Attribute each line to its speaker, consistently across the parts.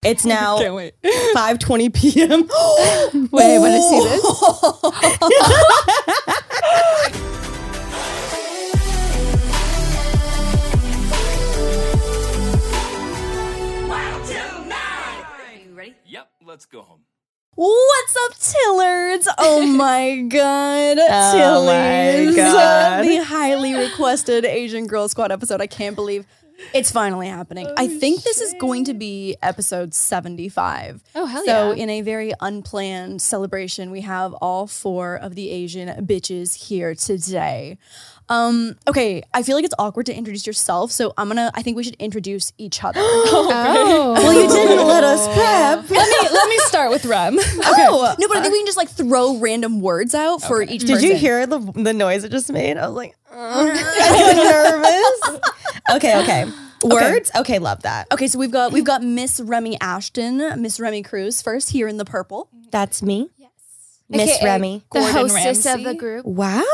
Speaker 1: It's now
Speaker 2: Can't wait.
Speaker 1: 5:20 p.m.
Speaker 2: Wait, I want to see this.
Speaker 3: Yep, let's go home.
Speaker 4: What's up, Tillards? Oh my god,
Speaker 1: Oh my
Speaker 4: Tillards!
Speaker 1: God.
Speaker 4: The highly requested Asian Girl Squad episode. I can't believe it's finally happening. I
Speaker 2: Oh,
Speaker 4: think this is going to be episode 75.
Speaker 2: Oh, hell
Speaker 4: so
Speaker 2: yeah.
Speaker 4: in a very unplanned celebration, we have all four of the Asian bitches here today. Um, okay, I feel like it's awkward to introduce yourself, so I'm gonna I think we should introduce each other.
Speaker 2: Oh.
Speaker 1: Well, you didn't let us prep.
Speaker 2: let me let me start with Rem.
Speaker 4: Oh, no, but I think we can just like throw random words out for each
Speaker 1: Did
Speaker 4: person.
Speaker 1: you hear the the noise it just made? I was like, "Ugh." I was nervous. Okay, okay. Words. Okay, love that.
Speaker 4: Okay, so we've got we've got Miss Remy Ashton, Miss Remy Cruz first here in the purple.
Speaker 1: That's me. Miss
Speaker 5: AKA
Speaker 1: Remy.
Speaker 5: the
Speaker 2: Gordon
Speaker 5: hostess
Speaker 2: Ramsay.
Speaker 5: of the group.
Speaker 1: Wow.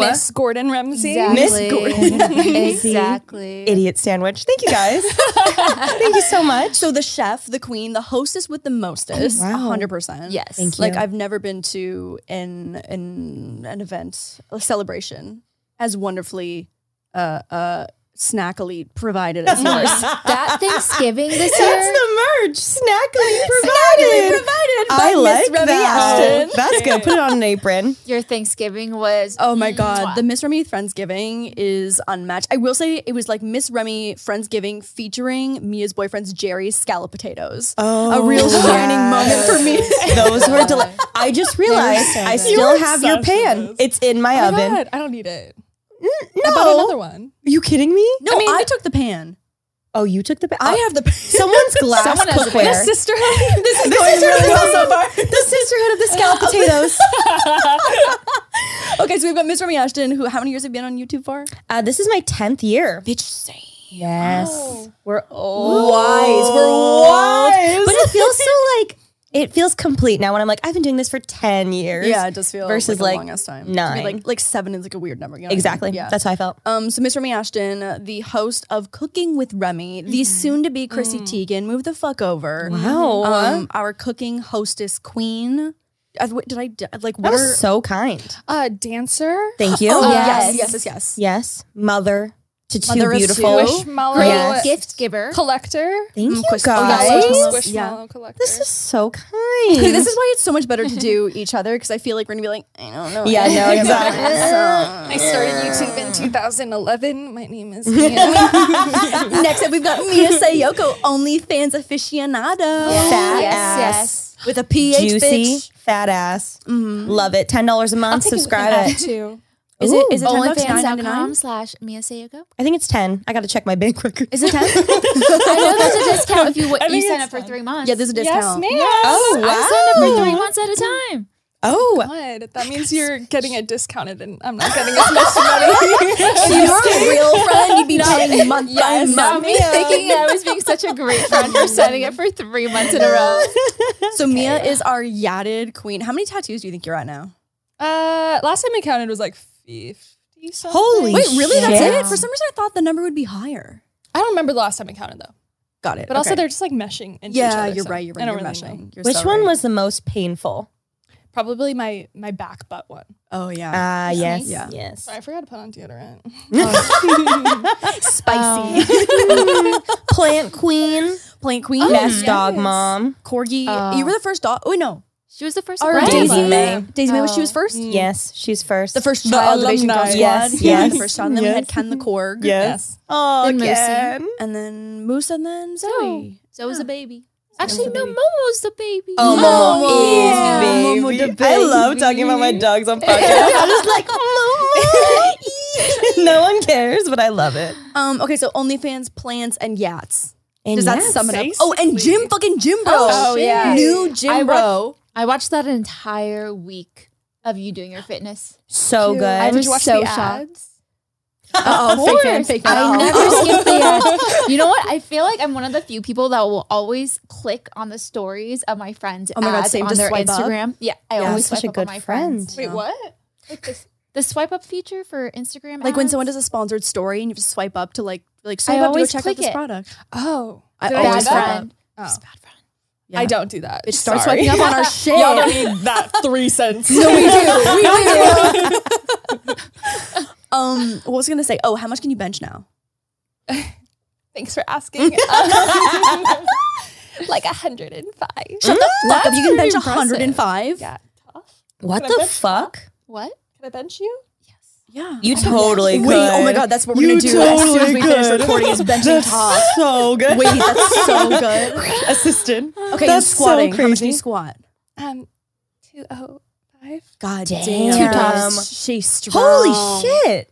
Speaker 2: Miss Gordon Ramsay.
Speaker 1: Miss Gordon
Speaker 5: exactly.
Speaker 1: Idiot sandwich. Thank you guys. Thank you so much.
Speaker 4: So the chef, the queen, the hostess with the mostest,
Speaker 1: Wow.
Speaker 4: hundred percent.
Speaker 5: Yes. Thank
Speaker 4: Like
Speaker 1: you.
Speaker 4: I've never been to an an an event, a celebration, as wonderfully uh uh snackily provided as yours.
Speaker 5: that Thanksgiving this
Speaker 1: That's
Speaker 5: year.
Speaker 1: the merch. Snackly
Speaker 4: Snackily
Speaker 1: provided.
Speaker 4: provided by
Speaker 1: I like
Speaker 4: Miss Remy
Speaker 1: that.
Speaker 4: Ashton.
Speaker 1: That's good. Put it on an apron.
Speaker 5: your Thanksgiving was
Speaker 4: Oh my God. The Miss Remy Friendsgiving is unmatched. I will say it was like Miss Remy Friendsgiving featuring Mia's boyfriend's Jerry's scallop potatoes.
Speaker 1: Oh,
Speaker 4: a real shining moment
Speaker 1: yes.
Speaker 4: for me.
Speaker 1: Those were deli- I just realized I
Speaker 2: good.
Speaker 1: still
Speaker 2: You were
Speaker 1: have your
Speaker 2: obsessed with
Speaker 1: pan.
Speaker 2: those.
Speaker 1: It's in my
Speaker 2: Oh my
Speaker 1: oven.
Speaker 2: God, I don't need it.
Speaker 1: No,
Speaker 2: I bought another one.
Speaker 1: Are you kidding me?
Speaker 4: No, I, took the pan.
Speaker 1: Oh, you took the pan.
Speaker 4: I have the pan.
Speaker 1: someone's glass
Speaker 2: Someone has a
Speaker 1: cookware.
Speaker 2: The sisterhood.
Speaker 1: this is going really well so far. The sisterhood of the scalloped potatoes.
Speaker 4: okay, so we've got Miss Remy Ashton, who how many years have you been on YouTube for?
Speaker 1: Uh, this is my tenth year.
Speaker 4: Bitch, same. Oh.
Speaker 1: Yes, we're old.
Speaker 4: Wise. We're wise.
Speaker 1: But it feels so like it feels complete now. When I'm like, I've been doing this for ten years.
Speaker 4: Yeah, it does feel
Speaker 1: Versus,
Speaker 4: versus
Speaker 1: like,
Speaker 4: like, a long ass time. To be
Speaker 1: nine.
Speaker 4: Like like seven is like a weird number. you know what I mean?
Speaker 1: exactly.
Speaker 4: Yeah.
Speaker 1: That's how I felt.
Speaker 4: Um, so Miss Remy Ashton, the host of Cooking with Remy, the soon-to-be Chrissy Teigen, move the fuck over.
Speaker 1: Mm-hmm. Mm. Wow.
Speaker 4: Um, our cooking hostess queen. I, wait, did I d- uh, like
Speaker 1: that
Speaker 4: what? Are,
Speaker 1: was so kind.
Speaker 2: Uh, dancer.
Speaker 1: Thank you.
Speaker 4: oh, yes,
Speaker 5: Yes.
Speaker 4: yes, yes, yes.
Speaker 1: Yes, mother to two
Speaker 4: Mother of
Speaker 1: beautiful.
Speaker 4: two.
Speaker 2: Squishmallow
Speaker 5: great
Speaker 1: Yes.
Speaker 5: gift giver.
Speaker 2: collector.
Speaker 1: Thank you
Speaker 4: Squish- oh, yeah,
Speaker 1: guys.
Speaker 2: Squishmallow,
Speaker 4: Guys. Yeah.
Speaker 2: Squishmallow collector.
Speaker 1: This is so kind.
Speaker 4: Okay, this is why it's so much better to do each other because I feel like we're gonna be like, I don't know.
Speaker 1: yeah, no, exactly.
Speaker 2: I started YouTube in 2011. My name is Ian.
Speaker 4: Next up, we've got Mia Sayoko, OnlyFans aficionado.
Speaker 1: Fat
Speaker 5: yes,
Speaker 1: ass.
Speaker 5: yes.
Speaker 4: With a PH,
Speaker 1: Juicy,
Speaker 4: bitch. Mm-hmm.
Speaker 1: fat ass. Love it. Ten dollars a month. Subscribe. It.
Speaker 2: too.
Speaker 4: Is it, is it 10 bucks?
Speaker 5: OnlyFans.com
Speaker 4: 9.99?
Speaker 5: slash Mia Sayoko.
Speaker 1: I think it's ten. I got to check my bank record.
Speaker 4: Is it 10?
Speaker 5: I know there's a discount if you
Speaker 2: I
Speaker 5: you
Speaker 2: think
Speaker 5: sign
Speaker 2: it's
Speaker 5: up for
Speaker 2: fun.
Speaker 5: three months.
Speaker 4: yeah, there's a
Speaker 2: Yes,
Speaker 4: discount.
Speaker 2: ma'am.
Speaker 1: Oh wow!
Speaker 5: I signed up for three months at a time.
Speaker 1: Oh,
Speaker 2: God, that means you're getting it discounted, and I'm not getting as much money.
Speaker 4: If you were a real friend, you'd be paying month by
Speaker 5: Not
Speaker 4: month.
Speaker 5: me thinking I was being such a great friend for signing up for three months in a row.
Speaker 4: So Mia is our yatted queen. How many tattoos do you think you're at now?
Speaker 2: uh, last time I counted was like 50 something.
Speaker 1: Holy
Speaker 4: Wait, really? That's
Speaker 1: shit.
Speaker 4: it? For some reason, I thought the number would be higher.
Speaker 2: I don't remember the last time I counted though.
Speaker 4: Got it.
Speaker 2: But also,
Speaker 4: Okay.
Speaker 2: they're just like meshing into each
Speaker 4: yeah,
Speaker 2: other.
Speaker 4: you're
Speaker 2: so
Speaker 4: right. You're right.
Speaker 2: I
Speaker 4: You're
Speaker 2: don't really know.
Speaker 4: meshing. You're
Speaker 1: Which
Speaker 4: so
Speaker 1: one
Speaker 4: right.
Speaker 1: was the most painful?
Speaker 2: Probably my my back butt one.
Speaker 4: Oh yeah,
Speaker 1: Ah, yes,
Speaker 4: Yeah.
Speaker 1: yes.
Speaker 2: Sorry, I forgot to put on deodorant.
Speaker 4: spicy
Speaker 5: Um,
Speaker 1: Plant queen,
Speaker 4: plant queen,
Speaker 1: best dog mom.
Speaker 4: corgi. you were the first dog. Oh no,
Speaker 5: She was the first
Speaker 4: Or
Speaker 5: one.
Speaker 1: Daisy May.
Speaker 4: Daisy May was she was first.
Speaker 1: Oh. Yes, she's first.
Speaker 4: The first child of Asian Girl
Speaker 2: alumni.
Speaker 4: Squad.
Speaker 1: Yes,
Speaker 4: yeah,
Speaker 1: yes.
Speaker 4: the first child. And then we had
Speaker 1: Yes.
Speaker 4: Ken the Korg.
Speaker 1: Yes. Oh,
Speaker 5: Then Lucy.
Speaker 1: again.
Speaker 4: and then Moose, and then Zoe.
Speaker 5: So was a baby. Actually, no, Momo's the baby.
Speaker 1: Oh, Momo,
Speaker 4: Momo. Yeah.
Speaker 1: is
Speaker 4: Momo
Speaker 1: baby.
Speaker 4: the
Speaker 1: I love talking about my dogs on podcast. I'm just like Momo. no one cares, but I love it.
Speaker 4: Um. Okay, so OnlyFans, plants, and yachts.
Speaker 1: And
Speaker 4: Does that
Speaker 1: yes.
Speaker 4: sum it up?
Speaker 2: Basically.
Speaker 4: Oh, and Jim, fucking Jimbo.
Speaker 5: Oh, shit. yeah.
Speaker 4: new
Speaker 5: I
Speaker 4: Jimbo.
Speaker 5: watched, I watched that entire week of you doing your fitness.
Speaker 1: so Oh, good?
Speaker 5: I was
Speaker 2: you watch
Speaker 5: so
Speaker 2: the
Speaker 5: shocked.
Speaker 4: Oh, fake fan, fake fan.
Speaker 5: I
Speaker 4: Oh.
Speaker 5: never skip the ads. You know what? I feel like I'm one of the few people that will always click on the stories of my friends'
Speaker 4: Oh my God,
Speaker 5: ads
Speaker 4: same.
Speaker 5: on
Speaker 4: Just
Speaker 5: their
Speaker 4: swipe up?
Speaker 5: Instagram. Yeah, I
Speaker 1: Yeah,
Speaker 5: always
Speaker 1: such
Speaker 5: swipe
Speaker 1: a
Speaker 5: up on
Speaker 1: good
Speaker 5: my
Speaker 1: friend.
Speaker 5: friends.
Speaker 2: Wait, what? Like this.
Speaker 5: The swipe up feature for Instagram,
Speaker 4: Like when
Speaker 5: ads?
Speaker 4: someone does a sponsored story and you just swipe up to like like swipe
Speaker 5: I
Speaker 4: up to go
Speaker 5: always
Speaker 4: check out
Speaker 5: click
Speaker 4: this
Speaker 5: it.
Speaker 4: product.
Speaker 2: Oh,
Speaker 4: I
Speaker 2: Did
Speaker 4: always
Speaker 5: bad
Speaker 2: do that?
Speaker 4: swipe up.
Speaker 5: friend.
Speaker 2: Oh.
Speaker 5: Bad friend.
Speaker 2: I don't do that. It
Speaker 4: Start swiping up on our shit.
Speaker 6: Y'all don't need that three cents.
Speaker 4: No, we do. We do. um, what was I gonna say? Oh, how much can you bench now?
Speaker 2: Thanks for asking. Um, like 105.
Speaker 4: Shut the fuck up. You can bench
Speaker 5: pretty impressive.
Speaker 4: 105.
Speaker 2: Yeah.
Speaker 1: What the fuck?
Speaker 5: What?
Speaker 2: Can I bench you?
Speaker 4: Yeah.
Speaker 1: You totally could.
Speaker 4: Wait, oh my god, that's what we're
Speaker 1: You
Speaker 4: gonna do as soon as we finish recording is benching top.
Speaker 1: so good.
Speaker 4: Wait, that's so good.
Speaker 6: Assistant.
Speaker 4: Okay, and
Speaker 1: That's so
Speaker 4: squatting. How much do you
Speaker 1: crazy.
Speaker 4: squat?
Speaker 2: Um,
Speaker 4: oh,
Speaker 2: 205.
Speaker 4: God damn.
Speaker 1: Two tops.
Speaker 4: She's strong.
Speaker 1: Holy shit.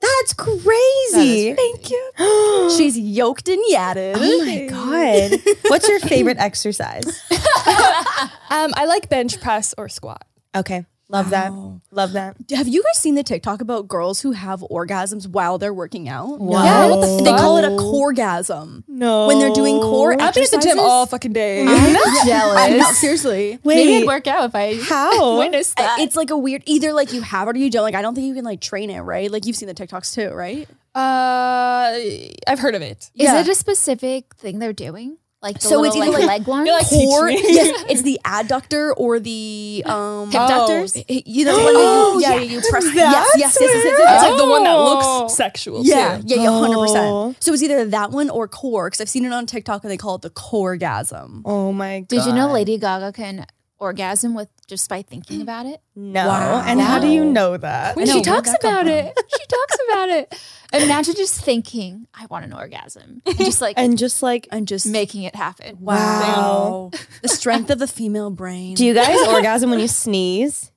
Speaker 1: That's crazy.
Speaker 4: Thank you. She's yoked and yatted.
Speaker 1: oh my god. What's your favorite exercise?
Speaker 2: Um, I like bench press or squat.
Speaker 1: Okay. Love that. Love that.
Speaker 4: Have you guys seen the TikTok about girls who have orgasms while they're working out?
Speaker 1: Wow.
Speaker 4: Yeah, what the They call it a coregasm.
Speaker 6: No.
Speaker 4: When they're doing core
Speaker 2: I've been at the
Speaker 4: exercises. Mm-hmm.
Speaker 2: gym all fucking day.
Speaker 5: I'm not
Speaker 4: I'm
Speaker 5: jealous.
Speaker 4: not seriously.
Speaker 1: Wait.
Speaker 5: Maybe it'd work out if I
Speaker 1: how?
Speaker 5: witnessed
Speaker 4: Uh,
Speaker 5: that.
Speaker 4: It's like a weird either like you have it or you don't. Like I don't think you can like train it, right? Like you've seen the TikToks too, right?
Speaker 2: Uh, I've heard of it.
Speaker 4: yeah.
Speaker 5: Is it a specific thing they're doing? Like the
Speaker 4: So
Speaker 5: so
Speaker 4: it's
Speaker 5: little,
Speaker 4: either
Speaker 5: like,
Speaker 4: like-
Speaker 5: leg one?
Speaker 6: You're like- Teach
Speaker 4: Core
Speaker 6: me.
Speaker 4: yes, it's the adductor or the um
Speaker 5: Hip ductors?
Speaker 4: Oh, you know, the one where you, yeah, you press. Yes, yes, yes, yes, yes, yes,
Speaker 6: It's
Speaker 4: yes.
Speaker 6: like the one that
Speaker 2: Oh.
Speaker 6: looks sexual.
Speaker 4: Yeah,
Speaker 6: too.
Speaker 4: yeah, yeah, hundred
Speaker 1: Oh.
Speaker 4: percent. So it's either that one or core, because I've seen it on TikTok and they call it the coregasm.
Speaker 1: Oh my god.
Speaker 5: Did you know Lady Gaga can orgasm with just by thinking about it?
Speaker 1: No.
Speaker 4: Wow.
Speaker 1: And how do you know that?
Speaker 5: And
Speaker 4: know,
Speaker 5: she
Speaker 4: where'd
Speaker 5: talks
Speaker 4: that come
Speaker 5: about
Speaker 4: from?
Speaker 5: it. She talks about it. Imagine just thinking, I want an orgasm. And just like
Speaker 1: And just like
Speaker 4: And just
Speaker 5: making it happen.
Speaker 4: wow, the strength of the female brain.
Speaker 1: do you guys orgasm when you sneeze?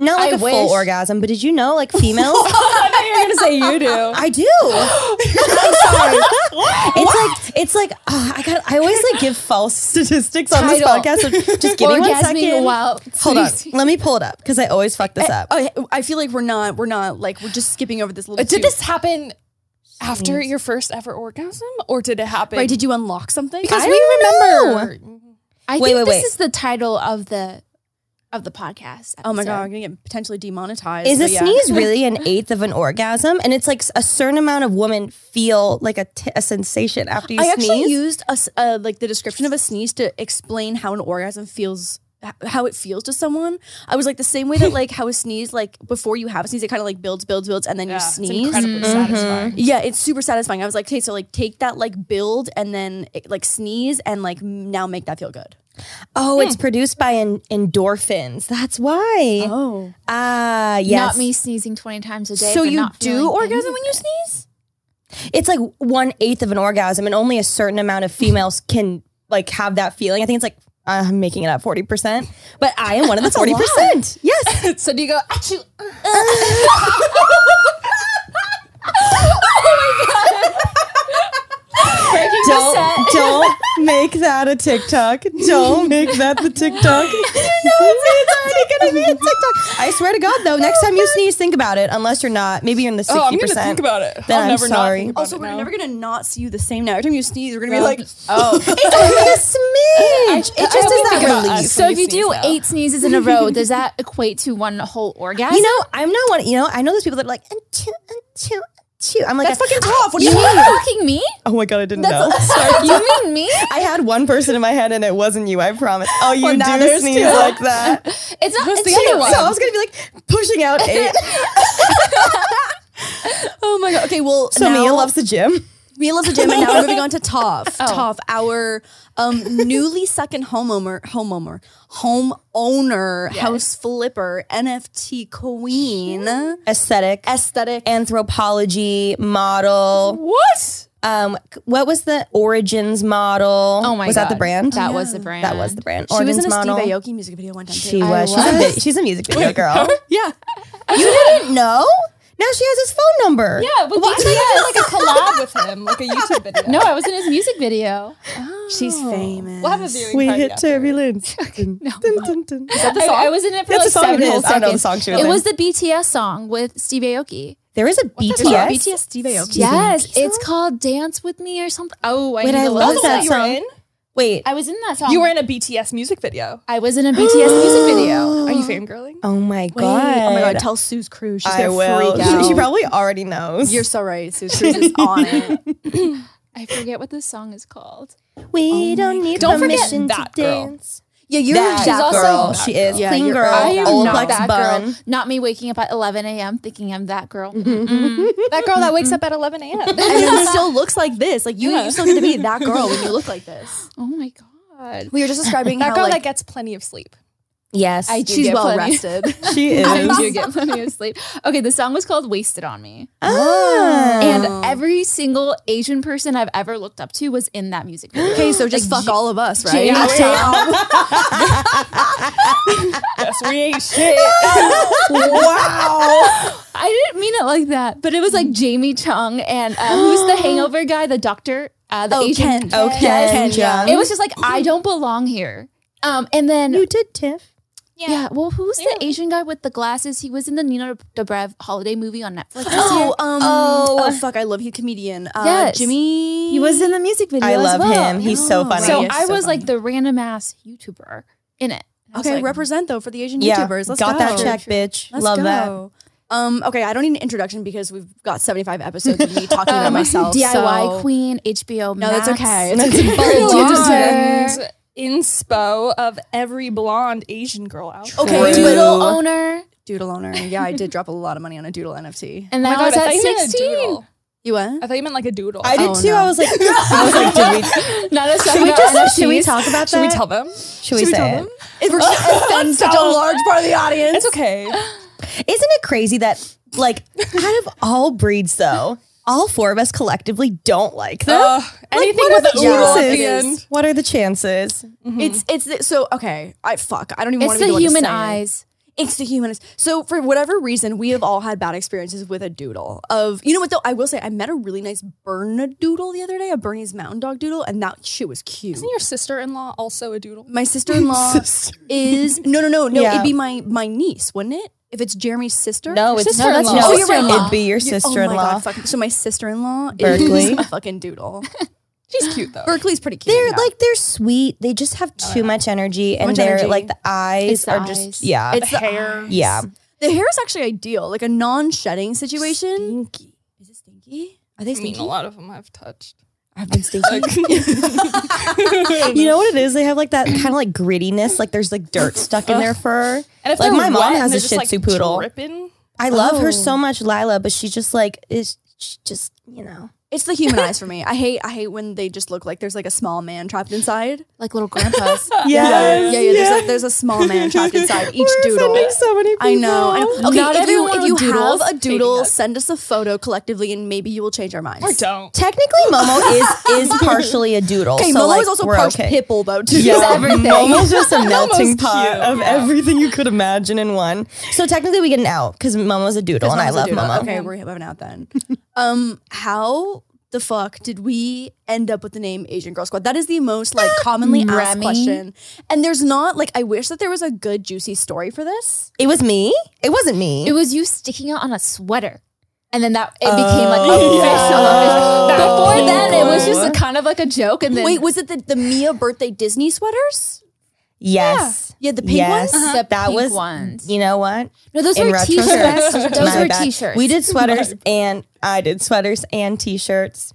Speaker 1: Not like
Speaker 5: I
Speaker 1: a full
Speaker 5: wish.
Speaker 1: orgasm, but did you know like females
Speaker 6: I thought you were gonna say you do.
Speaker 1: I do. I'm sorry. It's like it's like oh, I got. I always like give false statistics on this
Speaker 5: Title.
Speaker 1: podcast. So just give me one second.
Speaker 5: while
Speaker 1: Hold on. Let me pull it up because I always fuck this up.
Speaker 4: I, Oh, I feel like we're not, we're not like we're just skipping over this little.
Speaker 2: Did
Speaker 4: cute-
Speaker 2: this happen after your first ever orgasm, or did it happen? Mm-hmm.
Speaker 4: Right? Did you unlock something?
Speaker 2: because
Speaker 1: I
Speaker 2: we
Speaker 1: don't
Speaker 2: remember.
Speaker 5: I
Speaker 1: Wait,
Speaker 5: think
Speaker 1: wait,
Speaker 5: this
Speaker 1: wait.
Speaker 5: is the title of the of the podcast.
Speaker 4: oh my god, I'm
Speaker 5: episode.
Speaker 4: gonna get potentially demonetized.
Speaker 1: Is a
Speaker 4: but yeah.
Speaker 1: sneeze really an eighth of an orgasm? And it's like a certain amount of women feel like a, t- a sensation after you
Speaker 4: I
Speaker 1: sneeze.
Speaker 4: actually used a, s- uh, like the description of a sneeze to explain how an orgasm feels h- how it feels to someone. I was like the same way that like how a sneeze like before you have a sneeze it kind of like builds builds builds and then you
Speaker 2: It's
Speaker 4: sneeze.
Speaker 2: incredibly
Speaker 1: Mm-hmm.
Speaker 2: satisfying.
Speaker 4: Yeah, it's super satisfying. I was like, okay, so like take that like build and then it, like sneeze and like m- now make that feel good.
Speaker 1: oh, it's produced by en- endorphins. That's why.
Speaker 4: Oh,
Speaker 1: Ah, yes.
Speaker 5: Not me sneezing twenty times a day.
Speaker 4: so
Speaker 5: but
Speaker 4: you
Speaker 5: not
Speaker 4: do
Speaker 5: feeling
Speaker 4: orgasm
Speaker 5: anything.
Speaker 4: when you sneeze?
Speaker 1: It's like one eighth of an orgasm, and only a certain amount of females can like have that feeling. I think it's like I'm making it up forty percent, but I am one of the forty percent. Yes,
Speaker 5: So do you go? Achoo.
Speaker 1: don't don't make that a TikTok. Don't make that the TikTok. no, it's already gonna be a TikTok. I swear to God, though, next time you sneeze, think about it. Unless you're not, maybe you're in the
Speaker 2: Oh, I'm
Speaker 1: sixty
Speaker 2: gonna
Speaker 1: percent.
Speaker 2: think about it.
Speaker 1: Then
Speaker 2: I'll
Speaker 1: I'm
Speaker 2: never
Speaker 1: sorry.
Speaker 2: Not think about
Speaker 4: Also,
Speaker 2: it
Speaker 4: we're
Speaker 2: now.
Speaker 4: never gonna not see you the same now. Every time you sneeze, we're gonna be
Speaker 2: No.
Speaker 4: like,
Speaker 1: It's only a smidge. It just
Speaker 2: only
Speaker 1: is
Speaker 2: think
Speaker 1: that
Speaker 2: about
Speaker 1: relief.
Speaker 2: us.
Speaker 5: So if you
Speaker 2: sneeze
Speaker 5: do
Speaker 2: out.
Speaker 5: eight sneezes in a row, does that equate to one whole orgasm?
Speaker 1: You know, I'm not one. You know, I know those people that are like and two and two and two. I'm like
Speaker 4: "That's
Speaker 1: I-
Speaker 4: fucking tough." What do
Speaker 5: you
Speaker 4: you
Speaker 5: mean
Speaker 4: mean?
Speaker 5: fucking me?
Speaker 1: Oh my god, I didn't know.
Speaker 5: You mean me?
Speaker 1: I had one person in my head and it wasn't you, I promise. Oh, you
Speaker 4: Well, now
Speaker 1: do
Speaker 4: there's
Speaker 1: sneeze
Speaker 4: two.
Speaker 1: like that.
Speaker 5: It's not. Who's
Speaker 2: the other one?
Speaker 1: So I was gonna be like pushing out eight.
Speaker 4: Oh my god. Okay, well,
Speaker 1: So
Speaker 4: now,
Speaker 1: Mia loves the gym.
Speaker 4: Mia loves the gym, and now we're moving on to Toph. Toph, our um, newly second homeowner, homeowner, homeowner, house flipper, NFT queen,
Speaker 1: Aesthetic,
Speaker 4: aesthetic.
Speaker 1: anthropology, model.
Speaker 2: What?
Speaker 1: Um, c- what was the origins model?
Speaker 5: Oh my
Speaker 1: was that the
Speaker 5: God.
Speaker 1: brand?
Speaker 5: That was the brand.
Speaker 1: That was the brand.
Speaker 4: she was
Speaker 1: Origins
Speaker 4: in a
Speaker 1: model.
Speaker 4: Steve Aoki music video one time.
Speaker 1: She
Speaker 4: Too.
Speaker 1: was.
Speaker 5: I
Speaker 1: She's, a,
Speaker 5: was.
Speaker 1: vi- she's a music video girl.
Speaker 4: yeah,
Speaker 1: you didn't know? Now she has his phone number.
Speaker 5: Yeah, with BTS.
Speaker 2: Like a collab with him, like a YouTube video.
Speaker 5: No, I was in his music video.
Speaker 4: she's famous.
Speaker 2: We'll have a viewing
Speaker 1: We
Speaker 2: party
Speaker 1: hit
Speaker 2: after.
Speaker 1: turbulence. Dun, dun, dun, dun.
Speaker 5: I, I was in it for
Speaker 1: That's
Speaker 5: like
Speaker 1: a song
Speaker 5: seven
Speaker 1: it
Speaker 5: whole
Speaker 1: is. I don't know the
Speaker 5: seconds.
Speaker 1: song she was
Speaker 5: it
Speaker 1: in.
Speaker 5: was the BTS song with Steve Aoki.
Speaker 1: There is a BTS.
Speaker 4: BTS Steve Aoki.
Speaker 5: Yes, it's called "Dance with Me" or something. Oh, I
Speaker 1: Wait,
Speaker 5: need
Speaker 1: I
Speaker 5: to
Speaker 1: love
Speaker 5: look.
Speaker 1: that
Speaker 2: You were
Speaker 1: song.
Speaker 2: in?
Speaker 1: Wait.
Speaker 5: I was in that song.
Speaker 2: You were in a BTS music video.
Speaker 5: I was in a BTS music video.
Speaker 2: Are you fangirling?
Speaker 1: Oh my
Speaker 4: Wait,
Speaker 1: god.
Speaker 4: Oh my god! Tell Sue's crew. She's gonna freak
Speaker 1: She,
Speaker 4: out.
Speaker 1: she probably already knows.
Speaker 4: You're so right. Sue's crew is on it.
Speaker 5: I forget what this song is called.
Speaker 1: We don't need
Speaker 6: Don't forget
Speaker 1: permission to
Speaker 6: that girl.
Speaker 1: dance.
Speaker 5: Yeah, you're
Speaker 1: That
Speaker 5: she's also
Speaker 1: girl. she is
Speaker 4: Yeah,
Speaker 1: clean
Speaker 4: you're
Speaker 1: girl.
Speaker 5: I am
Speaker 1: old
Speaker 5: not
Speaker 1: flex
Speaker 5: that
Speaker 1: bun.
Speaker 5: girl. Not me waking up at 11 a.m. thinking I'm that girl.
Speaker 2: That girl that wakes up at 11 a.m.
Speaker 4: and it still looks like this. Like you, you still get to be that girl when you look like this.
Speaker 5: Oh my god.
Speaker 4: We were just describing
Speaker 2: That
Speaker 4: how,
Speaker 2: girl
Speaker 4: like,
Speaker 2: that gets plenty of sleep.
Speaker 1: Yes,
Speaker 5: I do
Speaker 4: she's
Speaker 5: get
Speaker 4: well
Speaker 5: plenty-
Speaker 4: rested.
Speaker 1: she
Speaker 5: I
Speaker 1: is.
Speaker 5: do get plenty of sleep. Okay, the song was called "Wasted on Me,"
Speaker 1: Ah.
Speaker 5: and every single Asian person I've ever looked up to was in that music video.
Speaker 4: okay, so just fuck all of us, right?
Speaker 5: Yeah.
Speaker 6: Yes, we ain't shit.
Speaker 1: wow.
Speaker 5: I didn't mean it like that, but it was like Jamie Chung and uh, who's the Hangover guy, the doctor, uh, the
Speaker 4: Oh,
Speaker 5: Asian.
Speaker 4: Ken.
Speaker 1: Okay, John.
Speaker 5: It was just like I don't belong here. Um, and then
Speaker 1: You did, Tiff.
Speaker 5: yeah. well, who's the Asian guy with the glasses? He was in the Nina Dobrev holiday movie on Netflix. Uh, this year.
Speaker 4: Oh, um, oh. fuck! I love you, comedian. Uh,
Speaker 5: Yes.
Speaker 4: Jimmy.
Speaker 5: He was in the music video.
Speaker 1: I
Speaker 5: as
Speaker 1: love
Speaker 5: well.
Speaker 1: him. He's so funny.
Speaker 5: So
Speaker 4: He is
Speaker 5: I
Speaker 4: so
Speaker 5: was
Speaker 4: funny.
Speaker 5: like the random ass YouTuber in it. I was
Speaker 4: okay.
Speaker 5: like,
Speaker 4: represent though for the Asian
Speaker 1: yeah,
Speaker 4: YouTubers. Let's
Speaker 1: got
Speaker 4: go.
Speaker 1: that check, bitch.
Speaker 4: Let's
Speaker 1: Love
Speaker 4: go.
Speaker 1: that.
Speaker 4: Um, okay, I don't need an introduction because we've got 75 episodes of me talking
Speaker 5: Um,
Speaker 4: about myself.
Speaker 5: DIY
Speaker 4: so-
Speaker 5: queen, HBO.
Speaker 4: No, that's
Speaker 5: Max.
Speaker 4: okay. It's okay.
Speaker 2: blonde inspo of every blonde Asian girl out. there.
Speaker 4: Okay,
Speaker 1: True.
Speaker 5: Doodle owner.
Speaker 4: doodle owner. Yeah, I did drop a lot of money on a doodle NFT.
Speaker 5: And
Speaker 2: Oh my
Speaker 5: then
Speaker 2: God,
Speaker 5: I was
Speaker 2: I
Speaker 5: at
Speaker 2: thought you meant a
Speaker 5: 16.
Speaker 2: doodle.
Speaker 4: You what?
Speaker 2: I thought you meant like a doodle. Oh.
Speaker 1: I did
Speaker 4: Oh,
Speaker 1: too.
Speaker 4: no.
Speaker 1: I was like, I was like, did we?
Speaker 5: Not a
Speaker 1: Should we just? Should we talk about that?
Speaker 2: Should we tell them?
Speaker 1: Should we say it?
Speaker 4: It offends such a large part of the audience.
Speaker 2: It's okay.
Speaker 1: Isn't it crazy that like out of all breeds though, all four of us collectively don't like them?
Speaker 2: Uh, anything
Speaker 1: what
Speaker 2: with
Speaker 1: are
Speaker 2: a
Speaker 1: the
Speaker 2: doodle at the
Speaker 1: chances?
Speaker 2: end.
Speaker 1: What are the chances?
Speaker 4: It's it's the, so okay. I fuck. I don't even want to
Speaker 5: It's
Speaker 4: be
Speaker 5: the
Speaker 4: one to
Speaker 5: human
Speaker 4: say it.
Speaker 5: eyes.
Speaker 4: It's the humanist. So for whatever reason, we have all had bad experiences with a doodle. Of you know what though, I will say I met a really nice Bernedoodle the other day, a Bernese Mountain Dog doodle, and that shit was cute.
Speaker 2: Isn't your sister-in-law also a doodle?
Speaker 4: my sister-in-law is no no no no.
Speaker 1: Yeah.
Speaker 4: It'd be my my niece, wouldn't it? If it's Jeremy's sister,
Speaker 1: No, it's
Speaker 2: sister-in-law.
Speaker 1: no,
Speaker 2: not.
Speaker 1: that's
Speaker 2: Oh,
Speaker 1: your
Speaker 2: you're right.
Speaker 1: sister-in-law. It'd be your
Speaker 4: Your-
Speaker 1: sister-in-law.
Speaker 4: Oh my god, fucking, so my sister-in-law
Speaker 1: Berkeley.
Speaker 4: is a fucking doodle.
Speaker 2: She's cute though.
Speaker 4: Berkeley's pretty cute.
Speaker 1: they're
Speaker 4: yeah.
Speaker 1: like they're sweet. They just have too much energy, and
Speaker 4: much
Speaker 1: they're
Speaker 4: energy.
Speaker 1: like the eyes
Speaker 5: It's the
Speaker 1: are
Speaker 5: eyes.
Speaker 1: just yeah,
Speaker 4: it's the hair.
Speaker 1: yeah.
Speaker 4: The hair is actually ideal, like a non-shedding situation. Stinky. Is it stinky? Are they
Speaker 2: I mean,
Speaker 4: stinky?
Speaker 2: a lot of them I've touched.
Speaker 4: I've been stinky.
Speaker 1: You know what it is? They have like that kind of like grittiness. Like there's like dirt stuck in their fur.
Speaker 2: And if
Speaker 1: like
Speaker 2: they're
Speaker 1: my mom
Speaker 2: wet and
Speaker 1: has a
Speaker 2: they're
Speaker 1: Shih
Speaker 2: just,
Speaker 1: Tzu
Speaker 2: like,
Speaker 1: poodle.
Speaker 2: dripping,
Speaker 1: I love her so much, Lila, but she just like is she just you know.
Speaker 4: it's the human eyes for me. I hate. I hate when they just look like there's like a small man trapped inside.
Speaker 5: Like little grandpas.
Speaker 1: Yes.
Speaker 4: yeah, yeah. There's, a, there's a small man trapped inside each doodle.
Speaker 1: so many people.
Speaker 4: I know. I know. Okay,
Speaker 5: Not
Speaker 4: if you,
Speaker 5: everyone
Speaker 4: if you
Speaker 5: doodles.
Speaker 4: have a doodle, send us a photo collectively, and maybe you will change our minds.
Speaker 2: or don't.
Speaker 1: Technically, Momo is is partially a doodle.
Speaker 4: Okay,
Speaker 1: so
Speaker 4: Momo
Speaker 1: like,
Speaker 4: is also
Speaker 1: we're
Speaker 4: part
Speaker 1: okay.
Speaker 4: Pipple though too.
Speaker 1: Yeah,
Speaker 5: everything.
Speaker 1: Momo's just a melting pot
Speaker 2: cute.
Speaker 1: of everything you could imagine in one. So technically, we get an out because Momo's a doodle, and I love Momo.
Speaker 4: Okay, we have an out then. um, how the fuck did we end up with the name Asian Girl Squad? That is the most like commonly asked
Speaker 5: Remy.
Speaker 4: question, and there's not like I wish that there was a good juicy story for this.
Speaker 1: It was me. It wasn't me.
Speaker 5: it was you sticking out on a sweater. And then that it became like
Speaker 4: Oh.
Speaker 5: official. official. Before then, it was just a kind of like a joke. And then
Speaker 4: Wait, was it the, the Mia birthday Disney sweaters?
Speaker 1: yes.
Speaker 4: Yeah, the pink
Speaker 1: yes.
Speaker 4: ones.
Speaker 5: The
Speaker 1: that
Speaker 5: pink
Speaker 1: was.
Speaker 5: ones.
Speaker 1: You know what?
Speaker 5: no, those
Speaker 1: In
Speaker 5: were
Speaker 1: retrospect-
Speaker 5: t-shirts. those
Speaker 1: My
Speaker 5: were
Speaker 1: bad.
Speaker 5: t-shirts.
Speaker 1: We did sweaters, and I did sweaters and t-shirts.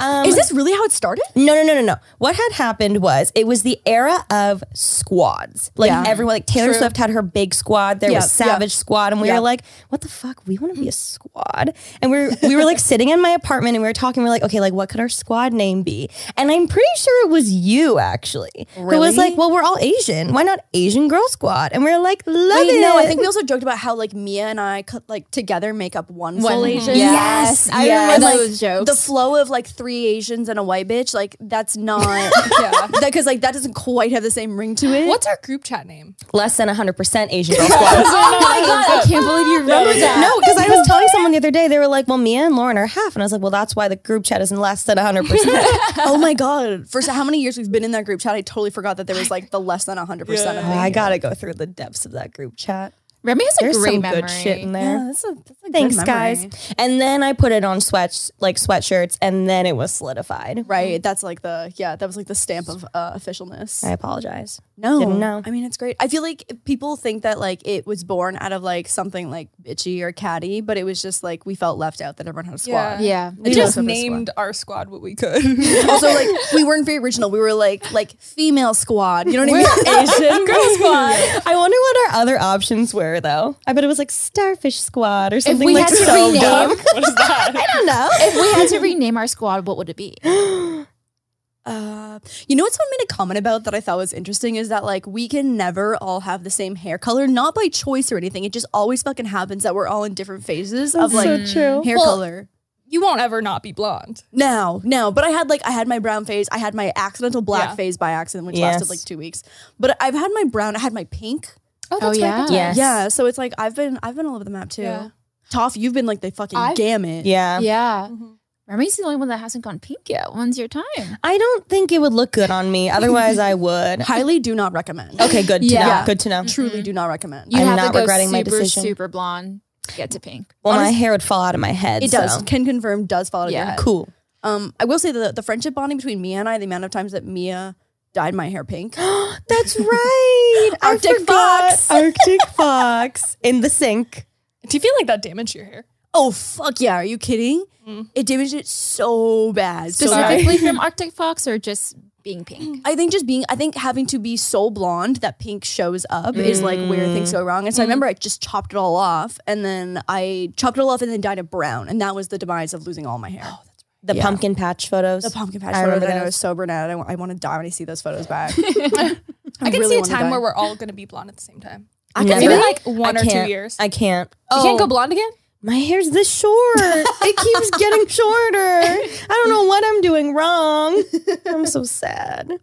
Speaker 1: Um,
Speaker 4: Is this really how it started?
Speaker 1: No, no, no, no, no. What had happened was it was the era of squads. Like
Speaker 4: Yeah.
Speaker 1: everyone, like Taylor Swift had her big squad. There
Speaker 4: Yeah,
Speaker 1: was Savage Squad, and we
Speaker 4: Yeah.
Speaker 1: were like, "What the fuck? We want to be a squad." And we were, we were like sitting in my apartment, and we were talking. We are like, "Okay, like what could our squad name be?" And I'm pretty sure it was you actually. Who
Speaker 4: Really?
Speaker 1: was like, "Well, we're all Asian. Why not Asian Girl Squad?" And we are like, "Love
Speaker 4: Wait,
Speaker 1: it."
Speaker 4: no, I think we also joked about how like Mia and I co- like together make up one full Asian.
Speaker 5: Yes, I
Speaker 1: yes.
Speaker 5: remember
Speaker 1: Like,
Speaker 5: those jokes.
Speaker 4: The flow of like three Asians and a white bitch, like that's not yeah, because like that doesn't quite have the same ring to it.
Speaker 2: What's our group chat name?
Speaker 1: less than 100 percent Asian Girl Squad.
Speaker 5: oh my god! I can't believe you remember that.
Speaker 1: No, because I was telling someone the other day, they were like, "Well, Mia and Lauren are half," and I was like, "Well, that's why the group chat isn't less than 100." percent
Speaker 4: oh my god! First, how many years we've been in that group chat? I totally forgot that there was like the less than hundred percent of
Speaker 1: Oh, I
Speaker 4: thing.
Speaker 1: gotta go through the depths of that group chat.
Speaker 5: Remy has a
Speaker 1: There's
Speaker 5: great
Speaker 1: some
Speaker 5: memory.
Speaker 1: good shit in there.
Speaker 4: Yeah, that's a, that's a good
Speaker 1: Thanks,
Speaker 4: memory.
Speaker 1: guys. And then I put it on sweats like sweatshirts, and then it was solidified.
Speaker 4: Right, that's like the yeah, that was like the stamp of uh, officialness.
Speaker 1: I apologize.
Speaker 4: No,
Speaker 1: Didn't know.
Speaker 4: I mean, it's great. I feel like people think that like it was born out of like something like bitchy or catty, but it was just like we felt left out that everyone had a squad.
Speaker 5: Yeah.
Speaker 2: We
Speaker 4: It
Speaker 2: just
Speaker 4: was a
Speaker 2: named our squad what we could.
Speaker 4: also, like we weren't very original. We were like like female squad. You know what I mean? Asian girl squad.
Speaker 1: I wonder what our other options were, though. I bet it was like Starfish Squad or
Speaker 5: If
Speaker 1: something
Speaker 5: we
Speaker 1: like
Speaker 5: had to
Speaker 1: so dumb.
Speaker 5: rename,
Speaker 6: What is that?
Speaker 1: I don't know.
Speaker 5: if we had to rename our squad, what would it be?
Speaker 4: Uh, you know what someone made a comment about that I thought was interesting is that like we can never all have the same hair color, not by choice or anything. It just always fucking happens that we're all in different phases of like
Speaker 1: true.
Speaker 4: hair
Speaker 2: Well-
Speaker 4: color.
Speaker 2: you won't ever not be blonde.
Speaker 4: No, no, but I had like I had my brown phase. I had my accidental black
Speaker 2: Yeah.
Speaker 4: phase by accident, which
Speaker 1: Yes.
Speaker 4: lasted like two weeks. But I've had my brown. I had my pink.
Speaker 5: Oh, yeah.
Speaker 1: Yes.
Speaker 4: Yeah, so it's like I've been I've been all over the map too.
Speaker 2: Yeah.
Speaker 4: Toph, you've been like the fucking
Speaker 5: I've-
Speaker 4: gamut.
Speaker 1: Yeah.
Speaker 5: Yeah.
Speaker 2: Mhm.
Speaker 5: Remy's the only one that hasn't gone pink yet. When's your time?
Speaker 1: I don't think it would look good on me. Otherwise, I would.
Speaker 4: Highly do not recommend.
Speaker 1: Okay, good to know.
Speaker 5: Yeah.
Speaker 1: Good to know.
Speaker 4: Truly do not recommend.
Speaker 5: You
Speaker 1: I'm
Speaker 5: have
Speaker 1: not
Speaker 5: to go
Speaker 1: regretting
Speaker 5: super,
Speaker 1: my decision.
Speaker 5: super blonde to get to pink.
Speaker 1: Well, my hair would fall out of my head.
Speaker 4: it does.
Speaker 1: so.
Speaker 4: Can confirm does fall out of your
Speaker 5: Yeah.
Speaker 4: head.
Speaker 1: Cool.
Speaker 4: Um, I will say that the friendship bonding between Mia and I, the amount of times that Mia dyed my hair pink.
Speaker 1: That's right. I
Speaker 4: Arctic
Speaker 1: forgot.
Speaker 4: Fox.
Speaker 1: Arctic Fox in the sink.
Speaker 2: Do you feel like that damaged your hair?
Speaker 4: oh fuck yeah! Are you kidding?
Speaker 2: Mm.
Speaker 4: It damaged it so bad. So bad.
Speaker 5: Specifically from Arctic Fox or just being pink?
Speaker 4: I think just being, I think having to be so blonde that pink shows up is like where
Speaker 1: Mm.
Speaker 4: things go wrong. And so I remember I just chopped it all off, and then I chopped it all off and then dyed it brown, and that was the demise of losing all my hair.
Speaker 1: The pumpkin patch photos.
Speaker 4: the pumpkin patch
Speaker 1: Oh, I
Speaker 4: photos.
Speaker 1: remember
Speaker 4: that I know
Speaker 1: those.
Speaker 4: is so brunette. I, wa- I want to die when I see those photos back.
Speaker 2: I can
Speaker 4: really
Speaker 2: see a
Speaker 4: wanna
Speaker 2: time
Speaker 4: die.
Speaker 2: where we're all going to be blonde at the same time.
Speaker 1: I
Speaker 2: Maybe like
Speaker 1: I
Speaker 2: one or
Speaker 1: can't.
Speaker 2: two years.
Speaker 1: I can't. Oh,
Speaker 2: You can't go blonde again?
Speaker 1: My hair's this short. it keeps getting shorter. I don't know what I'm doing wrong. I'm so sad.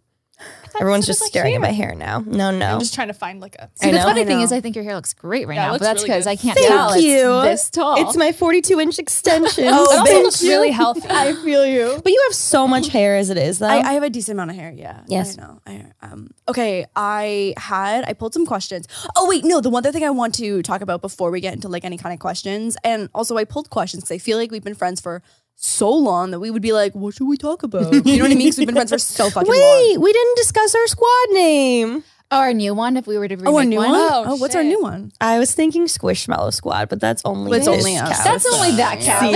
Speaker 1: Everyone's just staring at my hair now. No, no.
Speaker 2: I'm just trying to find like a.
Speaker 1: I
Speaker 5: the
Speaker 1: know.
Speaker 5: funny
Speaker 1: I
Speaker 5: thing
Speaker 1: know.
Speaker 5: is, I think your hair looks great right
Speaker 2: Yeah, it
Speaker 5: now, but
Speaker 2: looks
Speaker 5: that's
Speaker 2: really
Speaker 5: because
Speaker 2: good.
Speaker 5: I can't
Speaker 1: Thank
Speaker 5: tell. It's
Speaker 1: you.
Speaker 5: this tall.
Speaker 1: It's my 42 inch extension.
Speaker 2: It
Speaker 1: oh,
Speaker 2: also looks really healthy.
Speaker 1: I feel you. But you have so much hair as it is, though.
Speaker 4: I, I have a decent amount of hair. Yeah.
Speaker 1: Yes.
Speaker 4: I know. I, um, okay. I had I pulled some questions. Oh wait, no. The one other thing I want to talk about before we get into like any kind of questions, and also I pulled questions because I feel like we've been friends for so long that we would be like, what should we talk about? You know what I mean? Because we've been friends for so fucking long.
Speaker 1: Wait, we didn't discuss our squad name.
Speaker 5: our new one. If we were to remake
Speaker 4: Oh, our new one.
Speaker 5: one,
Speaker 4: Oh,
Speaker 2: Oh,
Speaker 4: what's our
Speaker 2: shit.
Speaker 4: new one?
Speaker 1: I was thinking Squishmallow Squad, but that's only
Speaker 4: But it's
Speaker 1: this
Speaker 4: only us.
Speaker 1: couch.
Speaker 5: that's only that couch.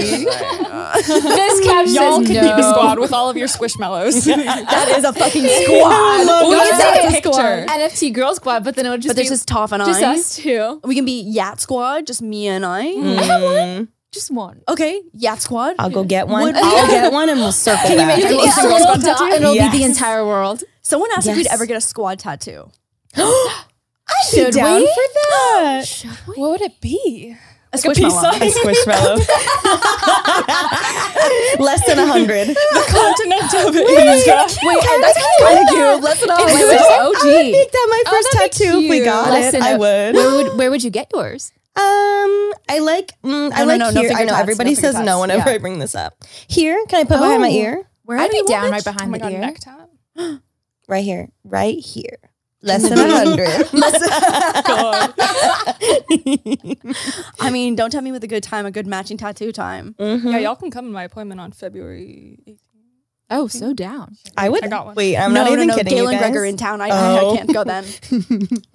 Speaker 2: this cap Y'all
Speaker 5: says
Speaker 2: can
Speaker 5: no.
Speaker 2: keep a squad with all of your squishmallows.
Speaker 4: That is a fucking squad.
Speaker 5: We
Speaker 2: That's
Speaker 5: could
Speaker 2: a
Speaker 5: say
Speaker 2: picture.
Speaker 5: NFT girl squad, but then it would just
Speaker 4: but
Speaker 5: be
Speaker 4: there's just Toph and
Speaker 5: just
Speaker 4: I.
Speaker 5: us two.
Speaker 4: We can be Yat Squad, just me and I.
Speaker 5: Just one.
Speaker 4: Okay, Yat Squad.
Speaker 1: I'll go get one.
Speaker 4: Would-
Speaker 1: I'll get one and we'll circle back.
Speaker 5: Just
Speaker 4: Just
Speaker 5: a
Speaker 4: us.
Speaker 5: little dot, and it'll be the
Speaker 1: Yes.
Speaker 5: entire world.
Speaker 4: Someone asked if we'd
Speaker 1: Yes.
Speaker 4: ever get a squad tattoo.
Speaker 5: Should
Speaker 1: down
Speaker 5: we?
Speaker 1: for that.
Speaker 2: what would it be?
Speaker 4: A squishmallow.
Speaker 1: A squishmallow. Less than a hundred.
Speaker 2: Continent of Asia.
Speaker 4: Wait, and that's kind of cute. Let's not
Speaker 5: Wait, wait,
Speaker 1: I would make that my first tattoo if we got
Speaker 5: Less
Speaker 1: it.
Speaker 5: than
Speaker 1: I
Speaker 5: a-
Speaker 1: would.
Speaker 5: Where would where would you get yours?
Speaker 1: Um, I like. Mm, I
Speaker 4: Oh, No, no,
Speaker 1: like
Speaker 4: no, no
Speaker 1: here. I
Speaker 4: finger
Speaker 1: know
Speaker 4: tats,
Speaker 1: everybody
Speaker 4: no finger
Speaker 1: says no
Speaker 4: tats.
Speaker 1: whenever
Speaker 4: Yeah. Oh.
Speaker 1: I bring this up. Here, can I put behind my ear?
Speaker 4: Where
Speaker 5: I'd
Speaker 4: do
Speaker 5: be
Speaker 4: you
Speaker 5: down
Speaker 4: want
Speaker 5: right
Speaker 4: it?
Speaker 2: Oh
Speaker 5: behind
Speaker 2: my
Speaker 5: the
Speaker 2: god,
Speaker 5: ear.
Speaker 2: neck tap.
Speaker 1: Right here. Right here. Less than a hundred.
Speaker 4: I mean, don't tell me with a good time, a good matching tattoo time.
Speaker 1: Mm.
Speaker 2: Yeah, y'all can come to my appointment on February. 18th.
Speaker 5: Oh, so down.
Speaker 1: I would.
Speaker 2: I got one.
Speaker 1: Wait, I'm
Speaker 4: no,
Speaker 1: not
Speaker 4: no,
Speaker 1: even
Speaker 4: no.
Speaker 1: kidding.
Speaker 4: Galen
Speaker 1: you guys.
Speaker 4: Gregor in town. I, I- I
Speaker 1: Oh.
Speaker 4: can't go then.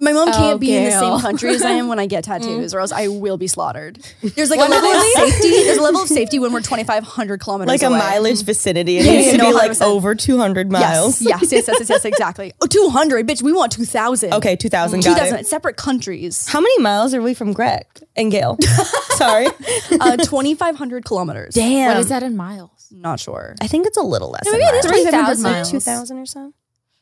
Speaker 4: My mom can't be in the
Speaker 5: Gail.
Speaker 4: same country as I am when I get
Speaker 1: Mm.
Speaker 4: tattoos, or else I will be slaughtered. There's like a level of safety. There's a level of safety when we're 2,500 kilometers
Speaker 1: like a
Speaker 4: away.
Speaker 1: mileage vicinity. It
Speaker 4: Yeah,
Speaker 1: needs
Speaker 4: yeah,
Speaker 1: to
Speaker 4: no,
Speaker 1: be like
Speaker 4: 100%.
Speaker 1: over 200 miles.
Speaker 4: Yes, yes, yes, yes, yes, yes, exactly. Oh, 200, bitch. We want 2,000.
Speaker 1: Okay, 2,000. Got
Speaker 4: 2,000.
Speaker 1: it.
Speaker 4: Separate countries.
Speaker 1: How many miles are we from Greg and Gail? Sorry.
Speaker 4: Uh, 2,500 kilometers.
Speaker 1: Damn.
Speaker 5: What is that in miles?
Speaker 4: Not sure.
Speaker 1: I think it's a little less. than that.
Speaker 5: 3,000
Speaker 1: Like
Speaker 5: miles.
Speaker 1: 2,000 or so.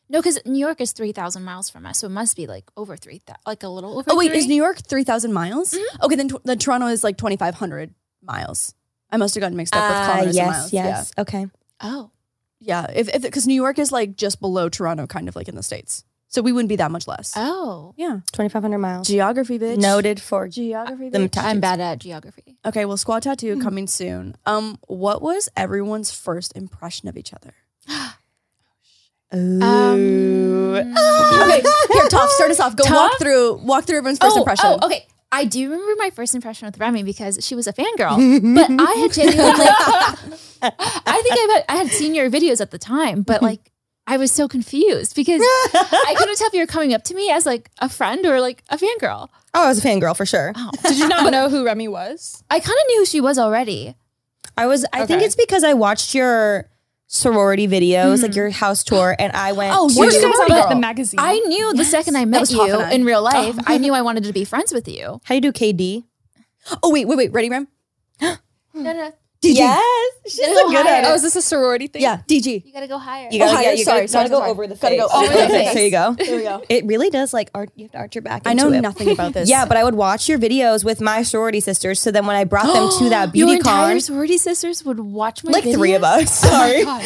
Speaker 5: No, because New York is three thousand miles from us, so it must be like over three thousand, like a little over.
Speaker 4: Oh wait,
Speaker 5: three?
Speaker 4: is New York three thousand miles? Okay, then, tw- then Toronto is like twenty five hundred miles. I must have gotten mixed up with
Speaker 1: Ah,
Speaker 4: kilometers and
Speaker 1: yes,
Speaker 4: miles.
Speaker 1: yes. Okay.
Speaker 5: Oh,
Speaker 4: Yeah, yeah. If because New York is like just below Toronto, kind of like in the states, so we wouldn't be that much less.
Speaker 5: oh.
Speaker 4: yeah,
Speaker 1: 2,500 miles.
Speaker 4: geography, bitch.
Speaker 1: Noted Ah, for
Speaker 4: geography.
Speaker 1: them
Speaker 4: Bitch.
Speaker 5: I'm
Speaker 1: tattoos.
Speaker 5: bad at geography.
Speaker 4: Okay, well, squad tattoo coming soon. Um, what was everyone's first impression of each other?
Speaker 1: Um,
Speaker 5: Um,
Speaker 1: Ooh.
Speaker 4: Okay, here, Toph, start us off. Go walk
Speaker 5: Toph?
Speaker 4: through, walk through everyone's first
Speaker 5: oh,
Speaker 4: impression.
Speaker 5: Oh, okay. I do remember my first impression with Remy because she was a fangirl, but I had genuinely, I think I had, I had seen your videos at the time, but like I was so confused because I couldn't tell if you were coming up to me as like a friend or like a fangirl.
Speaker 1: Oh, I was a fangirl for sure.
Speaker 2: Did you not know who Remy was?
Speaker 5: I kind of knew who she was already.
Speaker 1: I was. I think it's because I watched your sorority videos, like your house tour, and I went.
Speaker 5: Oh,
Speaker 1: to-
Speaker 5: you
Speaker 2: She
Speaker 5: did?
Speaker 2: was on
Speaker 5: But
Speaker 2: the magazine.
Speaker 5: I knew the second I met
Speaker 4: was Hoff
Speaker 5: you
Speaker 4: and I.
Speaker 5: in real life, I knew I wanted to be friends with you.
Speaker 1: How you do KD?
Speaker 4: Oh wait, wait, wait. Ready, Rem?
Speaker 5: No, no,
Speaker 4: DG.
Speaker 1: Yes, she's so good at it.
Speaker 2: oh, is this a sorority thing?
Speaker 4: Yeah, DG.
Speaker 5: you gotta go higher.
Speaker 1: You gotta,
Speaker 4: higher,
Speaker 1: yeah, you
Speaker 4: sorry,
Speaker 1: gotta,
Speaker 4: sorry,
Speaker 1: gotta go
Speaker 4: sorry.
Speaker 1: over the face.
Speaker 4: Gotta go over the
Speaker 1: Perfect,
Speaker 5: face.
Speaker 1: There you go.
Speaker 4: There we go.
Speaker 1: It really does like art. You have to arch your back.
Speaker 4: I
Speaker 1: into
Speaker 4: know
Speaker 1: it.
Speaker 4: nothing about this.
Speaker 1: Yeah, but I would watch your videos with my sorority sisters. So then when I brought them to that
Speaker 5: Your
Speaker 1: beauty
Speaker 5: entire
Speaker 1: con,
Speaker 5: sorority sisters would watch my
Speaker 1: like
Speaker 5: videos? Oh
Speaker 1: three of us. Sorry, we wouldn't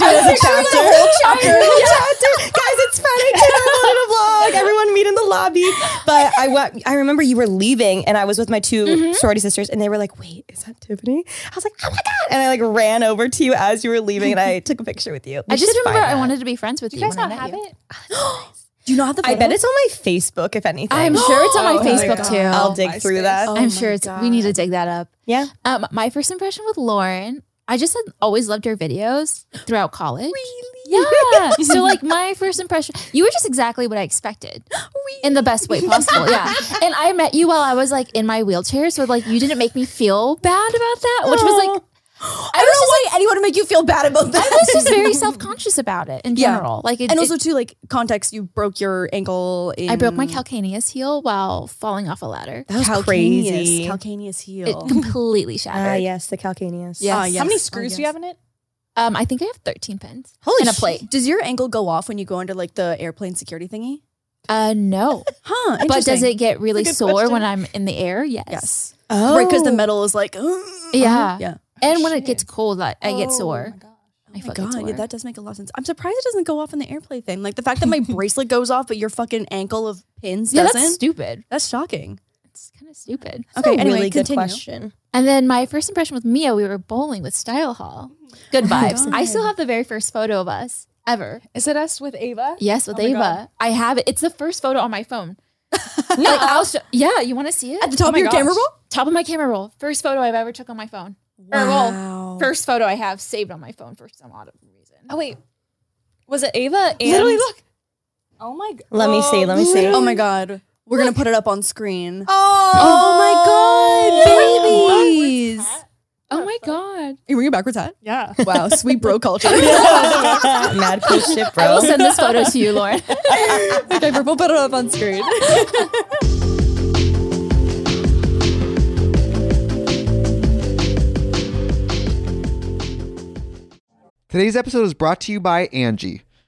Speaker 1: do it as a chapter. Chapter. Guys, it's Friday. We're in a vlog. Everyone meet in the lobby. But I wa- I remember you were leaving, and I was with my 2
Speaker 5: Mm-hmm.
Speaker 1: sorority sisters, and they were like, "Wait, is that Tiffany?" I was like, "Oh my god!" And I like ran over to you as you were leaving, and I took a picture with you.
Speaker 5: I
Speaker 1: We
Speaker 5: just
Speaker 1: should
Speaker 5: remember
Speaker 1: find
Speaker 5: I
Speaker 1: that.
Speaker 5: wanted to be friends with you.
Speaker 2: You guys
Speaker 5: when I
Speaker 2: not
Speaker 5: met
Speaker 2: have
Speaker 5: you.
Speaker 2: it?
Speaker 4: Do you not have the?
Speaker 1: I bet it's on my Facebook, if anything.
Speaker 5: I'm sure it's on my
Speaker 2: Oh my
Speaker 5: Facebook
Speaker 2: God.
Speaker 5: too. Oh.
Speaker 1: I'll dig through
Speaker 2: MySpace.
Speaker 1: that.
Speaker 5: I'm sure it's. We need to dig that up.
Speaker 1: Yeah.
Speaker 5: Um, my first impression with Lauren, I just had always loved her videos throughout college. Yeah. so like my first impression, you were just exactly what I expected, in the best way possible. Yeah. And I met you while I was like in my wheelchair, so like you didn't make me feel bad about that, which was like
Speaker 4: I don't know why anyone would make you feel bad about that.
Speaker 5: I was just very self conscious about it in
Speaker 4: Yeah.
Speaker 5: general. Like it,
Speaker 4: and
Speaker 5: it-
Speaker 4: also Mm. too like context. You broke your ankle. In
Speaker 5: I broke my calcaneus heel while falling off a ladder.
Speaker 1: That was
Speaker 4: calcaneus,
Speaker 1: crazy.
Speaker 4: calcaneus
Speaker 5: It
Speaker 4: heel.
Speaker 5: completely
Speaker 1: Ah,
Speaker 5: shattered.
Speaker 1: yes, the calcaneus.
Speaker 5: Yes.
Speaker 4: Ah,
Speaker 2: How many
Speaker 4: yes.
Speaker 2: screws
Speaker 4: Oh,
Speaker 2: do you
Speaker 4: yes.
Speaker 2: have in it?
Speaker 5: Um, I think I have 13 pins.
Speaker 1: Holy
Speaker 5: and a
Speaker 1: sh-
Speaker 5: plate.
Speaker 4: Does your ankle go off when you go under like the airplane security thingy?
Speaker 5: Uh, no.
Speaker 4: Huh?
Speaker 5: But does
Speaker 4: interesting.
Speaker 5: it get really
Speaker 2: That's a good
Speaker 5: sore
Speaker 2: question.
Speaker 5: when I'm in the air? Yes.
Speaker 4: Yes.
Speaker 1: Oh,
Speaker 4: Right, because the metal is like. Uh-huh.
Speaker 5: Yeah.
Speaker 4: Yeah. Oh
Speaker 5: And when it gets cold, I, I get sore. I
Speaker 4: My
Speaker 5: fucking
Speaker 4: God,
Speaker 5: sore.
Speaker 4: yeah, that does make a lot of sense. I'm surprised it doesn't go off on the airplane thing. Like the fact that my bracelet goes off, but your fucking ankle of pins
Speaker 5: yeah,
Speaker 4: doesn't.
Speaker 5: that's stupid.
Speaker 4: That's shocking.
Speaker 5: It's kind of stupid.
Speaker 4: okay, anyway,
Speaker 1: really
Speaker 4: continue.
Speaker 1: good question.
Speaker 5: And then my first impression with Mia, we were bowling with Style Hall. Good vibes. I still have the very first photo of us ever.
Speaker 2: Is it us with Ava?
Speaker 5: Yes, with
Speaker 2: Oh my God.
Speaker 5: Ava. I have it. It's the first photo on my phone. no, I'll show, yeah, you want to see it?
Speaker 4: At the top
Speaker 2: Oh
Speaker 4: of
Speaker 2: my
Speaker 4: your
Speaker 2: gosh.
Speaker 4: camera roll?
Speaker 5: top of my camera roll. First photo I've ever took on my phone. Or, well, first photo I have saved on my phone for some odd reason.
Speaker 2: Oh wait, was it Ava? And
Speaker 5: Literally, look.
Speaker 2: Oh my god.
Speaker 1: Let me see. Let me see.
Speaker 4: Oh my god. We're gonna put it up on screen.
Speaker 5: Oh my Oh god, babies. Oh my god.
Speaker 4: You wearing a backwards hat?
Speaker 2: Yeah.
Speaker 4: Wow, sweet bro culture.
Speaker 1: Mad cool shit,
Speaker 5: I
Speaker 1: bro.
Speaker 5: will send this photo to you, Lauren.
Speaker 4: okay, we'll put it up on screen.
Speaker 7: Today's episode is brought to you by Angie.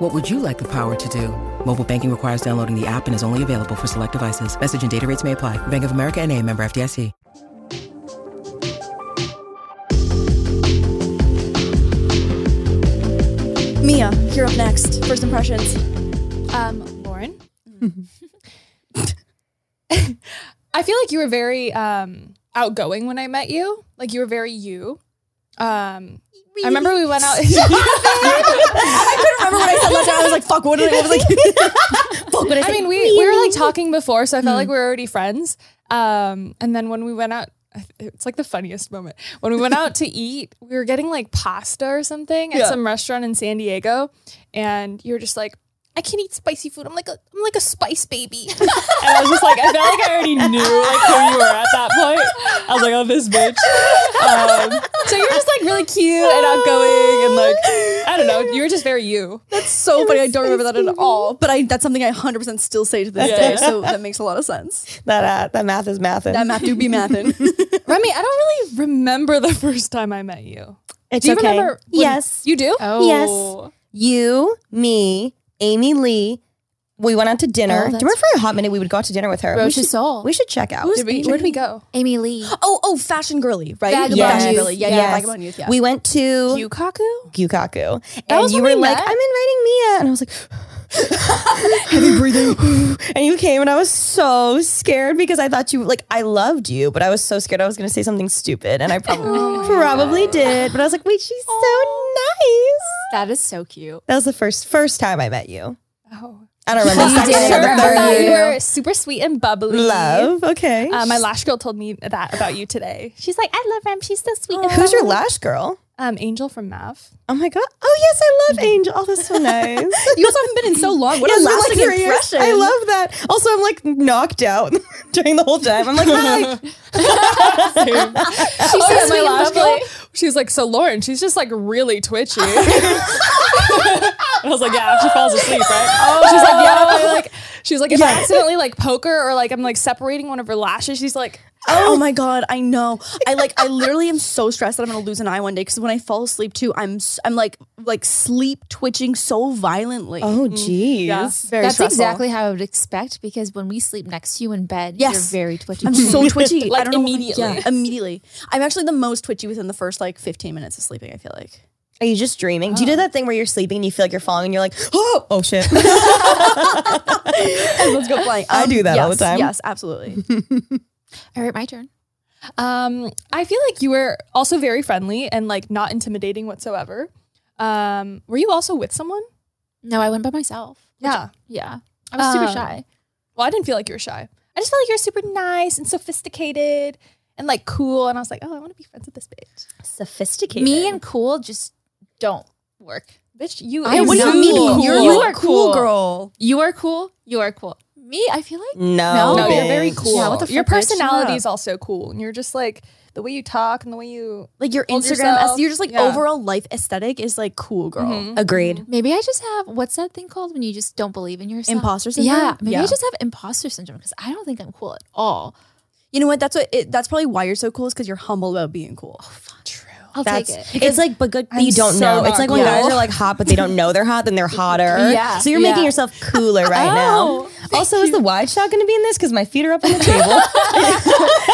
Speaker 8: What would you like the power to do? Mobile banking requires downloading the app and is only available for select devices. Message and data rates may apply. Bank of America and a member FDIC.
Speaker 4: Mia, you're up next. First impressions.
Speaker 2: Um, Lauren, I feel like you were very um, outgoing when I met you. Like you were very you. Um, I remember we went out.
Speaker 4: I remember when I said last time, I was like, fuck, what did I, I was like, fuck, what did I
Speaker 2: I
Speaker 4: say?
Speaker 2: mean, we, we were like talking before, so I felt like we were already friends. Um, and then when we went out, I th- it's like the funniest moment. When we went out to eat, we were getting like pasta or something at some restaurant in San Diego, and you were just like, "I can't eat spicy food. I'm like a I'm like a spice baby."
Speaker 6: And I was just like, I felt like I already knew like who you were at that point. I was like, oh, this bitch. Um,
Speaker 2: so you were just like really cute and outgoing, and like I don't know, you were just very you.
Speaker 4: That's so funny. Oh I don't remember that at all. But I that's something I 100% still say to this day. So that makes a lot of sense.
Speaker 1: That uh, that math is mathin'.
Speaker 4: That math do be mathin'.
Speaker 2: Remy, I don't really remember the first time I met you.
Speaker 1: it's
Speaker 2: Do you
Speaker 1: okay.
Speaker 2: remember? when-
Speaker 1: yes, Oh.
Speaker 2: you do.
Speaker 1: Yes. you, me, Amy Lee. We went out to dinner.
Speaker 5: Oh,
Speaker 1: Do you
Speaker 5: that's
Speaker 1: remember for a hot minute we would go out to dinner with her? we
Speaker 5: Roche's
Speaker 1: should,
Speaker 5: soul.
Speaker 1: we should check out.
Speaker 2: Did we, where did we go?
Speaker 5: Amy Lee.
Speaker 4: oh, oh, fashion girly, right?
Speaker 5: Vagabond
Speaker 4: Fashion
Speaker 5: Youth.
Speaker 4: girly. Yeah, yeah,
Speaker 1: Yes.
Speaker 4: vagabond youth. Yeah.
Speaker 1: We went to
Speaker 2: Yukaku.
Speaker 1: Gyukaku.
Speaker 2: That
Speaker 1: And
Speaker 2: was
Speaker 1: you
Speaker 2: when
Speaker 1: were
Speaker 2: we
Speaker 1: like,
Speaker 2: met?
Speaker 1: I'm inviting Mia. And I was like, heavy breathing. and you came and I was so scared because I thought you, like, I loved you, but I was so scared I was going to say something stupid. And I probably, probably did. But I was like, wait, she's so nice.
Speaker 5: That is so cute.
Speaker 1: That was the first first time I met you.
Speaker 2: Oh.
Speaker 1: I don't remember.
Speaker 5: You
Speaker 1: the
Speaker 5: did
Speaker 1: second or
Speaker 5: it
Speaker 2: Sure,
Speaker 1: the
Speaker 2: I
Speaker 5: for
Speaker 1: third
Speaker 2: thought
Speaker 5: you.
Speaker 2: you were super sweet and bubbly.
Speaker 1: Love. Okay.
Speaker 2: Uh, my lash girl told me that about you today. She's like, I love him. She's so sweet. and
Speaker 1: Who's your
Speaker 2: bubbly."
Speaker 1: lash girl?
Speaker 2: Um, Angel from Mav.
Speaker 1: Oh my god! Oh yes, I love Angel. Oh, that's so nice.
Speaker 4: you also haven't been in so long. What
Speaker 1: Yes,
Speaker 4: a
Speaker 1: for
Speaker 4: lasting
Speaker 1: three years.
Speaker 4: impression.
Speaker 1: I love that. Also, I'm like knocked out during the whole time. I'm like, hi.
Speaker 2: She oh, yeah, my lash girl. She was like, so Lauren, she's just like really twitchy.
Speaker 6: I was like, yeah, after she falls asleep, right?
Speaker 2: Oh, she's like, yeah, if I, like she was like, if I accidentally like poke her or like I'm like separating one of her lashes, she's like,
Speaker 4: Oh my god, I know. I like. I literally am so stressed that I'm gonna lose an eye one day because when I fall asleep too, I'm s- I'm like like sleep twitching so violently.
Speaker 1: Oh jeez.
Speaker 4: very
Speaker 5: That's
Speaker 4: stressful.
Speaker 5: exactly how I would expect because when we sleep next to you in bed,
Speaker 4: Yes.
Speaker 5: you're very twitchy.
Speaker 4: I'm so twitchy.
Speaker 2: Like,
Speaker 4: I don't know why-
Speaker 2: immediately.
Speaker 4: yeah, immediately. I'm actually the most twitchy within the first like 15 minutes of sleeping. I feel like.
Speaker 1: Are you just dreaming? Do you do that thing where you're sleeping and you feel like you're falling and you're like, oh, oh shit.
Speaker 4: Let's go flying.
Speaker 1: I do that all the
Speaker 4: yes,
Speaker 1: time.
Speaker 4: Yes, absolutely.
Speaker 5: All right, my turn.
Speaker 2: um, I feel like you were also very friendly and like not intimidating whatsoever. Um, were you also with someone?
Speaker 5: No, I went by myself.
Speaker 2: Yeah.
Speaker 5: Yeah. I was super
Speaker 2: Um,
Speaker 5: shy.
Speaker 2: Well, I didn't feel like you were shy. I just felt like you're super nice and sophisticated and like cool. And I was like, oh, I want to be friends with this bitch.
Speaker 1: Sophisticated.
Speaker 5: Me and cool just don't work.
Speaker 2: Bitch, you.
Speaker 5: I
Speaker 2: what do
Speaker 5: know.
Speaker 2: you mean?
Speaker 5: You're
Speaker 2: You're,
Speaker 5: you
Speaker 2: like,
Speaker 5: are cool.
Speaker 4: girl.
Speaker 5: You are cool. You are cool. Me, I feel like
Speaker 1: no,
Speaker 5: No,
Speaker 2: Oh, you're
Speaker 1: bitch.
Speaker 2: very cool.
Speaker 5: Yeah, what the
Speaker 2: Your
Speaker 5: fuck, bitch?
Speaker 2: personality
Speaker 5: Yeah.
Speaker 2: is also cool, and you're just like the way you talk and the way you.
Speaker 4: Like your
Speaker 2: Hold
Speaker 4: Instagram,
Speaker 2: yourself.
Speaker 4: you're just like
Speaker 2: Yeah.
Speaker 4: overall life aesthetic is like cool, girl. Mm-hmm.
Speaker 1: Agreed.
Speaker 5: maybe I just have what's that thing called when you just don't believe in yourself?
Speaker 4: Imposter syndrome?
Speaker 5: Yeah. Maybe
Speaker 4: Yeah.
Speaker 5: I just have imposter syndrome because I don't think I'm cool at all.
Speaker 4: You know what? That's what. It, that's probably why you're so cool is because you're humble about being cool.
Speaker 5: I'll
Speaker 1: That's
Speaker 5: take it.
Speaker 1: it's like but good
Speaker 2: I'm
Speaker 1: you don't
Speaker 2: so
Speaker 1: know.
Speaker 2: not
Speaker 1: It's like when
Speaker 2: cool.
Speaker 1: guys are like hot but they don't know they're hot, then they're hotter.
Speaker 5: Yeah,
Speaker 1: So you're making
Speaker 5: yeah.
Speaker 1: yourself cooler right now. Also, is the wide shot gonna be in this? Because my feet are up on the table.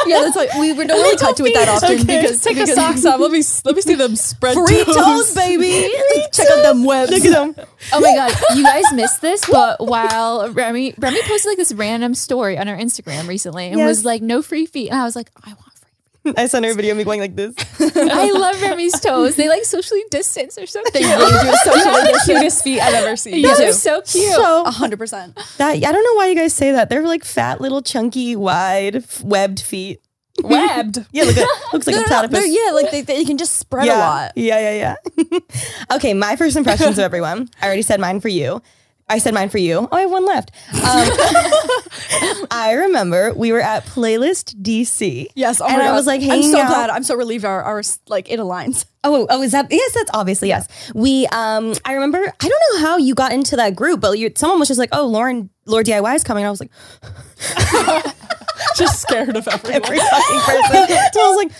Speaker 4: yeah, that's why we, we don't really touch with that often because
Speaker 2: Take the socks off. Let me let me see them spread.
Speaker 4: free toes, baby. Check out them webs. Look at them.
Speaker 5: Oh my god, you guys missed this, but while Remy Remy posted like this random story on her Instagram recently and was like no free feet and I was like I want free
Speaker 4: Oh.
Speaker 1: I sent her a video of me going like this.
Speaker 5: feet. I love Remy's toes. They like socially distance or something.
Speaker 2: the cutest feet I've ever seen.
Speaker 5: yeah, they're so cute.
Speaker 1: So
Speaker 4: hundred percent.
Speaker 1: That I don't know why you guys say that. They're like fat, little, chunky, wide, f- webbed feet.
Speaker 2: Webbed.
Speaker 1: Yeah, look at, looks like
Speaker 4: No,
Speaker 1: a
Speaker 4: no, no,
Speaker 1: platypus.
Speaker 4: they're- yeah, like they, they can just spread a
Speaker 1: yeah.
Speaker 4: lot.
Speaker 1: yeah, yeah, yeah. okay, my first impressions of everyone. I already said mine for you. I said mine for you. Oh, I have one left. Um, I remember we were at Playlist DC.
Speaker 4: Yes, oh
Speaker 1: and
Speaker 4: my
Speaker 1: I
Speaker 4: God.
Speaker 1: was like
Speaker 4: I'm
Speaker 1: hanging
Speaker 4: so
Speaker 1: out.
Speaker 4: glad. I'm so relieved. Our, our like it aligns.
Speaker 1: Oh, oh, is that yes? That's obviously yes. We, um, I remember. I don't know how you got into that group, but you, someone was just like, "Oh, Lauren, Lord DIY is coming." And I was like,
Speaker 6: Just scared of everyone.
Speaker 1: every fucking person. so I was like,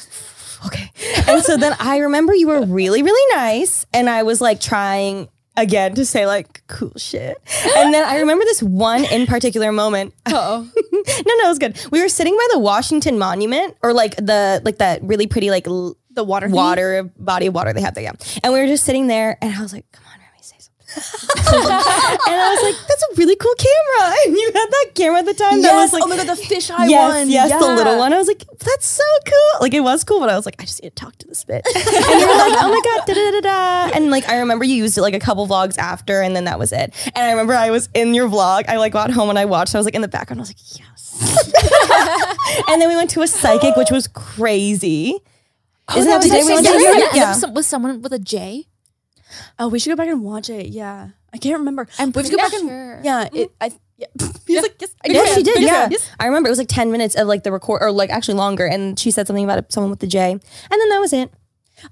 Speaker 1: okay. And so then I remember you were really, really nice. And I was like trying again to say like cool shit. And then I remember this one in particular moment. Oh. no, no, it was good. We were sitting by the Washington Monument or like the like that really pretty like the water water body of water they have there, yeah. And we were just sitting there and I was like, come on, Remy, say something. and I was like, that's a really cool camera. And you had that camera at the time that
Speaker 4: Yes.
Speaker 1: was like,
Speaker 4: oh my god, the fisheye
Speaker 1: yes,
Speaker 4: one.
Speaker 1: yes, the little
Speaker 4: Yeah.
Speaker 1: one. I was like, that's so cool. Like it was cool, but I was like, I just need to talk to this bitch. and you were like, oh my god, da da da da. And like I remember you used it like a couple vlogs after, and then that was it. And I remember I was in your vlog. I like got home and I watched. I was like in the background. I was like, yes. and then we went to a psychic, which was crazy. Isn't Oh, that,
Speaker 5: Did
Speaker 1: the day
Speaker 5: I
Speaker 1: we went
Speaker 5: say
Speaker 1: to?
Speaker 5: yes?
Speaker 1: Yeah.
Speaker 5: Some- with someone with a J?
Speaker 4: Oh, we should go back and watch it. Yeah, I can't remember. And we have to go
Speaker 5: pretty
Speaker 4: back and
Speaker 5: sure.
Speaker 4: yeah. It, I yeah. He was Mm-hmm. like, yes, I
Speaker 1: Yeah, she did.
Speaker 4: Yes,
Speaker 1: Yeah.
Speaker 4: yes.
Speaker 1: I remember it was like 10 minutes of like the record or like actually longer. And she said something about it, someone with the J. And then that was it.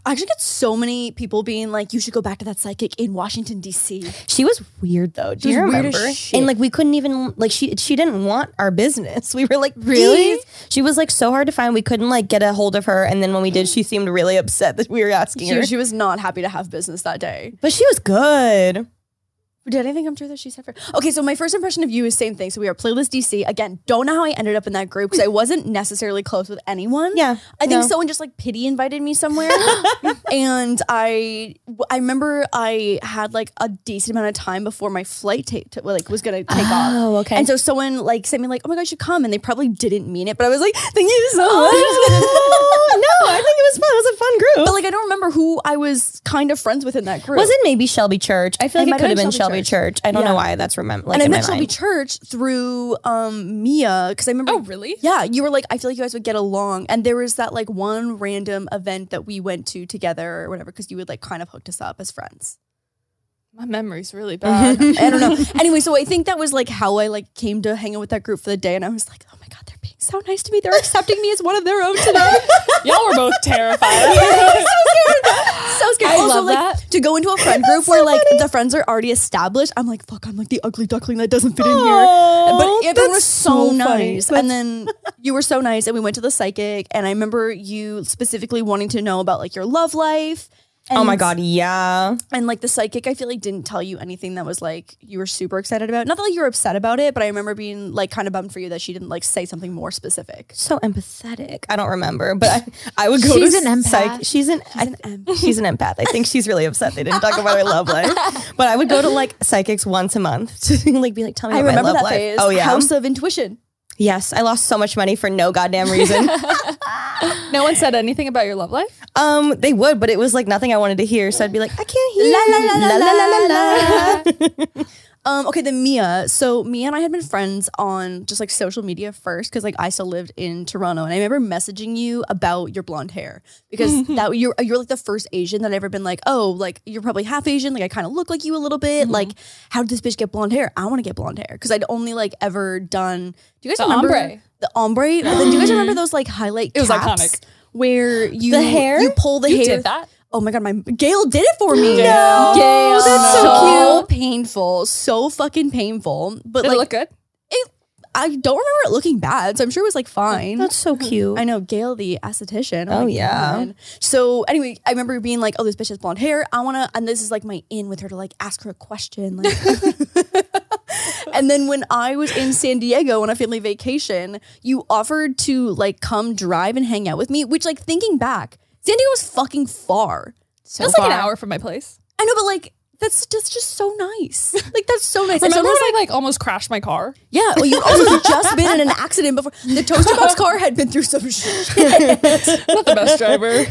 Speaker 4: I actually get so many people being like, you should go back to that psychic in Washington D.C.
Speaker 1: She was weird though. Do
Speaker 4: She
Speaker 1: you
Speaker 4: was weird as
Speaker 1: remember?
Speaker 4: shit.
Speaker 1: And like we couldn't even like she she didn't want our business. We were like
Speaker 5: Really?
Speaker 1: really. She was like so hard to find. We couldn't like get a hold of her. And then when we did, she seemed really upset that we were asking her.
Speaker 4: She, she was not happy to have business that day.
Speaker 1: but she was good.
Speaker 4: Did anything come true that she said? For- okay, so my first impression of you is same thing. So we are playlist DC again. Don't know how I ended up in that group because I wasn't necessarily close with anyone.
Speaker 1: Yeah,
Speaker 4: I think
Speaker 1: no.
Speaker 4: someone just like pity invited me somewhere, and I I remember I had like a decent amount of time before my flight ta- ta- like was gonna take off.
Speaker 1: Oh, okay.
Speaker 4: And so someone like sent me like, oh my god, you should come, and they probably didn't mean it, but I was like, thank you so much.
Speaker 1: Oh, no, I think it was fun. It Oh. was a fun group.
Speaker 4: But like I don't remember who I was kind of friends with in that group.
Speaker 1: was it maybe Shelby Church? I feel
Speaker 4: It
Speaker 1: like
Speaker 4: might
Speaker 1: it could
Speaker 4: have been
Speaker 1: have been
Speaker 4: Shelby
Speaker 1: Shelby Church. I don't
Speaker 4: Yeah.
Speaker 1: know why that's remember. Like,
Speaker 4: and I
Speaker 1: in my
Speaker 4: met Shelby
Speaker 1: mind.
Speaker 4: Church through um, Mia because I remember.
Speaker 2: Oh, really?
Speaker 4: Yeah, you were like, I feel like you guys would get along. And there was that like one random event that we went to together or whatever because you would like kind of hooked us up as friends.
Speaker 2: My memory's really bad.
Speaker 4: I don't know. anyway, so I think that was like how I like came to hang out with that group for the day, and I was like, oh my god, they're being so nice to me. They're accepting me as one of their own today.
Speaker 6: Y'all were both terrified.
Speaker 4: so scared.
Speaker 5: I
Speaker 4: also,
Speaker 5: love
Speaker 4: like
Speaker 5: that.
Speaker 4: to go into a friend group where like the friends are already established. I'm like, fuck, I'm like the ugly duckling that doesn't fit in here.
Speaker 1: Aw,
Speaker 4: But everyone
Speaker 1: that's
Speaker 4: was so,
Speaker 1: so funny.
Speaker 4: nice. And then you were so nice, and we went to the psychic. And I remember you specifically wanting to know about like your love life. And,
Speaker 1: Oh my god, yeah.
Speaker 4: And like the psychic, I feel like didn't tell you anything that was like you were super excited about. Not that like you were upset about it, but I remember being like kind of bummed for you that she didn't like say something more specific.
Speaker 1: so empathetic. I don't remember, but I, I would go to
Speaker 5: She's an empath.
Speaker 1: psych- She's an, I th- she's an empath. I think she's really upset they didn't talk about her love life. But I would go to like psychics once a month to like be like, tell me
Speaker 4: I
Speaker 1: about
Speaker 4: remember
Speaker 1: my love
Speaker 4: that
Speaker 1: life.
Speaker 4: phase.
Speaker 1: Oh yeah,
Speaker 4: House of Intuition.
Speaker 1: yes. I lost so much money for no goddamn reason.
Speaker 2: no one said anything about your love life.
Speaker 1: um, they would, but it was like nothing I wanted to hear. So I'd be like, I can't hear.
Speaker 4: Um, okay, then Mia. So Mia and I had been friends on just like social media first because like I still lived in Toronto, and I remember messaging you about your blonde hair because that you're you're like the first Asian that I ever been like, oh, like you're probably half Asian, like I kind of look like you a little
Speaker 2: Mm-hmm.
Speaker 4: bit. Like, how did this bitch get blonde hair? I want to get blonde hair because I'd only like ever done. Do you guys
Speaker 2: The
Speaker 4: remember
Speaker 2: ombre.
Speaker 4: the ombre? But then do you guys remember those like highlight?
Speaker 2: It was
Speaker 4: caps
Speaker 2: iconic.
Speaker 4: Where you
Speaker 1: The hair?
Speaker 4: you pull the
Speaker 2: You
Speaker 4: hair
Speaker 2: did that?
Speaker 4: Oh my god, my Gail did it for me.
Speaker 2: No.
Speaker 4: Gail,
Speaker 2: that's
Speaker 4: so,
Speaker 2: so
Speaker 4: painful, so fucking painful. But
Speaker 2: Did
Speaker 4: like,
Speaker 2: it look good?
Speaker 4: I don't remember it looking bad, so I'm sure it was like fine.
Speaker 1: That's so cute.
Speaker 4: I know Gail, the esthetician.
Speaker 1: Oh,
Speaker 4: my
Speaker 1: yeah.
Speaker 4: God. So anyway, I remember being like, "Oh, this bitch has blonde hair. I wanna," and this is like my in with her to like ask her a question. Like, and then when I was in San Diego on a family vacation, you offered to like come drive and hang out with me. Which, like, thinking back, San Diego was fucking far.
Speaker 2: it was like an hour from my place.
Speaker 4: I know, but like. That's just just so nice. Like that's so nice. And
Speaker 2: Remember
Speaker 4: someone
Speaker 2: when
Speaker 4: was like,
Speaker 2: I like almost crashed my car?
Speaker 4: yeah, well, you also just been in an accident before. The toaster box car had been through some shit.
Speaker 2: Not the best driver.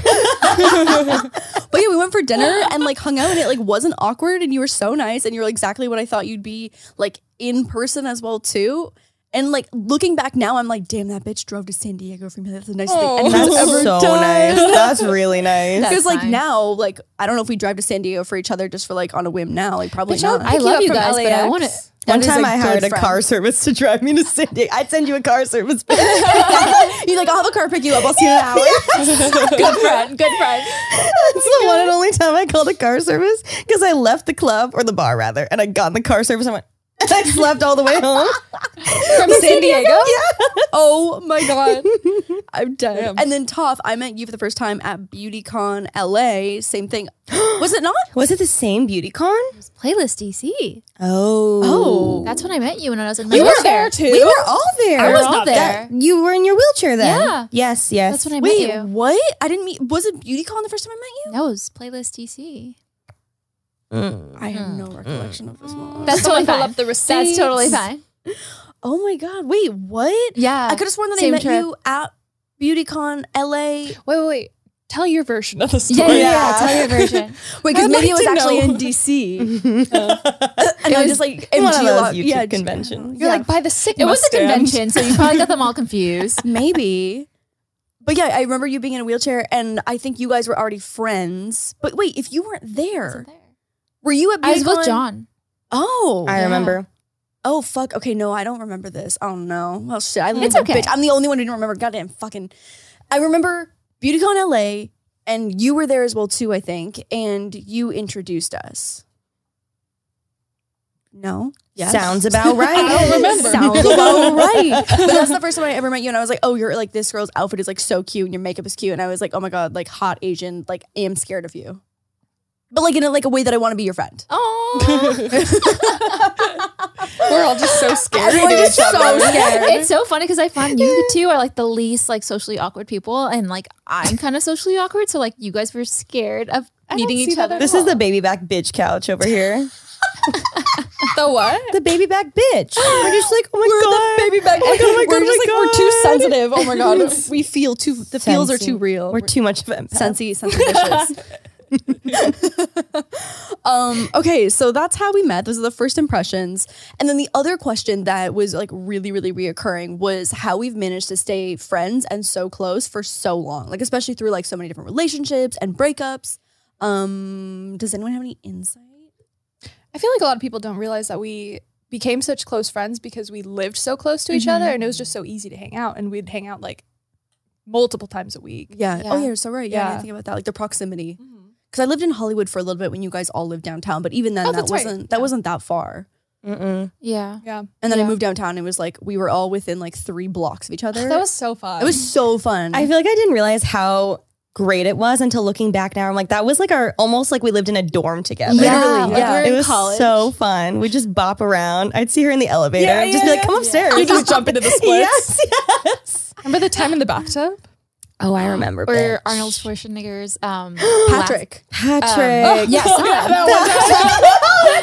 Speaker 4: But yeah, we went for dinner and like hung out, and it like wasn't awkward, and you were so nice, and you were exactly what I thought you'd be, like in person as well too. And like looking back now, I'm like, damn, that bitch drove to San Diego for me. That's the nicest thing anyone's
Speaker 1: That's
Speaker 4: ever
Speaker 1: so
Speaker 4: done.
Speaker 1: nice. That's really nice.
Speaker 4: Because like
Speaker 5: nice.
Speaker 4: now, like I don't know if we drive to San Diego for each other just for like on a whim now, like probably
Speaker 2: y'all-
Speaker 4: not.
Speaker 5: I love
Speaker 2: up
Speaker 5: you
Speaker 2: from
Speaker 5: guys, but I
Speaker 2: LAX.
Speaker 5: want it.
Speaker 1: One
Speaker 4: is
Speaker 1: time
Speaker 4: a
Speaker 1: I
Speaker 4: good
Speaker 1: hired a
Speaker 4: friend.
Speaker 1: car service to drive me to San Diego. I'd send you a car service.
Speaker 4: You're like, I'll have a car pick you up. I'll see you in an hour.
Speaker 5: Good friend, good friend.
Speaker 1: That's the one and only time I called a car service because I left the club or the bar rather, and I got in the car service. and went. And I slept all the way home.
Speaker 2: From San Diego?
Speaker 4: Oh my god, I'm dead.
Speaker 2: Damn.
Speaker 4: And then Toph, I met you for the first time at BeautyCon LA. Same thing, was it not?
Speaker 1: Was it the same beauty con?
Speaker 5: Playlist DC.
Speaker 1: Oh,
Speaker 5: That's when I met you when I was in my
Speaker 1: you were
Speaker 5: wheelchair.
Speaker 1: there too. We were all there.
Speaker 5: I was not there.
Speaker 1: You were in your wheelchair then.
Speaker 5: Yeah.
Speaker 1: Yes. Yes.
Speaker 5: That's when I
Speaker 4: Wait,
Speaker 5: met you.
Speaker 4: what? I didn't meet. Was it BeautyCon the first time I met you?
Speaker 5: That was Playlist DC.
Speaker 4: I have no recollection of this one.
Speaker 5: That's totally
Speaker 2: Someone pull
Speaker 5: fine.
Speaker 2: up the
Speaker 5: That's
Speaker 2: receipts.
Speaker 5: totally fine.
Speaker 4: oh my god! Wait, what?
Speaker 5: Yeah.
Speaker 4: I could have sworn that I
Speaker 5: Same
Speaker 4: met
Speaker 5: trip.
Speaker 4: you at BeautyCon LA.
Speaker 2: Wait, wait, wait. Tell your version of the
Speaker 5: Yeah,
Speaker 2: story.
Speaker 5: yeah, yeah. Tell your version.
Speaker 4: Wait, because
Speaker 2: I'd
Speaker 4: maybe
Speaker 2: like
Speaker 4: it was
Speaker 2: to
Speaker 4: actually
Speaker 2: know.
Speaker 4: in DC, and I was just like,
Speaker 1: One of
Speaker 4: MG
Speaker 1: those
Speaker 4: lot-
Speaker 1: YouTube
Speaker 4: yeah, just-
Speaker 1: conventions.
Speaker 2: You're like by the sick.
Speaker 5: It was a
Speaker 2: stand.
Speaker 5: convention, so you probably got them all confused.
Speaker 4: maybe. But yeah, I remember you being in a wheelchair, and I think you guys were already friends. But wait, if you weren't there, were you at? BeautyCon?
Speaker 5: I was with John.
Speaker 4: Oh,
Speaker 1: I remember.
Speaker 4: oh fuck. Okay, no, I don't remember this. Oh no. Well, shit. I
Speaker 5: It's
Speaker 4: it's
Speaker 5: okay.
Speaker 4: okay. Bitch. I'm the only one who didn't remember. Goddamn fucking. I remember BeautyCon LA, and you were there as well too. I think, and you introduced us. No.
Speaker 1: Sounds about right.
Speaker 2: I don't remember.
Speaker 4: Sounds about right. But that's the first time I ever met you, and I was like, "Oh, you're like this girl's outfit is like so cute, and your makeup is cute." And I was like, "Oh my god, like hot Asian, like I am scared of you," but like in a, like a way that I want to be your friend.
Speaker 5: Oh,
Speaker 2: We're all just so scared.
Speaker 4: Everyone just so scared.
Speaker 5: it's so funny because I find you two are like the least like socially awkward people, and like I'm kind of socially awkward. So like you guys were scared of meeting
Speaker 2: see
Speaker 5: each
Speaker 2: that
Speaker 5: other.
Speaker 2: at
Speaker 1: This is the baby back bitch couch over here.
Speaker 2: The what?
Speaker 1: The baby back bitch. We're just like, oh my god, the baby back. Oh my god, oh my god,
Speaker 4: we're
Speaker 1: oh
Speaker 4: just
Speaker 1: my
Speaker 4: like we're too
Speaker 1: God.
Speaker 4: sensitive. Oh my god, we feel too. The feels are too
Speaker 1: Sensing.
Speaker 4: real.
Speaker 1: We're too much of an empath.
Speaker 4: Sensi, Sensi Vicious. um, okay, so that's how we met. Those are the first impressions. And then the other question that was like really, really reoccurring was how we've managed to stay friends and so close for so long, like especially through like so many different relationships and breakups. Um, does anyone have any insight?
Speaker 2: I feel like a lot of people don't realize that we became such close friends because we lived so close to each other and it was just so easy to hang out and we'd hang out like multiple times a week.
Speaker 4: Yeah.
Speaker 5: Yeah.
Speaker 4: Oh, you're so right. Yeah, I
Speaker 2: Yeah. Mm-hmm.
Speaker 4: didn't think about that. Like the proximity. Because I lived in Hollywood for a little bit when you guys all lived downtown, but even then,
Speaker 2: Oh,
Speaker 4: that
Speaker 2: that's right.
Speaker 4: wasn't that
Speaker 2: Yeah.
Speaker 4: wasn't that far.
Speaker 1: Mm-mm.
Speaker 5: yeah.
Speaker 2: Yeah.
Speaker 4: And then I
Speaker 5: Yeah.
Speaker 4: moved downtown. and It was like we were all within like three blocks of each other.
Speaker 2: That was so fun.
Speaker 4: It was so fun.
Speaker 1: I feel like I didn't realize how great it was until looking back now. I'm like, that was like our almost like we lived in a dorm together.
Speaker 5: Yeah, like
Speaker 4: yeah.
Speaker 5: we're
Speaker 1: It
Speaker 5: in
Speaker 1: was
Speaker 5: college.
Speaker 1: so fun. We just bop around. I'd see her in the elevator.
Speaker 2: Yeah,
Speaker 1: I'd just
Speaker 2: yeah,
Speaker 1: be like, come upstairs.
Speaker 2: You just jump into the splits.
Speaker 1: yes, yes.
Speaker 2: Remember the time in the bathtub?
Speaker 1: Oh, I remember.
Speaker 5: Or Arnold Schwarzenegger's um,
Speaker 4: Patrick.
Speaker 1: Patrick.
Speaker 5: Yes.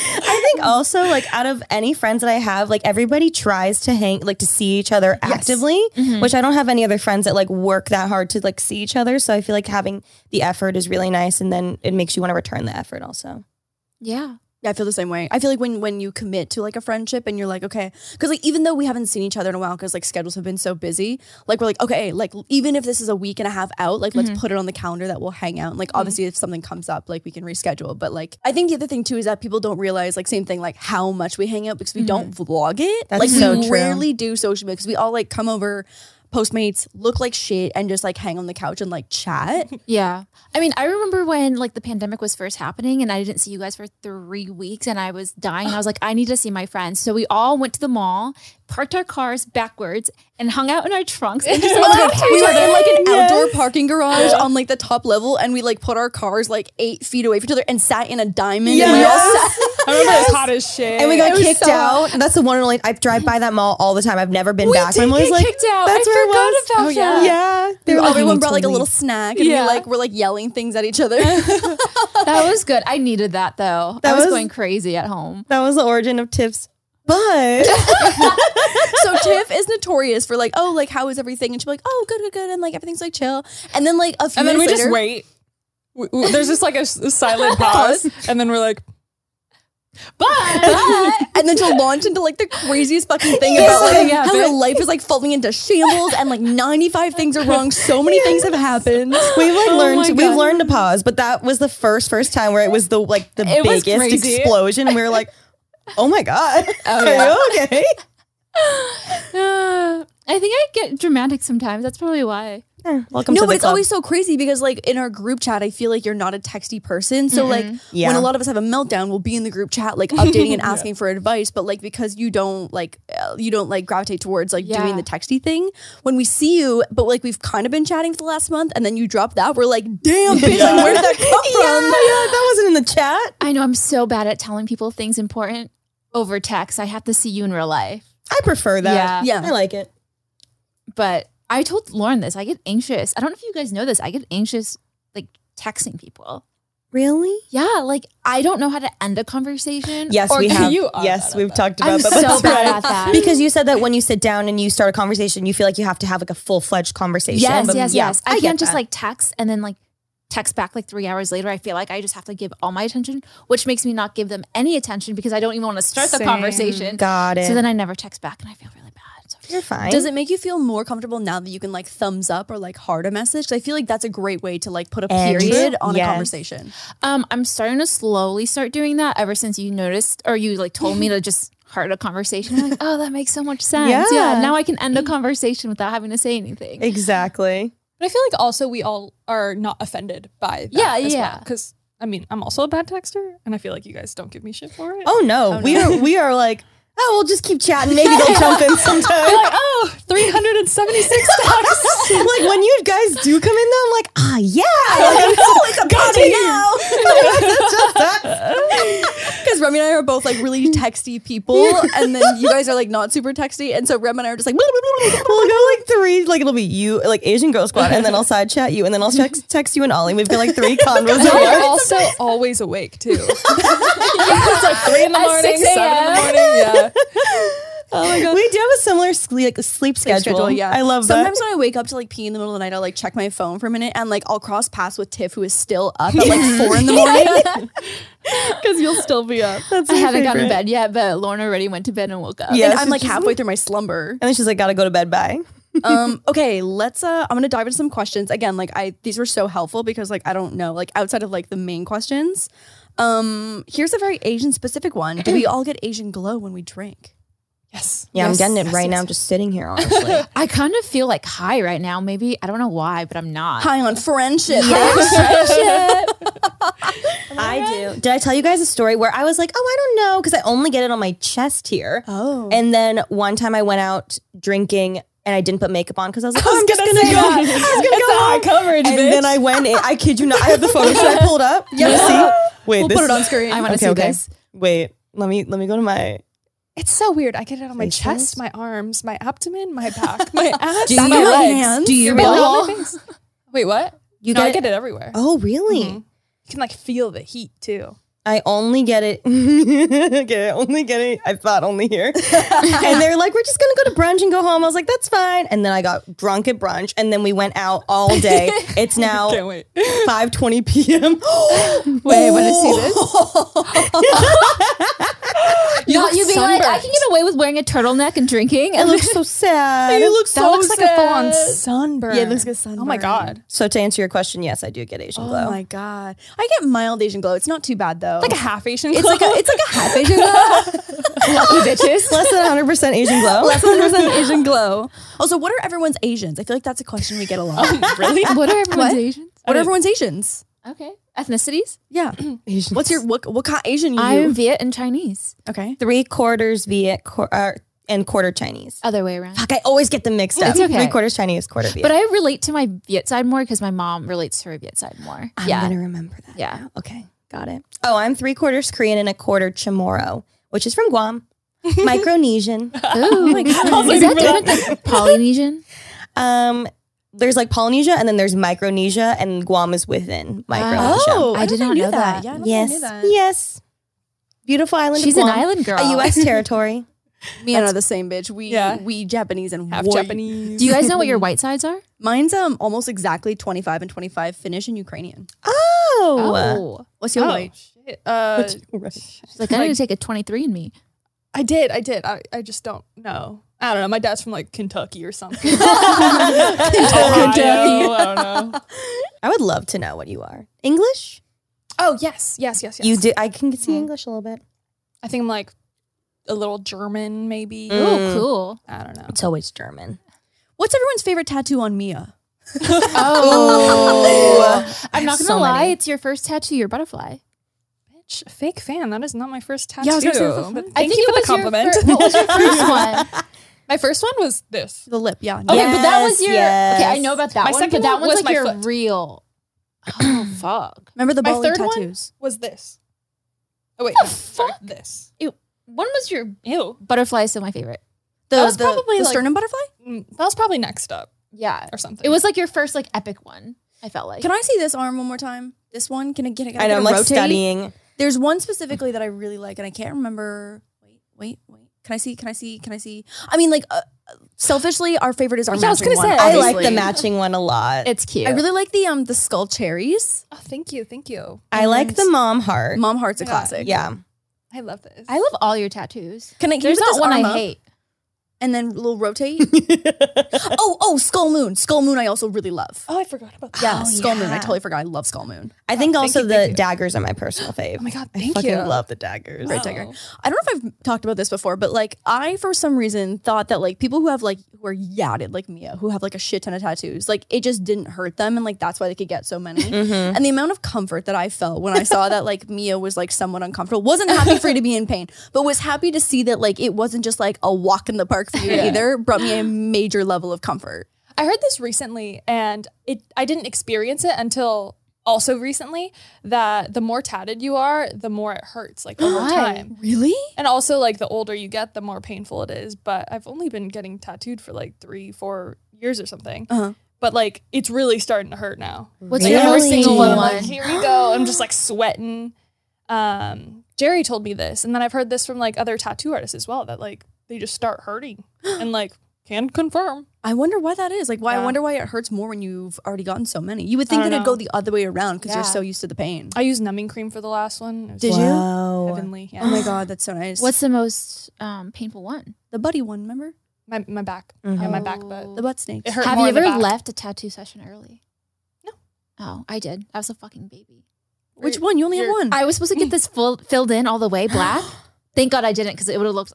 Speaker 1: I think also like out of any friends that I have, like everybody tries to hang like to see each other actively,
Speaker 5: Mm-hmm.
Speaker 1: which I don't have any other friends that like work that hard to like see each other. So I feel like having the effort is really nice, and then it makes you want to return the effort also.
Speaker 5: yeah.
Speaker 4: Yeah, I feel the same way. I feel like when when you commit to like a friendship and you're like, okay, because like even though we haven't seen each other in a while, because like schedules have been so busy, like we're like, okay, like even if this is a week and a half out, like
Speaker 1: Mm-hmm.
Speaker 4: let's put it on the calendar that we'll hang out. And like obviously, if something comes up, like we can reschedule. But like I think the other thing too is that people don't realize like same thing like how much we hang out because we don't vlog it.
Speaker 1: Mm-hmm. That's
Speaker 4: like
Speaker 1: so
Speaker 4: we
Speaker 1: true.
Speaker 4: rarely do social media because we all like come over. Postmates look like shit and just like hang on the couch and like chat.
Speaker 5: Yeah. I mean, I remember when like the pandemic was first happening and I didn't see you guys for three weeks and I was dying. I was like, I need to see my friends. So we all went to the mall, parked our cars backwards, and hung out in our trunks and just like, talked to
Speaker 4: we
Speaker 5: each
Speaker 4: were
Speaker 5: other.
Speaker 4: in like an outdoor parking garage on like the top level, and we like put our cars like eight feet away from each other and sat in a diamond. And we all sat.
Speaker 2: I remember it was hot as shit.
Speaker 1: And we
Speaker 5: It
Speaker 1: got
Speaker 5: was
Speaker 1: kicked
Speaker 5: so-
Speaker 1: out. That's the one and only. I drive by that mall all the time. I've never been
Speaker 5: We
Speaker 1: back.
Speaker 5: did
Speaker 1: I'm always
Speaker 5: get
Speaker 1: like,
Speaker 5: kicked out.
Speaker 1: That's
Speaker 5: I
Speaker 1: where it
Speaker 5: forgot
Speaker 1: was.
Speaker 5: about Oh, yeah. that.
Speaker 1: Yeah, They were all- we
Speaker 4: Everyone
Speaker 1: need
Speaker 4: brought
Speaker 1: to
Speaker 4: like a little
Speaker 1: leave.
Speaker 4: snack, and
Speaker 2: Yeah.
Speaker 4: we like were like yelling things at each other.
Speaker 5: That was good. I needed that though. I
Speaker 1: That
Speaker 5: was,
Speaker 1: was-
Speaker 5: going crazy at home.
Speaker 1: That was the origin of tips. But
Speaker 4: so Tiff is notorious for like, oh, like how is everything? And she'll be like, oh, good, good, good, and like everything's like chill. And then like a few
Speaker 2: and then we
Speaker 4: minutes later,
Speaker 2: just wait. We- we- there's just like a, s- a silent pause, and then we're like,
Speaker 4: and then she'll launch into like the craziest fucking thing about like how her life is like falling into shambles, and like ninety five things are wrong. So many things have happened.
Speaker 1: we've like learned we've learned to pause. But that was the first first time where it was the like the
Speaker 5: It was
Speaker 1: biggest
Speaker 5: crazy.
Speaker 1: explosion, and we were like, oh my god, are you okay?
Speaker 5: Uh, I think I get dramatic sometimes. That's probably why.
Speaker 1: Eh, Welcome
Speaker 4: no,
Speaker 1: to
Speaker 4: but
Speaker 1: the
Speaker 4: it's
Speaker 1: club.
Speaker 4: always so crazy because like in our group chat, I feel like you're not a texty person. So like
Speaker 1: Yeah.
Speaker 4: when a lot of us have a meltdown, we'll be in the group chat like updating and asking for advice. But like because you don't like uh, you don't like gravitate towards like
Speaker 5: Yeah.
Speaker 4: doing the texty thing. When we see you, but like we've kind of been chatting for the last month, and then you drop that, we're like, damn, bitch, like, where did that come
Speaker 1: yeah, yeah,
Speaker 4: from?
Speaker 1: that wasn't in the chat.
Speaker 5: I know I'm so bad at telling people things important over text. I have to see you in real life.
Speaker 1: I prefer that.
Speaker 4: Yeah.
Speaker 1: I like it.
Speaker 5: but I told Lauren this. I get anxious. I don't know if you guys know this. I get anxious like texting people.
Speaker 1: Really?
Speaker 5: Yeah, like I don't know how to end a conversation.
Speaker 1: Yes,
Speaker 5: or
Speaker 1: we
Speaker 5: can
Speaker 1: have.
Speaker 5: you-
Speaker 1: yes, we've talked about
Speaker 5: I'm
Speaker 1: that.
Speaker 5: so
Speaker 1: but that's
Speaker 5: bad
Speaker 1: right.
Speaker 5: at that.
Speaker 1: Because you said that when you sit down and you start a conversation, you feel like you have to have like a full fledged conversation.
Speaker 5: Yes,
Speaker 1: But
Speaker 5: yes,
Speaker 1: yeah,
Speaker 5: yes.
Speaker 1: I
Speaker 5: I,
Speaker 1: get
Speaker 5: can't just
Speaker 1: that.
Speaker 5: like text and then like text back like three hours later. I feel like I just have to give all my attention, which makes me not give them any attention because I don't even want to start the
Speaker 2: Same.
Speaker 5: conversation.
Speaker 1: Got it.
Speaker 5: So then I never text back and I feel really bad. So
Speaker 1: you're fine.
Speaker 4: Does it make you feel more comfortable now that you can like thumbs up or like heart a message? 'Cause I feel like that's a great way to like put a
Speaker 1: And-
Speaker 4: period on
Speaker 1: Yes.
Speaker 4: a conversation.
Speaker 5: um, I'm starting to slowly start doing that ever since you noticed or you like told me to just heart a conversation. I'm like, oh, that makes so much sense. Yeah.
Speaker 1: Yeah.
Speaker 5: Now I can end a conversation without having to say anything.
Speaker 1: exactly?
Speaker 2: But I feel like also we all are not offended by that.
Speaker 5: Yeah,
Speaker 2: as
Speaker 5: yeah.
Speaker 2: Because I mean, I'm also a bad texter, and I feel like you guys don't give me shit for it.
Speaker 1: Oh no, we are we are like oh we'll just keep chatting. Maybe they'll jump in sometime.
Speaker 2: like oh, 376 texts.
Speaker 1: like when you guys do come in though, I'm like ah yeah, like, it's a party now. It's just us.
Speaker 4: Because Remy and I are both like really texty people, and then you guys are like not super texty, and so Remy and I are just like.
Speaker 1: We'll go like three, like it'll be you, like Asian Girl Squad, and then I'll side chat you, and then I'll text, text you and Ollie. We've got like three convos.
Speaker 2: And
Speaker 1: over.
Speaker 2: you're also always awake too. It's like three in the
Speaker 5: At
Speaker 2: morning,
Speaker 5: 6
Speaker 2: seven in
Speaker 5: a.m..
Speaker 2: the morning. Yeah.
Speaker 1: We do have a similar sle- like, sleep schedule.
Speaker 4: yeah.
Speaker 1: I love that.
Speaker 4: Sometimes when I wake up to like pee in the middle of the night, I'll like check my phone for a minute and like I'll cross paths with Tiff, who is still up at like four in the morning. Because you'll still be up.
Speaker 1: That's
Speaker 5: I
Speaker 1: my
Speaker 5: haven't gotten to
Speaker 1: favorite.
Speaker 5: bed yet, but Lauren already went to bed and woke up.
Speaker 1: Yeah.
Speaker 4: And
Speaker 1: Yes,
Speaker 4: I'm like
Speaker 1: it's just-
Speaker 4: halfway through my slumber.
Speaker 1: And then she's like, gotta go to bed. Bye.
Speaker 4: um okay let's uh i'm gonna dive into some questions again like i these were so helpful because like i don't know like outside of like the main questions um here's a very asian specific one do we all get asian glow when we drink
Speaker 2: Yes.
Speaker 1: Yeah,
Speaker 2: Yes,
Speaker 1: I'm getting it
Speaker 2: yes,
Speaker 1: right
Speaker 2: yes,
Speaker 1: now. I'm
Speaker 2: yes.
Speaker 1: just sitting here, honestly.
Speaker 5: I kind of feel like high right now. Maybe I don't know why, but I'm not.
Speaker 4: high on friendship
Speaker 1: I do. Did I tell you guys a story where I was like, oh, I don't know, because I only get it on my chest here.
Speaker 4: oh
Speaker 1: And then one time I went out drinking and I didn't put makeup on because I was like, oh, I'm just gonna,
Speaker 2: say
Speaker 1: go.
Speaker 2: that.
Speaker 1: I was gonna
Speaker 2: It's
Speaker 1: go
Speaker 2: a high
Speaker 1: home.
Speaker 2: coverage,
Speaker 1: And
Speaker 2: bitch.
Speaker 1: then I went in. I kid you not. I have the photo. Should I pull it up? Yeah. see? Wait,
Speaker 4: we'll
Speaker 1: this
Speaker 4: put it on screen
Speaker 5: I
Speaker 1: Okay,
Speaker 5: want to see
Speaker 1: okay.
Speaker 5: this.
Speaker 1: Wait, let me let me go to my.
Speaker 2: It's so weird. I get it on my
Speaker 1: Faces?
Speaker 2: chest, my arms, my abdomen, my back, my ass,
Speaker 1: you
Speaker 2: my
Speaker 1: really?
Speaker 2: legs.
Speaker 1: Do you
Speaker 2: But not
Speaker 1: really?
Speaker 2: on my face. Wait, what?
Speaker 1: You
Speaker 2: no, I
Speaker 1: get it-
Speaker 2: get it everywhere.
Speaker 1: Oh, really?
Speaker 2: Mhm. You can like feel the heat too.
Speaker 1: I only get it. okay, I only get it. I thought only here. and they're like, we're just gonna go to brunch and go home. I was like, that's fine. And then I got drunk at brunch, and then we went out all day. It's now
Speaker 2: Can't wait.
Speaker 1: 5:20 p.m. Wait,
Speaker 5: Wait, I want to see this. Not you being like, I can get away with wearing a turtleneck and drinking.
Speaker 1: It
Speaker 5: And
Speaker 1: looks so sad.
Speaker 2: It looks that looks like a full on sunburn.
Speaker 4: yeah it looks like a
Speaker 2: Oh my
Speaker 4: sunburn.
Speaker 2: god.
Speaker 1: so to answer your question, yes, I do get Asian glow.
Speaker 4: oh my god i get mild asian glow it's not too bad though
Speaker 2: Like a half Asian.
Speaker 4: it's like a it's like a half asian glow
Speaker 1: It's less than 100 percent Asian glow.
Speaker 4: less than percent asian glow also what are everyone's asians i feel like that's a question we get a lot
Speaker 2: really?
Speaker 5: what are everyone's Asians?
Speaker 4: what are everyone's asians
Speaker 5: Okay. Ethnicities?
Speaker 4: yeah What's your what, what kind of Asian you?
Speaker 5: I'm Viet and Chinese.
Speaker 4: okay.
Speaker 1: three quarters Viet quar- uh, and quarter Chinese?
Speaker 5: Other way around.
Speaker 1: Fuck, I always get them mixed up.
Speaker 5: It's okay.
Speaker 1: Three quarters Chinese, quarter Viet.
Speaker 5: But I relate to my Viet side more because my mom relates to her Viet side more.
Speaker 1: I'm
Speaker 5: uh, yeah.
Speaker 1: gonna remember that.
Speaker 5: Yeah.
Speaker 1: now. Okay. Got it. Oh, I'm three quarters Korean and a quarter Chamorro, which is from Guam, Micronesian.
Speaker 5: Ooh. Is that different than Polynesian?
Speaker 1: Um, there's like Polynesia, and then there's Micronesia, and Guam is within Micronesia.
Speaker 4: Oh,
Speaker 5: I did
Speaker 4: don't think
Speaker 5: not
Speaker 4: I
Speaker 5: know
Speaker 4: knew
Speaker 5: that.
Speaker 4: Yeah, I don't think I
Speaker 1: yes,
Speaker 4: knew that.
Speaker 1: yes. Beautiful island.
Speaker 5: She's
Speaker 1: of
Speaker 5: an
Speaker 1: Guam,
Speaker 5: island girl.
Speaker 1: A U.S. territory.
Speaker 4: Me and I are the same bitch. We
Speaker 2: Yeah.
Speaker 4: we Japanese and
Speaker 2: half
Speaker 4: warrior-
Speaker 2: Japanese.
Speaker 5: Do you guys know what your white sides are?
Speaker 4: Mine's um almost exactly twenty five and twenty five Finnish and Ukrainian.
Speaker 1: Oh,
Speaker 4: What's your
Speaker 2: Oh,
Speaker 4: white?
Speaker 2: shit. Uh,
Speaker 5: She's like, I need to take a 23 in me.
Speaker 2: I did. I did. I, I just don't know. I don't know. My dad's from like Kentucky or something. Oh,
Speaker 4: Oh,
Speaker 2: Ohio, I don't know.
Speaker 1: Oh. I would love to know what you are. English?
Speaker 2: Oh yes, yes, yes, yes.
Speaker 1: You do. I can
Speaker 5: Mm-hmm.
Speaker 1: see English a little bit.
Speaker 2: I think I'm like a little German, maybe.
Speaker 5: Oh, cool.
Speaker 2: I don't know.
Speaker 1: It's always German.
Speaker 4: What's everyone's favorite tattoo on Mia?
Speaker 5: Oh. I'm
Speaker 1: have
Speaker 5: not going to
Speaker 1: so
Speaker 5: lie.
Speaker 1: many.
Speaker 5: It's your first tattoo, your butterfly.
Speaker 2: Bitch, fake fan. That is not my first tattoo.
Speaker 4: Yeah, I was gonna say, that's
Speaker 2: but thank
Speaker 5: I think
Speaker 2: you
Speaker 5: it
Speaker 2: for the
Speaker 5: was your
Speaker 2: compliment.
Speaker 5: fir- what was your first one?
Speaker 2: my first one was this.
Speaker 4: The lip, yeah.
Speaker 5: Okay,
Speaker 4: Yeah.
Speaker 5: but that
Speaker 1: Yes,
Speaker 5: was your.
Speaker 1: yes.
Speaker 5: Okay, I know about that
Speaker 2: My
Speaker 5: one. but
Speaker 2: second
Speaker 5: that
Speaker 2: one
Speaker 5: one's like
Speaker 2: was my
Speaker 5: your
Speaker 2: foot.
Speaker 5: real. Oh fuck!
Speaker 4: Remember the
Speaker 2: my
Speaker 4: bowling
Speaker 2: third one?
Speaker 4: tattoos?
Speaker 2: Was this? Oh wait, no, sorry, this.
Speaker 5: One was your
Speaker 2: Ew,
Speaker 5: butterfly is still my favorite.
Speaker 4: The,
Speaker 2: That was
Speaker 4: the,
Speaker 2: probably
Speaker 4: the
Speaker 2: like-
Speaker 4: sternum butterfly?
Speaker 2: Mm, that was probably next up
Speaker 5: Yeah,
Speaker 2: or something.
Speaker 5: it was like your first like epic one. I felt like.
Speaker 4: Can I see this arm one more time? This one? Can I get it?
Speaker 1: I know. I'm like studying.
Speaker 4: There's one specifically that I really like, and I can't remember. Wait, wait, wait. Can I see? Can I see? Can I see? I mean, like, uh, selfishly, our favorite is our.
Speaker 2: Yeah, I was
Speaker 4: matching
Speaker 2: gonna
Speaker 4: one,
Speaker 2: say,
Speaker 1: I like the
Speaker 4: obviously.
Speaker 1: matching one a lot.
Speaker 5: it's cute.
Speaker 4: I really like the um the skull cherries.
Speaker 2: Oh, thank you, thank you.
Speaker 1: I like the mom heart.
Speaker 4: Mom heart's a
Speaker 2: Yeah.
Speaker 4: classic.
Speaker 1: Yeah.
Speaker 2: I love this.
Speaker 5: I love all your tattoos.
Speaker 4: Can I? Can
Speaker 5: There's
Speaker 4: you put
Speaker 5: not
Speaker 4: this
Speaker 5: one
Speaker 4: arm
Speaker 5: I
Speaker 4: up
Speaker 5: hate.
Speaker 4: And then little rotate. oh, oh, skull moon. Skull moon. I also really love.
Speaker 2: oh, I forgot about that.
Speaker 4: Yeah, skull moon. I totally forgot. I love skull moon.
Speaker 1: I think
Speaker 2: thank
Speaker 1: also
Speaker 2: you,
Speaker 1: the
Speaker 2: thank you.
Speaker 1: daggers are my personal fave.
Speaker 2: Oh my god,
Speaker 1: I
Speaker 2: thank
Speaker 1: fucking
Speaker 2: you.
Speaker 1: love the daggers.
Speaker 4: Great tiger. I don't know if I've talked about this before, but like I for some reason thought that like people who have like who are yadded like Mia, who have like a shit ton of tattoos, like it just didn't hurt them and like that's why they could get so many. And the amount of comfort that I felt when I saw that like Mia was like somewhat uncomfortable, wasn't happy for you to be in pain, but was happy to see that like it wasn't just like a walk in the park for you either. Brought me a major level of comfort.
Speaker 2: I heard this recently, and it I didn't experience it until also recently that the more tatted you are, the more it hurts, like over time.
Speaker 4: Really?
Speaker 2: And also, like the older you get, the more painful it is. But I've only been getting tattooed for like three, four years or something.
Speaker 4: Uh-huh.
Speaker 2: But like, it's really starting to hurt now.
Speaker 5: What's
Speaker 2: Like
Speaker 5: your
Speaker 2: every
Speaker 5: first
Speaker 2: single
Speaker 5: single
Speaker 2: one.
Speaker 5: one?
Speaker 2: I'm like, here we go. I'm just like sweating. Um, Jerry told me this, and then I've heard this from like other tattoo artists as well that like they just start hurting and like can confirm.
Speaker 4: I wonder why that is. Like why I
Speaker 2: Yeah.
Speaker 4: wonder why it hurts more when you've already gotten so many. You would think that
Speaker 2: don't
Speaker 4: it'd go
Speaker 2: know.
Speaker 4: the other way around because
Speaker 5: Yeah.
Speaker 4: you're so used to the pain.
Speaker 2: I used numbing cream for the last one. It was
Speaker 4: Did you?
Speaker 1: Wow.
Speaker 2: Heavenly. Yeah.
Speaker 4: Oh my god, that's so nice.
Speaker 5: What's the most um, painful one?
Speaker 4: the buddy one, remember?
Speaker 2: my my back?
Speaker 1: Mm-hmm.
Speaker 2: Yeah, my back butt.
Speaker 4: Oh. The butt snake.
Speaker 2: It hurt
Speaker 5: Have you
Speaker 2: more in the
Speaker 5: ever
Speaker 2: back.
Speaker 5: left a tattoo session early?
Speaker 2: No.
Speaker 5: Oh, I did. I was a fucking baby.
Speaker 4: Which one? You only have
Speaker 2: Your-
Speaker 4: one.
Speaker 5: I was supposed to get this full, filled in all the way black. Thank God I didn't because it would have looked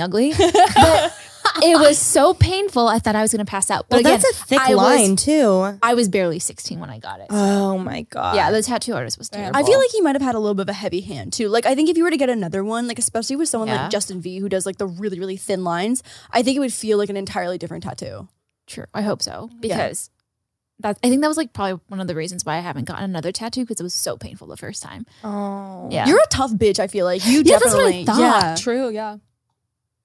Speaker 5: ugly. But it was so painful. I thought I was going to pass out.
Speaker 1: Well,
Speaker 5: But again,
Speaker 1: that's a thick
Speaker 5: I
Speaker 1: line
Speaker 5: Was,
Speaker 1: too.
Speaker 5: I was barely 16 when I got it.
Speaker 1: Oh my god.
Speaker 5: yeah, the tattoo artist was terrible.
Speaker 4: Uh, I feel like he might have had a little bit of a heavy hand too. Like I think if you were to get another one, like especially with someone
Speaker 5: Yeah.
Speaker 4: like Justin V who does like the really really thin lines, I think it would feel like an entirely different tattoo.
Speaker 5: True. I hope so because that I think that was like probably one of the reasons why I haven't gotten another tattoo because it was so painful the first time.
Speaker 1: Oh.
Speaker 5: Yeah.
Speaker 4: You're a tough bitch. I feel like you
Speaker 5: Yeah, that's what I
Speaker 4: definitely.
Speaker 5: thought.
Speaker 4: Yeah.
Speaker 2: True. Yeah.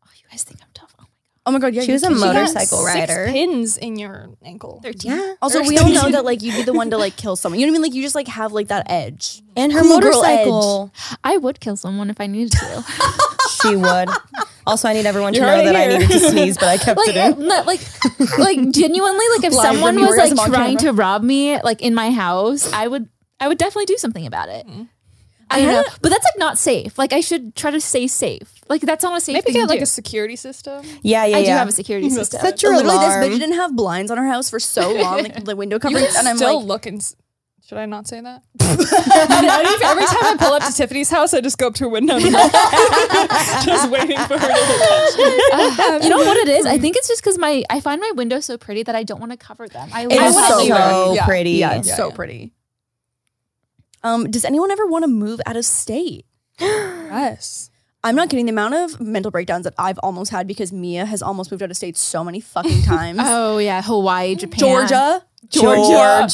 Speaker 5: oh, you guys think I'm tough. Oh my
Speaker 4: Oh my god. Yeah.
Speaker 1: She
Speaker 4: you
Speaker 1: was a
Speaker 4: can-
Speaker 2: You got
Speaker 1: Motorcycle rider.
Speaker 2: Six pins in your ankle.
Speaker 1: Yeah.
Speaker 4: Also, we all know that like you'd be the one to like kill someone. You know what I mean? Like you just like have like that edge.
Speaker 1: And her
Speaker 4: Cool girl
Speaker 1: motorcycle.
Speaker 5: god. I would kill someone if I needed to.
Speaker 1: she would. Also, I need everyone to
Speaker 2: You're
Speaker 1: know
Speaker 2: already
Speaker 1: that I
Speaker 2: here.
Speaker 1: needed to sneeze, but I kept
Speaker 5: like
Speaker 1: it in.
Speaker 5: uh, not- like like genuinely like
Speaker 4: Live
Speaker 5: if someone was
Speaker 4: reviewers
Speaker 5: like
Speaker 4: on
Speaker 5: trying
Speaker 4: camera.
Speaker 5: to rob me like in my house, I would I would definitely do something about it. I don't know, but that's like not safe. Like I should try to stay safe. Like that's not a safe
Speaker 2: Maybe
Speaker 5: thing
Speaker 2: get
Speaker 5: to
Speaker 2: like
Speaker 5: do.
Speaker 2: a security system.
Speaker 1: Yeah, yeah,
Speaker 5: I
Speaker 1: yeah.
Speaker 5: do have a security system.
Speaker 1: Set your
Speaker 4: Literally,
Speaker 1: alarm.
Speaker 4: this bitch didn't have blinds on her house for so long, like the window
Speaker 2: You
Speaker 4: coverings,
Speaker 2: can
Speaker 4: and I'm
Speaker 2: still
Speaker 4: like,
Speaker 2: look and. s- Should I not say that? Not even- every time I pull up to Tiffany's house, I just go up to her window, and look. just waiting for her. to
Speaker 5: you know what it is? I think it's just because my I find my window so pretty that I don't want to cover them. I,
Speaker 1: It
Speaker 5: I
Speaker 1: is
Speaker 5: wanna
Speaker 1: so
Speaker 5: leave it.
Speaker 1: pretty. Yeah.
Speaker 4: Yeah, it's
Speaker 1: Yeah,
Speaker 4: so pretty. Um, does anyone ever want to move out of state?
Speaker 2: Yes.
Speaker 4: I'm not kidding. The amount of mental breakdowns that I've almost had because Mia has almost moved out of state so many fucking times.
Speaker 5: Oh yeah, Hawaii, Japan,
Speaker 4: Georgia,
Speaker 1: Georgia.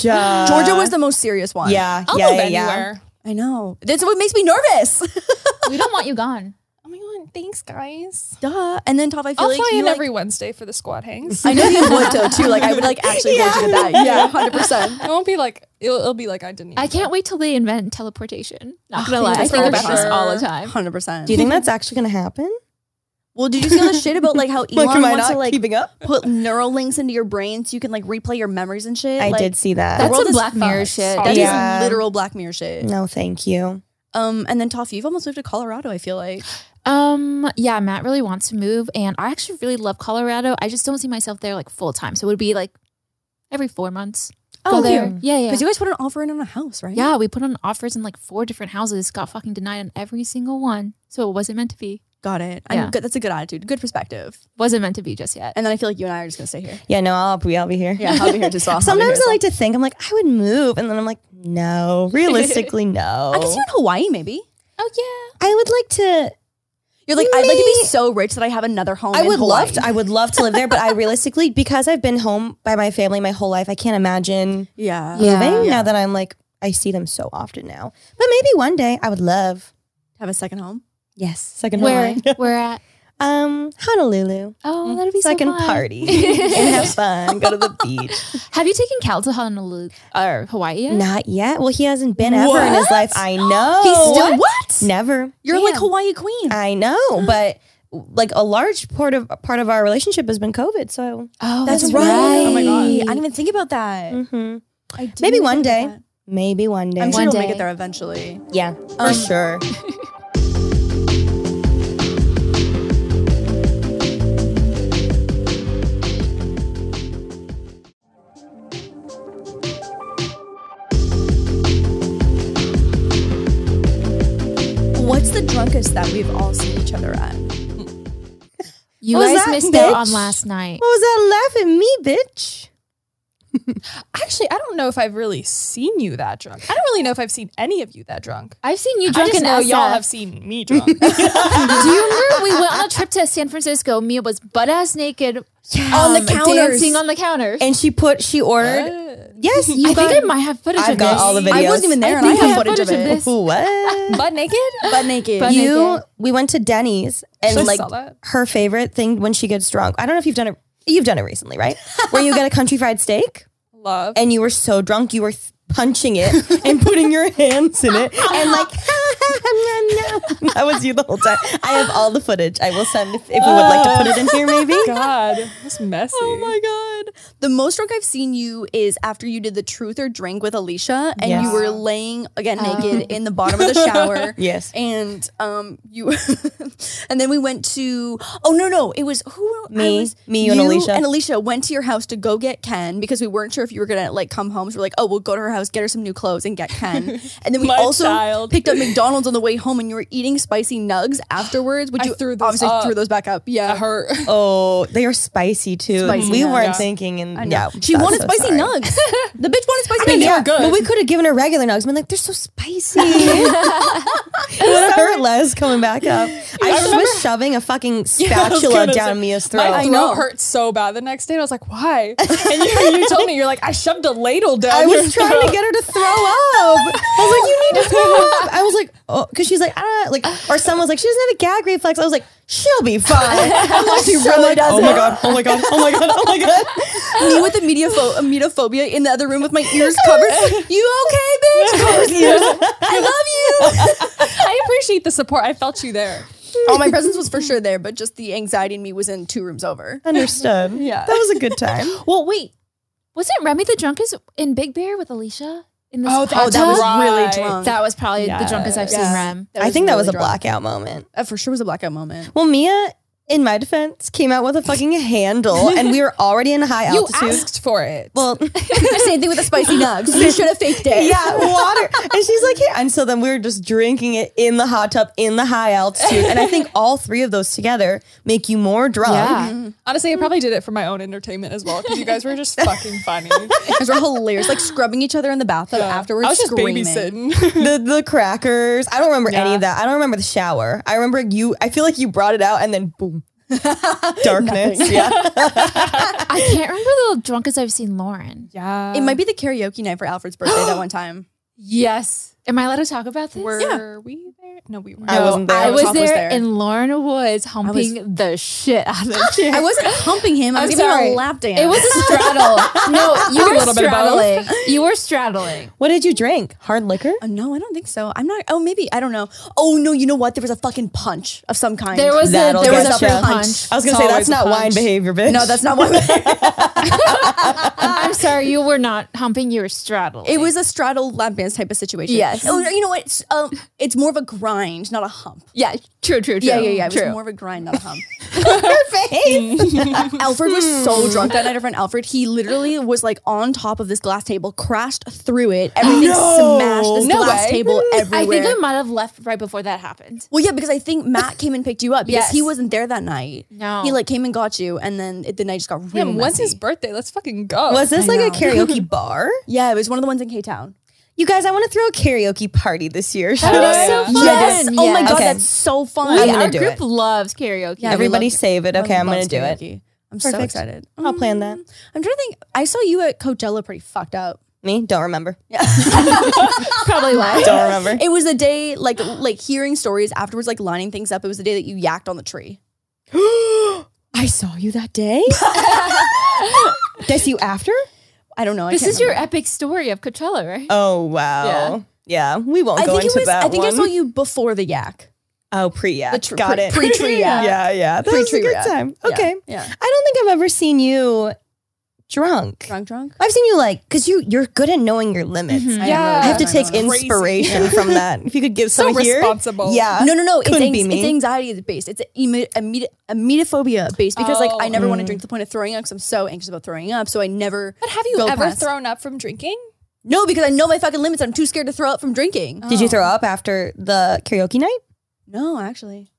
Speaker 4: Georgia was the most serious one.
Speaker 1: Yeah.
Speaker 2: I'll
Speaker 1: yeah,
Speaker 2: move
Speaker 1: yeah, yeah.
Speaker 2: anywhere.
Speaker 4: I know. That's what makes me nervous.
Speaker 5: We don't want you gone.
Speaker 2: Oh my god! Thanks, guys.
Speaker 4: Duh. And then Top, I feel
Speaker 2: I'll
Speaker 4: like
Speaker 2: fly
Speaker 4: you,
Speaker 2: in
Speaker 4: like-
Speaker 2: every Wednesday for the squad hangs.
Speaker 4: I know you would though too. Like I would like actually yeah. you to that. Yeah, hundred percent.
Speaker 2: It won't be like it'll, it'll be like I didn't.
Speaker 5: I
Speaker 2: even
Speaker 5: can't wait till they invent teleportation. Not gonna lie, I
Speaker 4: that's
Speaker 5: think
Speaker 4: for
Speaker 5: about this
Speaker 4: sure.
Speaker 5: all the time.
Speaker 4: Hundred percent.
Speaker 1: Do you think that's actually going to happen?
Speaker 4: Well, did you see all the shit about like how Elon
Speaker 1: am I
Speaker 4: wants to
Speaker 1: not
Speaker 4: like
Speaker 1: keeping up?
Speaker 4: put neural links into your brain so you can like replay your memories and shit?
Speaker 1: I
Speaker 4: Like,
Speaker 1: did see that.
Speaker 4: the
Speaker 5: That's
Speaker 4: world
Speaker 5: some
Speaker 4: is
Speaker 5: Black Mirror
Speaker 4: fucked.
Speaker 5: shit.
Speaker 4: That is
Speaker 1: Yeah.
Speaker 4: literal Black Mirror shit.
Speaker 1: no, thank you.
Speaker 4: Um, and then Toff, you've almost moved to Colorado. I feel like
Speaker 5: Um, yeah, Matt really wants to move, and I actually really love Colorado. I just don't see myself there like full time, so it would be like every four months.
Speaker 4: Oh,
Speaker 5: there,
Speaker 4: cute.
Speaker 5: yeah, yeah,
Speaker 4: because you guys put an offer in on a house, right?
Speaker 5: yeah. We put on offers in like four different houses, got fucking denied on every single one, so it wasn't meant to be.
Speaker 4: got it.
Speaker 5: Yeah.
Speaker 4: I'm good. That's a good attitude, good perspective.
Speaker 5: Wasn't meant to be just yet.
Speaker 4: And then I feel like you and I are just gonna stay here.
Speaker 1: Yeah, no, I'll be, I'll be here.
Speaker 4: Yeah, I'll be here just off.
Speaker 1: Sometimes I like to think I'm like I would move, and then I'm like, no, realistically, no.
Speaker 4: I guess you're in Hawaii, maybe.
Speaker 5: Oh,
Speaker 1: I would like to.
Speaker 4: You're like, I'd like to be
Speaker 1: Maybe.
Speaker 4: so rich that I have another home.
Speaker 1: I
Speaker 4: Oh, in
Speaker 1: would
Speaker 4: Hawaii.
Speaker 1: love to. I would love to live there, but I realistically, because I've been home by my family my whole life, I can't imagine
Speaker 4: Uh, yeah.
Speaker 1: moving. Now that I'm like, I see them so often now, but maybe one day I would love.
Speaker 4: Have a second home.
Speaker 1: Yes, second
Speaker 5: Where
Speaker 1: Hawaii.
Speaker 5: we're at?
Speaker 1: Um, Honolulu.
Speaker 5: Oh, that'd be
Speaker 1: So I can party and have fun, go to the beach.
Speaker 5: Have you taken Cal to Honolulu
Speaker 2: Oh.
Speaker 5: or Hawaii yet?
Speaker 1: Not yet. Well, he hasn't been ever in his life. I know.
Speaker 4: He's still what?
Speaker 1: Never.
Speaker 4: You're like Hawaii queen.
Speaker 1: I know, but like a large part of part of our relationship has been COVID. So
Speaker 5: Oh,
Speaker 4: that's, right. Mm-hmm.
Speaker 5: Oh my
Speaker 4: I
Speaker 5: god.
Speaker 4: didn't even think about that.
Speaker 1: mhm.
Speaker 4: I didn't
Speaker 1: maybe
Speaker 4: think
Speaker 1: one
Speaker 4: about
Speaker 1: day.
Speaker 4: that.
Speaker 1: Maybe one day.
Speaker 4: I'm sure
Speaker 5: One
Speaker 4: we'll make
Speaker 5: day.
Speaker 4: it there eventually.
Speaker 1: yeah, for sure.
Speaker 4: What's the drunkest that we've all seen each other at?
Speaker 5: You
Speaker 1: What was
Speaker 5: guys
Speaker 1: that,
Speaker 5: missed out on
Speaker 1: bitch?
Speaker 5: last night.
Speaker 1: What was that laugh at me, bitch?
Speaker 2: Actually, I don't know if I've really seen you that drunk. I don't really know if I've seen any of you that drunk.
Speaker 5: I've seen you
Speaker 2: I
Speaker 5: drunk
Speaker 2: just
Speaker 5: in
Speaker 2: know
Speaker 5: SF.
Speaker 2: y'all have seen me drunk.
Speaker 5: Do you remember we went on a trip to San Francisco? Mia was butt ass naked
Speaker 4: On the
Speaker 5: um,
Speaker 4: counters.
Speaker 5: dancing on the counter.
Speaker 1: And she put she ordered. Yes, you
Speaker 5: I
Speaker 1: got.
Speaker 5: think I might have footage
Speaker 1: I've
Speaker 5: of
Speaker 1: got
Speaker 5: this.
Speaker 1: all the videos.
Speaker 4: I wasn't even there,
Speaker 5: I
Speaker 4: and I
Speaker 5: think
Speaker 4: have,
Speaker 5: I have
Speaker 4: footage, of
Speaker 5: footage
Speaker 4: it.
Speaker 5: of
Speaker 1: what?
Speaker 2: Butt naked?
Speaker 4: Butt naked.
Speaker 5: Butt
Speaker 1: you
Speaker 5: naked.
Speaker 1: we went to Denny's and
Speaker 2: I
Speaker 1: like
Speaker 2: saw that.
Speaker 1: her favorite thing when she gets drunk. I don't know if you've done it. You've done it recently, right? Where you get a country fried steak
Speaker 2: Love.
Speaker 1: and you were so drunk you were th- punching it and putting your hands in it and like that was you the whole time. I have all the footage. I will send if, if we would like to put it in here, maybe.
Speaker 2: God, that's messy.
Speaker 4: Oh my god. The most drunk I've seen you is after you did the truth or drink with Alicia and
Speaker 1: Yes. Oh.
Speaker 4: you were laying again naked in the bottom of the shower.
Speaker 1: Yes.
Speaker 4: And um you and then we went to oh no no, it was who I
Speaker 1: Me.
Speaker 4: was-
Speaker 1: Me, you and
Speaker 4: you
Speaker 1: Alicia.
Speaker 4: And Alicia went to your house to go get Ken because we weren't sure if you were gonna like come home. So we're like, oh we'll go to her house, get her some new clothes and get Ken. And then we
Speaker 2: My
Speaker 4: also
Speaker 2: child.
Speaker 4: picked up McDonald's on the way home and you were eating spicy nugs afterwards, which
Speaker 2: I
Speaker 4: you
Speaker 2: threw those
Speaker 4: obviously
Speaker 2: up.
Speaker 4: threw those back up. Yeah.
Speaker 2: That hurt.
Speaker 1: Oh, they are spicy too.
Speaker 4: Spicy,
Speaker 1: we
Speaker 4: yeah.
Speaker 1: weren't
Speaker 2: Yeah.
Speaker 1: thinking,
Speaker 4: I
Speaker 1: and
Speaker 4: know.
Speaker 1: yeah,
Speaker 4: she
Speaker 1: I'm
Speaker 4: wanted
Speaker 1: so
Speaker 4: spicy
Speaker 1: sorry.
Speaker 4: nugs. the bitch wanted spicy
Speaker 1: I
Speaker 4: nugs.
Speaker 1: mean, yeah,
Speaker 2: were good.
Speaker 1: but we could have given her regular nugs. I'm like, they're so spicy. it would hurt less coming back up. I, just was shoving a fucking
Speaker 2: I was
Speaker 1: spatula
Speaker 2: gonna
Speaker 1: down
Speaker 2: say,
Speaker 1: Mia's throat.
Speaker 2: My
Speaker 1: I,
Speaker 2: throat
Speaker 4: know.
Speaker 2: hurt so bad the next day. And I was like, why? And you, you told me, you're like, I shoved a ladle down. your
Speaker 1: was trying to
Speaker 2: throat."
Speaker 1: get her to throw up. I was like, you need to throw up. I was like, oh, because she's like, ah, like, or someone's like, she doesn't have a gag reflex. I was like, she'll be fine. I'm like, she really does. Oh my god. Oh my god. Oh my god. Oh my god.
Speaker 4: me with the media pho- emetophobia in the other room with my ears covered. you okay, bitch? Covers ears. I love you.
Speaker 2: I appreciate the support. I felt you there.
Speaker 4: All my presence was for sure there, but just the anxiety in me was in two rooms over.
Speaker 1: Understood. Yeah. That was a good time.
Speaker 5: Well, wait. Wasn't Remy the drunkest in Big Bear with Alicia in the
Speaker 2: Oh,
Speaker 5: hot
Speaker 2: that- oh, that was
Speaker 5: tub?
Speaker 2: really
Speaker 4: Right.
Speaker 2: drunk.
Speaker 5: That was probably the drunkest I've
Speaker 4: Yes.
Speaker 5: seen Rem.
Speaker 1: I think that
Speaker 4: really
Speaker 1: was a
Speaker 4: drunk.
Speaker 1: blackout moment.
Speaker 4: That for sure was a blackout moment.
Speaker 1: Well, Mia, in my defense, came out with a fucking handle, and we were already in high
Speaker 2: You
Speaker 1: altitude.
Speaker 2: asked for it.
Speaker 1: well,
Speaker 4: Same thing with the spicy nugs. You should have faked it.
Speaker 1: yeah, water. And she's like, yeah. And so then we were just drinking it in the hot tub in the high altitude. And I think all three of those together make you more drunk.
Speaker 5: Yeah.
Speaker 2: Honestly, I probably did it for my own entertainment as well because you guys were just fucking funny.
Speaker 4: Because we're hilarious, like scrubbing each other in the bathtub afterwards.
Speaker 2: I was just
Speaker 4: screaming.
Speaker 2: babysitting.
Speaker 1: The the crackers. I don't remember any
Speaker 2: Yeah.
Speaker 1: of that. I don't remember the shower. I remember you. I feel like you brought it out, and then boom, darkness. yeah.
Speaker 5: I can't remember the drunkest I've seen Lauren.
Speaker 2: Yeah.
Speaker 4: It might be the karaoke night for Alfred's birthday that one time.
Speaker 5: Yes. Am I allowed to talk about this?
Speaker 2: Were we there? No, we weren't.
Speaker 1: I wasn't there.
Speaker 5: Oh, I was
Speaker 4: Top
Speaker 5: there,
Speaker 4: was there.
Speaker 5: and Lauren was humping the shit out of him.
Speaker 4: I wasn't humping him. I was
Speaker 5: I'm
Speaker 4: giving him
Speaker 5: sorry.
Speaker 4: a lap dance.
Speaker 5: It was a straddle. No, you were
Speaker 2: little bit of both.
Speaker 5: straddling. You were straddling.
Speaker 1: What did you drink? Hard liquor.
Speaker 4: Uh, no, I don't think so. I'm not. Oh, maybe I don't know. Oh no, you know what? There was a fucking punch of some kind.
Speaker 5: There was a,
Speaker 1: That'll
Speaker 5: there was
Speaker 1: get
Speaker 5: a
Speaker 1: you.
Speaker 5: punch.
Speaker 1: I was gonna
Speaker 5: It's
Speaker 1: say that's
Speaker 5: always a
Speaker 1: not wine
Speaker 5: punch.
Speaker 1: behavior, bitch.
Speaker 4: no. That's not what.
Speaker 5: I'm sorry, you were not humping. You were straddling.
Speaker 4: it was a straddle lap dance type of situation.
Speaker 5: Yes.
Speaker 4: Oh, no, you know what? It's, um, it's more of a grind, not a hump.
Speaker 5: yeah, true, true, true.
Speaker 4: Yeah, yeah, yeah. It was
Speaker 5: True.
Speaker 4: more of a grind, not a hump. Alfred was so
Speaker 5: Hmm.
Speaker 4: drunk that night. Our friend Alfred, he literally was like on top of this glass table, crashed through it. Everything smashed. This
Speaker 5: No
Speaker 4: glass
Speaker 5: way.
Speaker 4: table everywhere.
Speaker 5: I think I might have left right before that happened.
Speaker 4: Well, yeah, because I think Matt came and picked you up because
Speaker 5: Yes.
Speaker 4: he wasn't there that night.
Speaker 5: No.
Speaker 4: he like came and got you, and then it, the night just got really
Speaker 2: Damn, when's
Speaker 4: messy.
Speaker 2: his birthday? Let's fucking go.
Speaker 1: Was this like a karaoke bar?
Speaker 4: yeah, it was one of the ones in K Town.
Speaker 1: You guys, I want to throw a karaoke party this year. Should
Speaker 5: That
Speaker 1: I?
Speaker 5: was so fun.
Speaker 4: Yes. Oh my
Speaker 5: Yes.
Speaker 4: god,
Speaker 1: Okay.
Speaker 4: that's so fun.
Speaker 5: We,
Speaker 1: I'm gonna
Speaker 5: our
Speaker 1: do
Speaker 5: group
Speaker 1: it.
Speaker 5: loves karaoke.
Speaker 4: Yeah, we
Speaker 1: Everybody
Speaker 4: love-
Speaker 1: save it. Okay, I'm gonna do it.
Speaker 4: I'm so
Speaker 1: Perfect.
Speaker 4: excited.
Speaker 1: I'll plan that.
Speaker 4: Mm, I'm trying to think. I saw you at Coachella pretty fucked up.
Speaker 1: Me? Don't remember.
Speaker 5: probably why.
Speaker 1: Don't remember.
Speaker 4: It was the day like like hearing stories afterwards, like lining things up. It was the day that you yacked on the tree.
Speaker 1: I saw you that day. Did I see you after?
Speaker 4: I don't know. I
Speaker 5: This
Speaker 4: can't
Speaker 5: is your epic story of Coachella, right?
Speaker 1: Oh wow. Yeah, we won't
Speaker 4: remember.
Speaker 1: go
Speaker 4: I think
Speaker 1: into
Speaker 4: it was.
Speaker 1: that
Speaker 4: I think
Speaker 1: one.
Speaker 4: I saw you before the yak.
Speaker 1: Oh, pre yeah.
Speaker 4: tr-
Speaker 1: Got
Speaker 4: pre-
Speaker 1: it.
Speaker 4: pre-tree
Speaker 1: yeah.
Speaker 4: act.
Speaker 1: Yeah, yeah. That was a
Speaker 4: Pre-tree
Speaker 1: good
Speaker 4: act.
Speaker 1: time.
Speaker 4: Yeah,
Speaker 1: Okay.
Speaker 4: yeah.
Speaker 1: I don't think I've ever seen you drunk.
Speaker 4: Drunk, drunk.
Speaker 1: I've seen you like because you you're good at knowing your limits.
Speaker 5: Mhm.
Speaker 4: Mm-hmm.
Speaker 1: I
Speaker 2: Yeah.
Speaker 1: have to
Speaker 4: I
Speaker 1: take
Speaker 4: know.
Speaker 2: Crazy.
Speaker 1: inspiration from that. If you could give
Speaker 2: So
Speaker 1: some here,
Speaker 2: responsible.
Speaker 1: yeah,
Speaker 4: No, no, no. It's,
Speaker 1: Uh, Couldn't
Speaker 4: anx-
Speaker 1: be me.
Speaker 4: it's anxiety based. It's emi- emi- emetophobia based because like I
Speaker 2: Oh.
Speaker 4: never want to drink to the point of throwing up because I'm so anxious about throwing up. So I never.
Speaker 2: But have you
Speaker 4: go
Speaker 2: ever
Speaker 4: past-
Speaker 2: thrown up from drinking?
Speaker 4: No, because I know my fucking limits. I'm too scared to throw up from drinking.
Speaker 1: Did you throw up after the karaoke night?
Speaker 4: No, actually.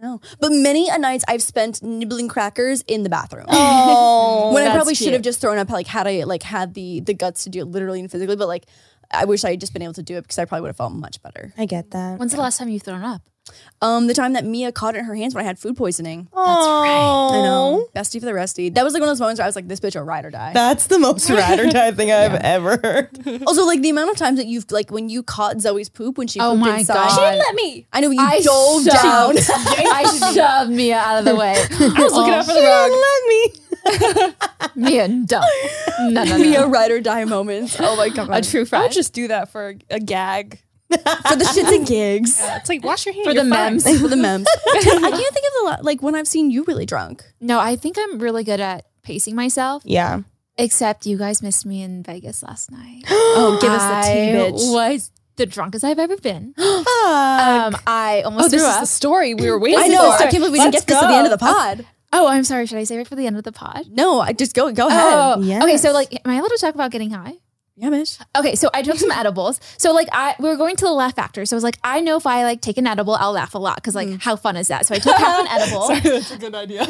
Speaker 4: No. But many a nights I've spent nibbling crackers in the bathroom.
Speaker 1: Oh,
Speaker 4: when I
Speaker 5: that's
Speaker 4: probably should
Speaker 5: cute.
Speaker 4: have just thrown up like had I like had the the guts to do it literally and physically, but like I wish I had just been able to do it because I probably would have felt much better.
Speaker 1: I get that.
Speaker 5: When's the last time you've thrown up?
Speaker 4: Um the time that Mia caught it in her hands when I had food poisoning.
Speaker 1: That's right.
Speaker 4: I know. Bestie for the restie. That was like one of those moments where I was like, this bitch will ride or die.
Speaker 1: That's the most rat or die thing I've ever heard.
Speaker 4: also, like the amount of times that you've like when you caught Zoe's poop when she
Speaker 5: Oh
Speaker 4: pooped
Speaker 5: my
Speaker 4: inside.
Speaker 5: God. She didn't
Speaker 2: Let me.
Speaker 4: I know you
Speaker 5: I
Speaker 4: dove
Speaker 5: shoved-
Speaker 4: down.
Speaker 5: I shoved Mia out of the way. I was
Speaker 2: Looking out for the rug.
Speaker 1: Let me.
Speaker 5: Mia, dumb. No, no,
Speaker 4: Mia
Speaker 5: no.
Speaker 4: ride or die moments. Oh my god.
Speaker 5: A true
Speaker 2: I
Speaker 5: friend.
Speaker 2: would just do that for a, a gag.
Speaker 4: for the shits and gigs.
Speaker 2: Yeah, it's like wash your hands
Speaker 5: for the memes.
Speaker 4: for the memes. I can't think of the la- like when I've seen you really drunk.
Speaker 5: No, I think I'm really good at pacing myself.
Speaker 1: Yeah.
Speaker 5: Except you guys missed me in Vegas last night.
Speaker 4: Oh, give us the tea,
Speaker 5: I
Speaker 4: bitch.
Speaker 5: was the drunkest I've ever been. um, I almost
Speaker 2: Oh, this
Speaker 5: threw
Speaker 2: is
Speaker 5: up.
Speaker 2: the story we were waiting
Speaker 4: I
Speaker 2: for.
Speaker 4: know. I can't believe we didn't get this at the end of the pod.
Speaker 5: oh, I'm sorry. Should I save it for the end of the pod?
Speaker 4: No, I just go go ahead.
Speaker 5: Oh, okay.
Speaker 1: yes.
Speaker 5: So, like, am I allowed to talk about getting high?
Speaker 4: Yeah, bitch.
Speaker 5: Okay, so I took some edibles. So like I we were going to the laugh factor. So I was like, I know if I like take an edible, I'll laugh a lot because like how fun is that? So I took half an edible.
Speaker 6: That's a good idea.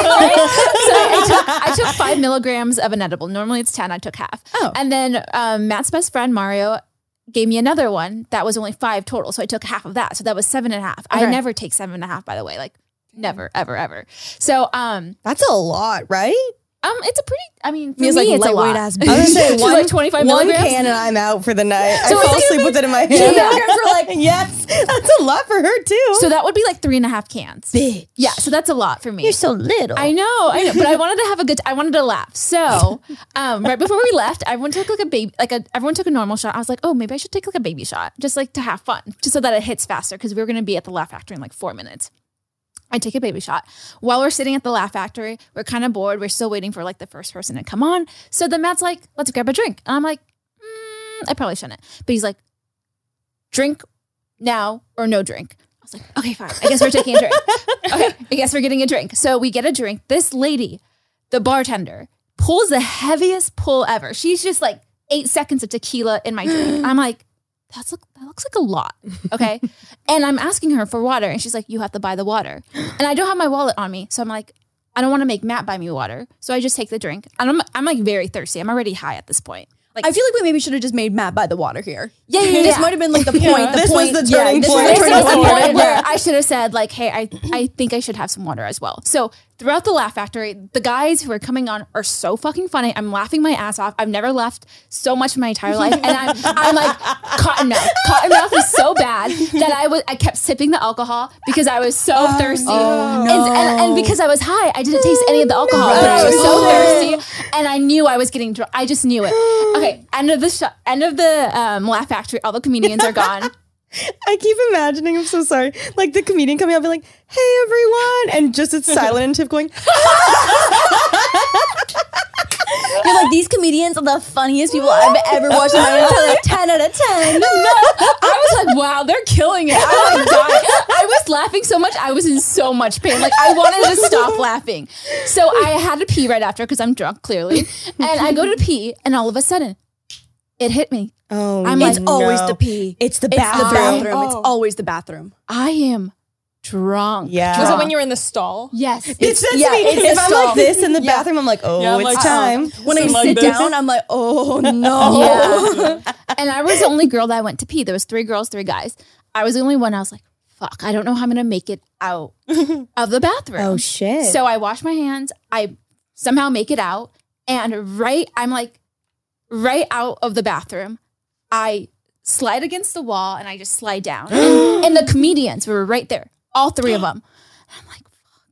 Speaker 5: so I took, I took five milligrams of an edible. Normally it's ten. I took half.
Speaker 4: Oh.
Speaker 5: And then um, Matt's best friend Mario gave me another one that was only five total. So I took half of that. So that was seven and a half. I
Speaker 4: Okay.
Speaker 5: never take seven and a half, by the way. Like never, ever, ever. So um
Speaker 1: That's a lot, right?
Speaker 5: um it's a pretty I mean for
Speaker 4: Mia's
Speaker 5: me
Speaker 4: like,
Speaker 5: it's a
Speaker 4: lightweight
Speaker 5: lot.
Speaker 4: ass
Speaker 5: She's
Speaker 4: bitch. I was gonna say,
Speaker 5: like, 25
Speaker 1: one
Speaker 5: milligrams.
Speaker 1: can and I'm out for the night.
Speaker 5: So
Speaker 1: I fall
Speaker 5: it's
Speaker 1: asleep with it in my hand. yes, that's a lot for her too.
Speaker 5: So that would be like three and a half cans.
Speaker 1: bitch.
Speaker 5: Yeah, so that's a lot for me.
Speaker 1: you're so little.
Speaker 5: I know, I know, but I wanted to have a good. I wanted to laugh. So, um, right before we left, everyone took like a baby, like a everyone took a normal shot. I was like, oh, maybe I should take like a baby shot, just like to have fun, just so that it hits faster because we were gonna be at the Laugh Factory in like four minutes. I take a baby shot. While we're sitting at the Laugh Factory, we're kind of bored. We're still waiting for like the first person to come on. So then Matt's like, let's grab a drink, and I'm like, mm, I probably shouldn't, but he's like, drink now or no drink. I was like, okay, fine. I guess we're taking a drink. Okay, I guess we're getting a drink. So we get a drink. This lady, the bartender, pulls the heaviest pull ever. She's just like eight seconds of tequila in my drink. I'm like, that's look, that looks like a lot. Okay. and I'm asking her for water. And she's like, you have to buy the water. And I don't have my wallet on me. So I'm like, I don't want to make Matt buy me water. So I just take the drink. And I'm, I'm like very thirsty. I'm already high at this point. Like,
Speaker 4: I feel like we maybe should have just made Matt by the water here.
Speaker 5: yeah, yeah, yeah.
Speaker 4: This might have been like the point. The
Speaker 1: This was
Speaker 4: point.
Speaker 1: the turning
Speaker 4: this
Speaker 1: point.
Speaker 4: Was
Speaker 5: This
Speaker 4: the turning
Speaker 5: was the
Speaker 4: point.
Speaker 5: point where I should have said, like, hey, I, I think I should have some water as well. So throughout the Laugh Factory, the guys who are coming on are so fucking funny. I'm laughing my ass off. I've never laughed so much in my entire life. And I'm, I'm like, cotton mouth. Cotton mouth is so bad that I was I kept sipping the alcohol because I was so thirsty. and, and, and because I was high, I didn't taste any of the alcohol. But I was so thirsty and I knew I was getting drunk. I just knew it. Okay, end of the show, end of the um, Laugh Factory. All the comedians are gone.
Speaker 1: I keep imagining. I'm so sorry. Like the comedian coming out, be like, "Hey everyone," and just it's silent and Tiff going,
Speaker 4: You're like these comedians are the funniest people I've ever watched. in my life. Like ten out of ten.
Speaker 5: I was like, wow, they're killing it. I was, dying. I was laughing so much. I was in so much pain. Like, I wanted to stop laughing. So I had to pee right after because I'm drunk, clearly. And I go to pee, and all of a sudden, it hit me.
Speaker 1: "Oh,
Speaker 5: I'm like,
Speaker 4: It's always the pee.
Speaker 1: It's the
Speaker 5: It's the
Speaker 1: bathroom.
Speaker 4: bathroom. It's
Speaker 5: Oh.
Speaker 4: always the bathroom.
Speaker 5: I am drunk.
Speaker 1: Yeah.
Speaker 2: Was it when you were in the stall?
Speaker 5: Yes.
Speaker 1: Bitch, that's
Speaker 4: yeah,
Speaker 1: me.
Speaker 4: it's
Speaker 1: If
Speaker 4: the
Speaker 1: I'm
Speaker 4: stall.
Speaker 1: like this in the bathroom, I'm like, "Oh,
Speaker 6: Yeah, I'm
Speaker 1: it's
Speaker 6: like,
Speaker 1: time."
Speaker 4: When I
Speaker 6: Something like
Speaker 4: sit
Speaker 6: this.
Speaker 4: down, I'm like, oh no.
Speaker 5: Yeah. and I was the only girl that went to pee. There was three girls, three guys. I was the only one. I was like, fuck, I don't know how I'm gonna make it out of the bathroom.
Speaker 1: Oh, shit.
Speaker 5: So I wash my hands, I somehow make it out, and right, I'm like right out of the bathroom. I slide against the wall and I just slide down. and, and the comedians were right there, all three of them. I'm like,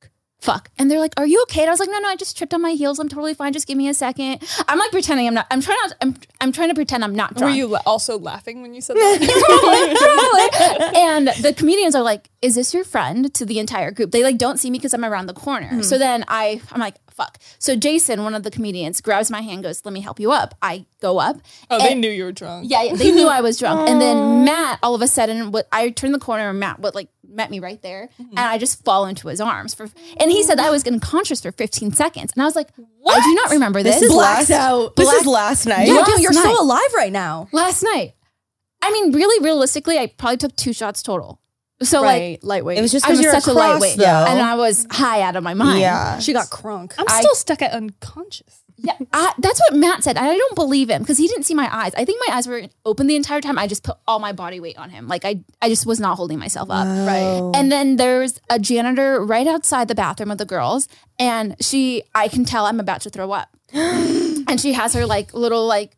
Speaker 5: fuck. fuck. And they're like, are you okay? And I was like, no, no, I just tripped on my heels. I'm totally fine. Just give me a second. I'm like pretending I'm not, I'm trying not, I'm, I'm trying to pretend I'm not
Speaker 2: Were
Speaker 5: drunk.
Speaker 2: you la- also laughing when you said that?
Speaker 5: Probably, probably. and the comedians are like, "Is this your friend?" To the entire group, they like don't see me because I'm around the corner. So then I, I'm like, "Fuck!" So Jason, one of the comedians, grabs my hand, goes, "Let me help you up." I go up.
Speaker 2: oh, they
Speaker 5: and-
Speaker 2: knew you were drunk.
Speaker 5: Yeah, yeah, they knew I was drunk. and then Matt, all of a sudden, what I turned the corner and Matt what like met me right there, and I just fall into his arms for. And he said I was unconscious for 15 seconds, and I was like, "What?" I do not remember this.
Speaker 1: This is
Speaker 4: Blacked
Speaker 1: last.
Speaker 4: out.
Speaker 1: This
Speaker 4: Blacked-
Speaker 1: is last night.
Speaker 5: Yeah.
Speaker 4: Yo, dude,
Speaker 5: Last
Speaker 4: you're
Speaker 5: night.
Speaker 4: so alive right now.
Speaker 5: last night. I mean, really, realistically, I probably took two shots total. So like.
Speaker 4: right, lightweight.
Speaker 1: It was just
Speaker 5: I was
Speaker 1: because you're
Speaker 5: such a
Speaker 1: across,
Speaker 5: lightweight,
Speaker 1: though.
Speaker 5: and I was high out of my mind.
Speaker 1: yeah.
Speaker 4: she got crunk.
Speaker 2: I'm still stuck at unconscious.
Speaker 5: yeah. I, that's what Matt said. I don't believe him because he didn't see my eyes. I think my eyes were open the entire time. I just put all my body weight on him. Like I, I just was not holding myself up.
Speaker 4: Right.
Speaker 5: And then there's a janitor right outside the bathroom of the girls, and she, I can tell I'm about to throw up, and she has her like little like.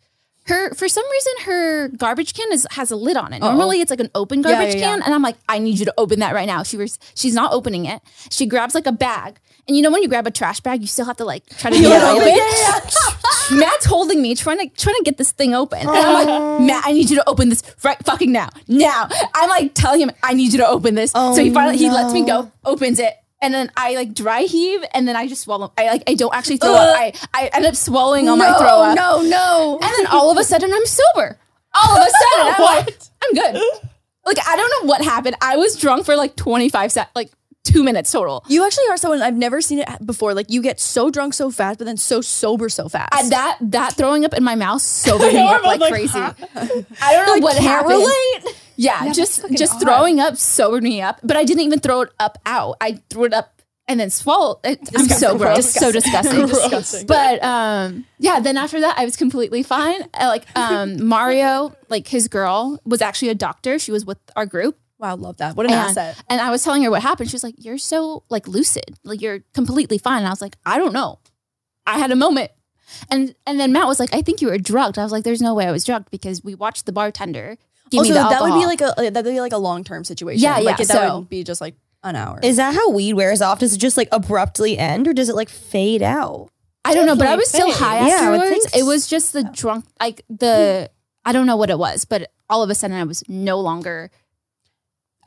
Speaker 5: Her for some reason her garbage can is has a lid on it. Normally it's like an open
Speaker 4: Yeah,
Speaker 5: garbage
Speaker 4: yeah, yeah.
Speaker 5: can, and I'm like, I need you to open that right now. She was she's not opening it. She grabs like a bag, and you know when you grab a trash bag, you still have to like try to get it open. Matt's holding me, trying to trying to get this thing open. And I'm
Speaker 4: Oh.
Speaker 5: like, Matt, I need you to open this right fucking now. Now. I'm like telling him, I need you to open this. so
Speaker 4: Oh,
Speaker 5: he finally he lets me go, opens it. And then I like dry heave and then I just swallow. I like I don't actually throw
Speaker 4: Uh.
Speaker 5: up. I, I end up swallowing on my
Speaker 4: no,
Speaker 5: throw up.
Speaker 4: no, no.
Speaker 5: And then all of a sudden I'm sober. All of a sudden I'm like, I'm good. Like I don't know what happened. I was drunk for like 25 sec like two minutes total.
Speaker 4: You actually are someone I've never seen it before. Like you get so drunk so fast, but then so sober so fast.
Speaker 5: I, that that throwing up in my mouth sobered me up like, crazy.
Speaker 4: I don't know
Speaker 5: what happened.
Speaker 4: Relate.
Speaker 5: Yeah, just just throwing up sobered me up, but I didn't even throw it up out. I threw it up and then swallowed. It, I'm so gross. It's so disgusting. But um, yeah, then after that, I was completely fine. I, like um, Mario, like his girl was actually a doctor. She was with our group.
Speaker 4: Wow, love that. What an
Speaker 5: And,
Speaker 4: asset.
Speaker 5: and I was telling her what happened. She was like, "You're so like lucid. Like you're completely fine." And I was like, "I don't know. I had a moment." And and then Matt was like, "I think you were drugged." I was like, "There's no way I was drugged because we watched the bartender." Give
Speaker 4: also,
Speaker 5: me the
Speaker 4: Oh, that would be
Speaker 5: alcohol."
Speaker 4: like a that would be like a long term situation.
Speaker 5: Yeah,
Speaker 4: like,
Speaker 5: yeah,
Speaker 4: That
Speaker 5: so-
Speaker 4: would be just like an hour.
Speaker 1: Is that how weed wears off? Does it just like abruptly end or does it like fade out?
Speaker 5: I don't know, but I was still
Speaker 2: Definitely
Speaker 5: high
Speaker 1: Yeah, I would
Speaker 5: afterwards.
Speaker 1: think
Speaker 5: It was just the drunk, like the I don't know what it was, but all of a sudden I was no longer.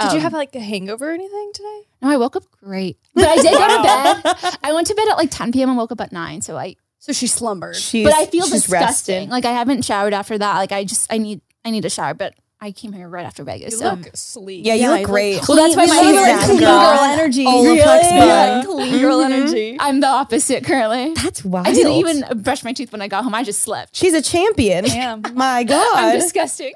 Speaker 2: Did you
Speaker 5: um,
Speaker 2: have like a hangover or anything today?
Speaker 5: No, I woke up great, but I did go to bed. I went to bed at like 10 p.m. and woke up at nine. So I,
Speaker 4: so she slumbered.
Speaker 1: She's,
Speaker 5: but I feel
Speaker 1: she's
Speaker 5: disgusting.
Speaker 1: resting.
Speaker 5: Like I haven't showered after that. Like I just I need I need a shower, but I came here right after Vegas.
Speaker 2: You
Speaker 5: so
Speaker 2: look sleek.
Speaker 1: Yeah, you
Speaker 4: Yeah,
Speaker 1: look
Speaker 4: you look
Speaker 1: great.
Speaker 5: well, that's why
Speaker 1: She's
Speaker 5: my
Speaker 4: She's
Speaker 5: hair
Speaker 1: that
Speaker 5: is
Speaker 1: girl.
Speaker 4: clean girl energy.
Speaker 1: Olaplex
Speaker 4: Yeah.
Speaker 1: bun.
Speaker 4: Clean girl energy.
Speaker 5: I'm the opposite currently.
Speaker 1: That's wild.
Speaker 5: I didn't even brush my teeth when I got home. I just slept.
Speaker 1: She's a champion. My God.
Speaker 5: I'm
Speaker 1: I'm,
Speaker 5: disgusting.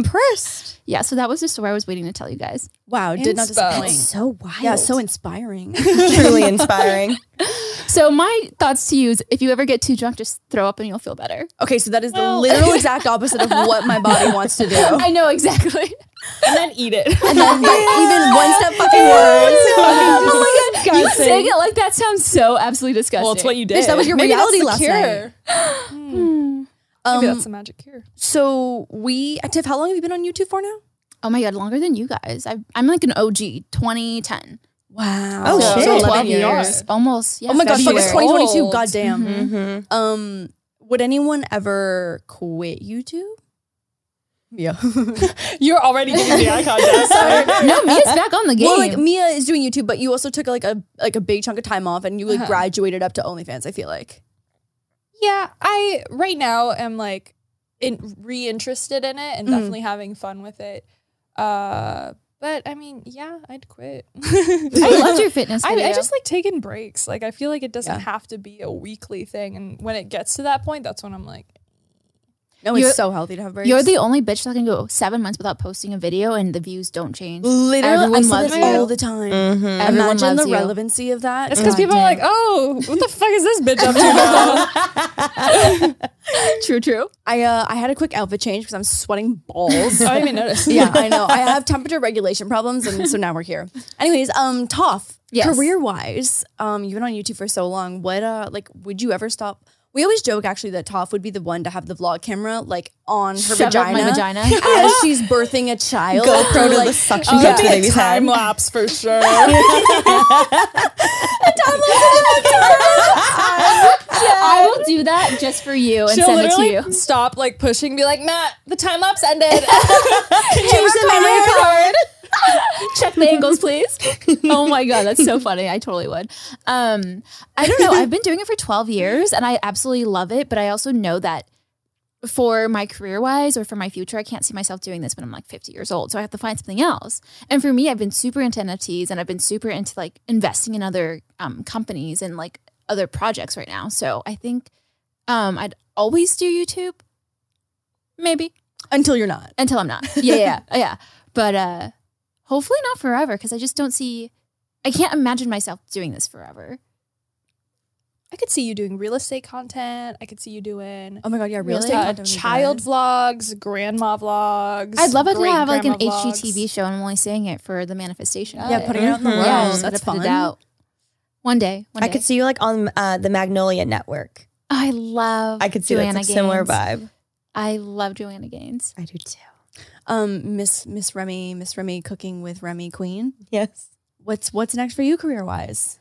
Speaker 1: impressed.
Speaker 5: Yeah, so that was the story I was waiting to tell you guys.
Speaker 4: Wow, did not
Speaker 2: Inspo.
Speaker 4: disappoint.
Speaker 1: So wild.
Speaker 4: Yeah, so inspiring.
Speaker 1: truly inspiring.
Speaker 5: So my thoughts to you is if you ever get too drunk, just throw up and you'll feel better.
Speaker 4: okay, so that is the literal exact opposite of what my body wants to do.
Speaker 5: I know exactly.
Speaker 2: and then eat it.
Speaker 4: Oh. And then, like, even one step fucking worse.
Speaker 5: oh my god, you saying it like that sounds so absolutely disgusting.
Speaker 2: well, it's what you did.
Speaker 4: That was your
Speaker 1: Maybe that's
Speaker 4: reality
Speaker 1: the
Speaker 4: last
Speaker 1: cure.
Speaker 4: night.
Speaker 2: Maybe
Speaker 4: Um,
Speaker 2: that's the magic cure.
Speaker 4: so we, Tiff, how long have you been on YouTube for now?
Speaker 5: Oh my god, longer than you guys. I, I'm like an OG, 2010.
Speaker 4: Wow.
Speaker 1: Oh, shit.
Speaker 5: So
Speaker 1: 11
Speaker 5: years, almost. Yeah,
Speaker 4: Oh my gosh, fuck, it's
Speaker 5: February.
Speaker 4: 2022.
Speaker 2: Old.
Speaker 4: God damn. Um, would anyone ever quit YouTube? Yeah.
Speaker 2: You're already giving me eye contact.
Speaker 5: no, Mia's back on the game.
Speaker 4: well, like Mia is doing YouTube, but you also took like a like a big chunk of time off, and you
Speaker 5: Uh-huh.
Speaker 4: like graduated up to OnlyFans. I feel like.
Speaker 2: Yeah, I right now am like in, reinterested in it and definitely having fun with it. Uh, but I mean, yeah, I'd quit.
Speaker 5: I loved your fitness.
Speaker 2: I,
Speaker 5: video.
Speaker 2: I just like taking breaks. Like I feel like it doesn't
Speaker 4: Yeah.
Speaker 2: have to be a weekly thing. And when it gets to that point, that's when I'm like,
Speaker 4: No,
Speaker 5: You're-
Speaker 4: it's so healthy to have breaks.
Speaker 5: You're the only bitch that can go seven months without posting a video and the views don't change.
Speaker 4: literally I
Speaker 5: Everyone
Speaker 4: see
Speaker 5: loves
Speaker 4: this
Speaker 5: you.
Speaker 4: all the time.
Speaker 5: Everyone
Speaker 4: Imagine
Speaker 5: loves
Speaker 4: the
Speaker 5: you.
Speaker 4: relevancy of that.
Speaker 2: that's because
Speaker 5: God
Speaker 2: people are
Speaker 5: damn.
Speaker 2: like, oh, what the fuck is this bitch up to? now?"
Speaker 5: True, true.
Speaker 4: I uh, I had a quick outfit change because I'm sweating balls.
Speaker 2: I didn't even notice.
Speaker 4: yeah, I know. I have temperature regulation problems, and so now we're here. Anyways, um, Toph,
Speaker 5: Yes.
Speaker 4: career wise, um, you've been on YouTube for so long. What uh, like, would you ever stop? We always joke actually that Toph would be the one to have the vlog camera like on her
Speaker 5: Shove up
Speaker 4: vagina,
Speaker 5: my vagina.
Speaker 4: as she's birthing a child.
Speaker 1: GoPro to
Speaker 4: Like, uh,
Speaker 1: the suction cup to the baby's head.
Speaker 2: Time lapse for sure.
Speaker 4: time
Speaker 5: I will do that just for you and
Speaker 2: She'll
Speaker 5: send it to
Speaker 2: literally
Speaker 5: you.
Speaker 2: stop like pushing, be like, Matt, the time lapse ended.
Speaker 1: Change the memory card.
Speaker 5: Check the angles, please. oh my god, that's so funny. I totally would. Um, I don't know. I've been doing it for 12 years and I absolutely love it, but I also know that for my career wise or for my future, I can't see myself doing this when I'm like 50 years old. So I have to find something else. And for me, I've been super into NFTs and I've been super into like investing in other um, companies and like other projects right now. So I think um, I'd always do YouTube, maybe
Speaker 4: until you're not.
Speaker 5: until I'm not. Yeah, yeah, yeah, yeah. But uh, hopefully not forever because I just don't see. I can't imagine myself doing this forever.
Speaker 2: I could see you doing real estate content. I could see you doing
Speaker 4: Oh my god, yeah, real
Speaker 5: Really?
Speaker 4: estate
Speaker 5: Uh,
Speaker 2: uh,
Speaker 4: content would be
Speaker 2: child
Speaker 4: good.
Speaker 2: vlogs, grandma vlogs.
Speaker 5: I'd love it to have like an
Speaker 2: great-grandma
Speaker 5: HGTV
Speaker 2: vlogs.
Speaker 5: show and I'm only saying it for the manifestation. of
Speaker 4: Yeah,
Speaker 5: it.
Speaker 4: putting it out in the
Speaker 1: Mhm.
Speaker 4: world.
Speaker 5: yeah, I just
Speaker 4: That's
Speaker 5: gotta put
Speaker 4: fun.
Speaker 5: it out. One day, one
Speaker 1: I
Speaker 5: day. Oh,
Speaker 1: could see you like on uh, the Magnolia Network.
Speaker 5: I love.
Speaker 1: I could see
Speaker 5: Joanna
Speaker 1: that's a similar
Speaker 5: Gaines.
Speaker 1: vibe.
Speaker 5: I love Joanna Gaines.
Speaker 1: I do too.
Speaker 4: Um, Miss Miss Remy, Miss Remy cooking with Remy Queen.
Speaker 1: Yes.
Speaker 4: What's what's next for you career wise?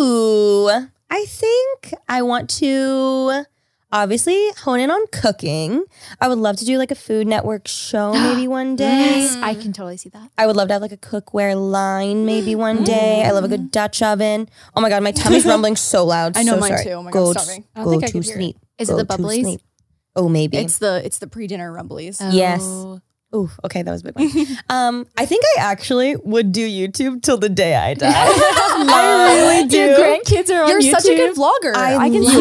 Speaker 1: Ooh, I think I want to obviously hone in on cooking. I would love to do like a Food Network show maybe one day. Mm.
Speaker 5: Yes, I can totally see that.
Speaker 1: I would love to have like a cookware line maybe one day. I love a good Dutch oven. Oh my god, my tummy's rumbling so loud.
Speaker 4: I know
Speaker 1: so
Speaker 4: mine
Speaker 1: sorry.
Speaker 4: too. Oh my God,
Speaker 1: go
Speaker 4: I'm
Speaker 1: to-
Speaker 4: starving.
Speaker 2: I don't
Speaker 1: go
Speaker 2: think I
Speaker 1: to
Speaker 2: could hear it.
Speaker 1: sleep.
Speaker 5: Is it
Speaker 1: Go
Speaker 5: the
Speaker 1: to
Speaker 5: bubblies?
Speaker 1: sleep. Oh, maybe.
Speaker 4: It's the it's the pre dinner rumblies.
Speaker 1: Yes.
Speaker 5: Oh.
Speaker 1: Ooh, okay, that was a big one. um, I think I actually would do YouTube till the day I die. I really do.
Speaker 5: Your grandkids are on
Speaker 4: You're
Speaker 5: YouTube.
Speaker 4: such a good vlogger.
Speaker 1: I,
Speaker 4: can
Speaker 1: love
Speaker 4: see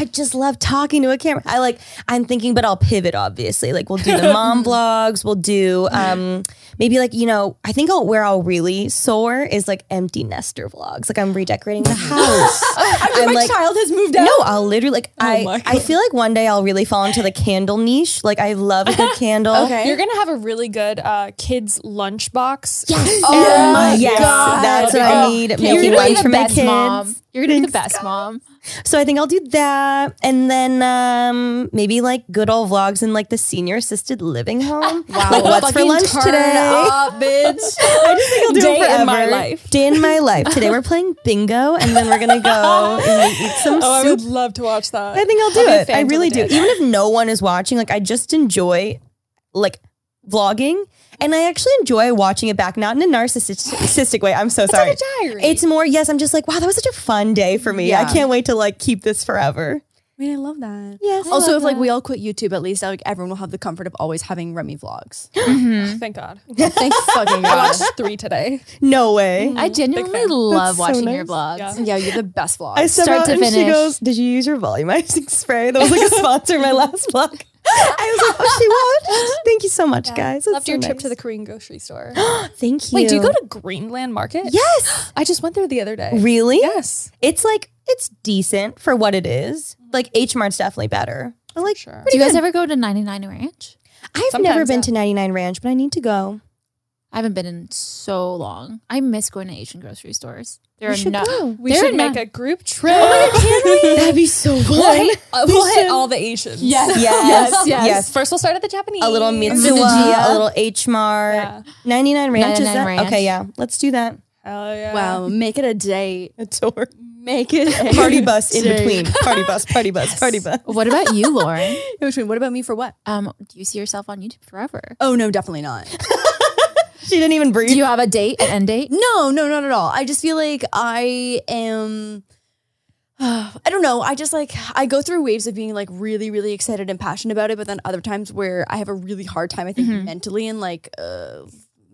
Speaker 4: it.
Speaker 1: I just love talking to a camera. I like. I'm thinking, but I'll pivot. Obviously, like we'll do the mom vlogs. We'll do um maybe like you know. I think I'll, where I'll really soar is like empty nester vlogs. Like I'm redecorating the house.
Speaker 4: After my
Speaker 1: like-
Speaker 4: child has moved out.
Speaker 1: No, I'll literally like
Speaker 6: my
Speaker 1: I. I feel like one day I'll really fall into the candle niche. Like I love a good candle.
Speaker 4: Okay.
Speaker 2: You're gonna have a really good uh, kids lunchbox. Yes.
Speaker 1: Oh my yes,
Speaker 2: God.
Speaker 1: that's what I need.
Speaker 5: You're
Speaker 1: Making
Speaker 5: gonna be
Speaker 1: lunch
Speaker 5: the
Speaker 1: for my
Speaker 5: best
Speaker 1: kids.
Speaker 5: mom. You're gonna be the best mom.
Speaker 1: So I think I'll do that, and then um, maybe like good old vlogs in like the senior assisted living home. wow, like what's for
Speaker 2: Fucking
Speaker 1: lunch
Speaker 2: turn
Speaker 1: today?
Speaker 2: up, bitch.
Speaker 1: I just think I'll do
Speaker 2: Day
Speaker 1: it forever.
Speaker 2: in my life.
Speaker 1: Day in my life. Today we're playing bingo, and then we're gonna go and eat some
Speaker 2: Oh, I
Speaker 1: soup.
Speaker 2: would love to watch that.
Speaker 1: I think I'll do
Speaker 2: be a
Speaker 1: it.
Speaker 2: fan
Speaker 1: I
Speaker 2: till
Speaker 1: really
Speaker 2: the
Speaker 1: do.
Speaker 2: day I
Speaker 1: Even if no one is watching, like I just enjoy like vlogging. And I actually enjoy watching it back, not in a narcissistic way. I'm so sorry. It's
Speaker 2: diary.
Speaker 1: more, yes, I'm just like, wow, that was such a fun day for me. I
Speaker 4: Yeah.
Speaker 1: can't wait to like keep this forever.
Speaker 4: I mean, I love that.
Speaker 1: Yes.
Speaker 4: also, if like we all quit YouTube, at least like everyone will have the comfort of always having Remy vlogs.
Speaker 2: Thank God.
Speaker 4: Thank fucking
Speaker 2: I
Speaker 4: god.
Speaker 2: watched three today.
Speaker 1: No
Speaker 2: Mm-hmm.
Speaker 1: way.
Speaker 5: I genuinely
Speaker 1: That's
Speaker 5: love
Speaker 1: so
Speaker 5: watching your
Speaker 1: nice.
Speaker 5: vlogs.
Speaker 4: Yeah,
Speaker 2: Yeah.
Speaker 4: you're the best vlog.
Speaker 1: I step
Speaker 5: start
Speaker 1: out
Speaker 5: to
Speaker 1: and she
Speaker 5: finish.
Speaker 1: goes, "Did you use your volumizing spray?" That was like a sponsor in my last vlog. I was like, "Oh, she watched." Thank you so much, guys. That's
Speaker 2: Loved
Speaker 1: so
Speaker 2: your trip
Speaker 1: nice.
Speaker 2: to the Korean grocery store.
Speaker 1: Thank you.
Speaker 2: Wait, do you go to Greenland Market?
Speaker 1: Yes.
Speaker 2: I just went there the other day.
Speaker 1: Really?
Speaker 2: Yes.
Speaker 1: It's like it's decent for what it is. Like H Mart's definitely better. I like.
Speaker 2: Mm-hmm. Sure.
Speaker 5: Do you guys ever go to 99 Ranch?
Speaker 1: I've never
Speaker 2: Sometimes,
Speaker 1: been
Speaker 2: yeah.
Speaker 1: to 99 Ranch, but I need to go.
Speaker 5: I haven't been in so long. I miss going to Asian grocery stores. There are no.
Speaker 2: We
Speaker 5: there are
Speaker 2: should make
Speaker 5: no-
Speaker 2: a
Speaker 1: Oh
Speaker 2: group trip.
Speaker 1: That'd be so fun.
Speaker 2: We'll hit, uh, we'll hit all the Asians.
Speaker 1: Yes, yes, yes.
Speaker 2: First, we'll start at the Japanese.
Speaker 1: A little Mitsuya,
Speaker 5: Mitsuya.
Speaker 1: a little H Mart.
Speaker 2: Yeah.
Speaker 1: 99 Ranch is
Speaker 5: 99
Speaker 1: that?
Speaker 5: Ranch.
Speaker 1: Okay, yeah. Let's do that.
Speaker 2: Hell yeah.
Speaker 4: Wow, make it a date.
Speaker 1: A tour.
Speaker 4: Make it a
Speaker 1: Party bus in between. Party bus, party bus, party bus.
Speaker 5: What about you, Lauren?
Speaker 4: In between. What about me for what?
Speaker 5: Um, do you see yourself on YouTube forever?
Speaker 4: Oh no, definitely not.
Speaker 1: She didn't even breathe.
Speaker 5: Do you have a date, an end date?
Speaker 4: No, no, not at all. I just feel like I am. I don't know. I just like I go through waves of being like really, really excited and passionate about it, but then other times where I have a really hard time. I think mentally and like uh,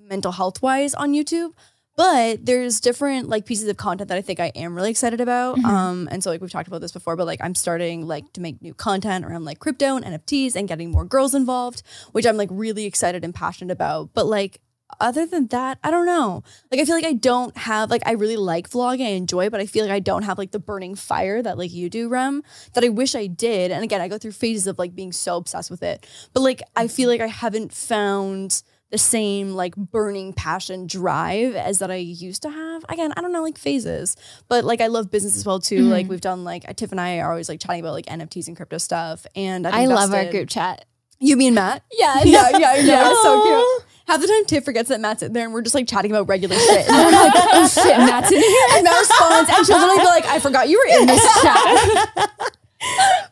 Speaker 4: mental health wise on YouTube. But there's different like pieces of content that I think I am really excited about. Um, and so like we've talked about this before, but like I'm starting like to make new content around like crypto and NFTs and getting more girls involved, which I'm like really excited and passionate about. But like other than that, I don't know. Like I feel like I don't have like I really like vlogging, I enjoy, it, but I feel like I don't have like the burning fire that like you do, Rem, that I wish I did. And again, I go through phases of like being so obsessed with it. But like I feel like I haven't found the same like burning passion drive as that I used to have. Again, I don't know, like phases. But like I love business as well too.
Speaker 5: Mm-hmm.
Speaker 4: Like we've done like Tiff and I are always like chatting about like NFTs and crypto stuff. And I've
Speaker 5: I love our
Speaker 4: invested-
Speaker 5: group chat.
Speaker 4: You mean Matt?
Speaker 5: Yeah,
Speaker 4: yeah, yeah, yeah. It's so cute. Half the time, Tiff forgets that Matt's in there, and we're just like chatting about regular shit. And I'm like, oh shit, Matt's in here, and Matt responds, and she'll literally be like, I forgot you were in this chat.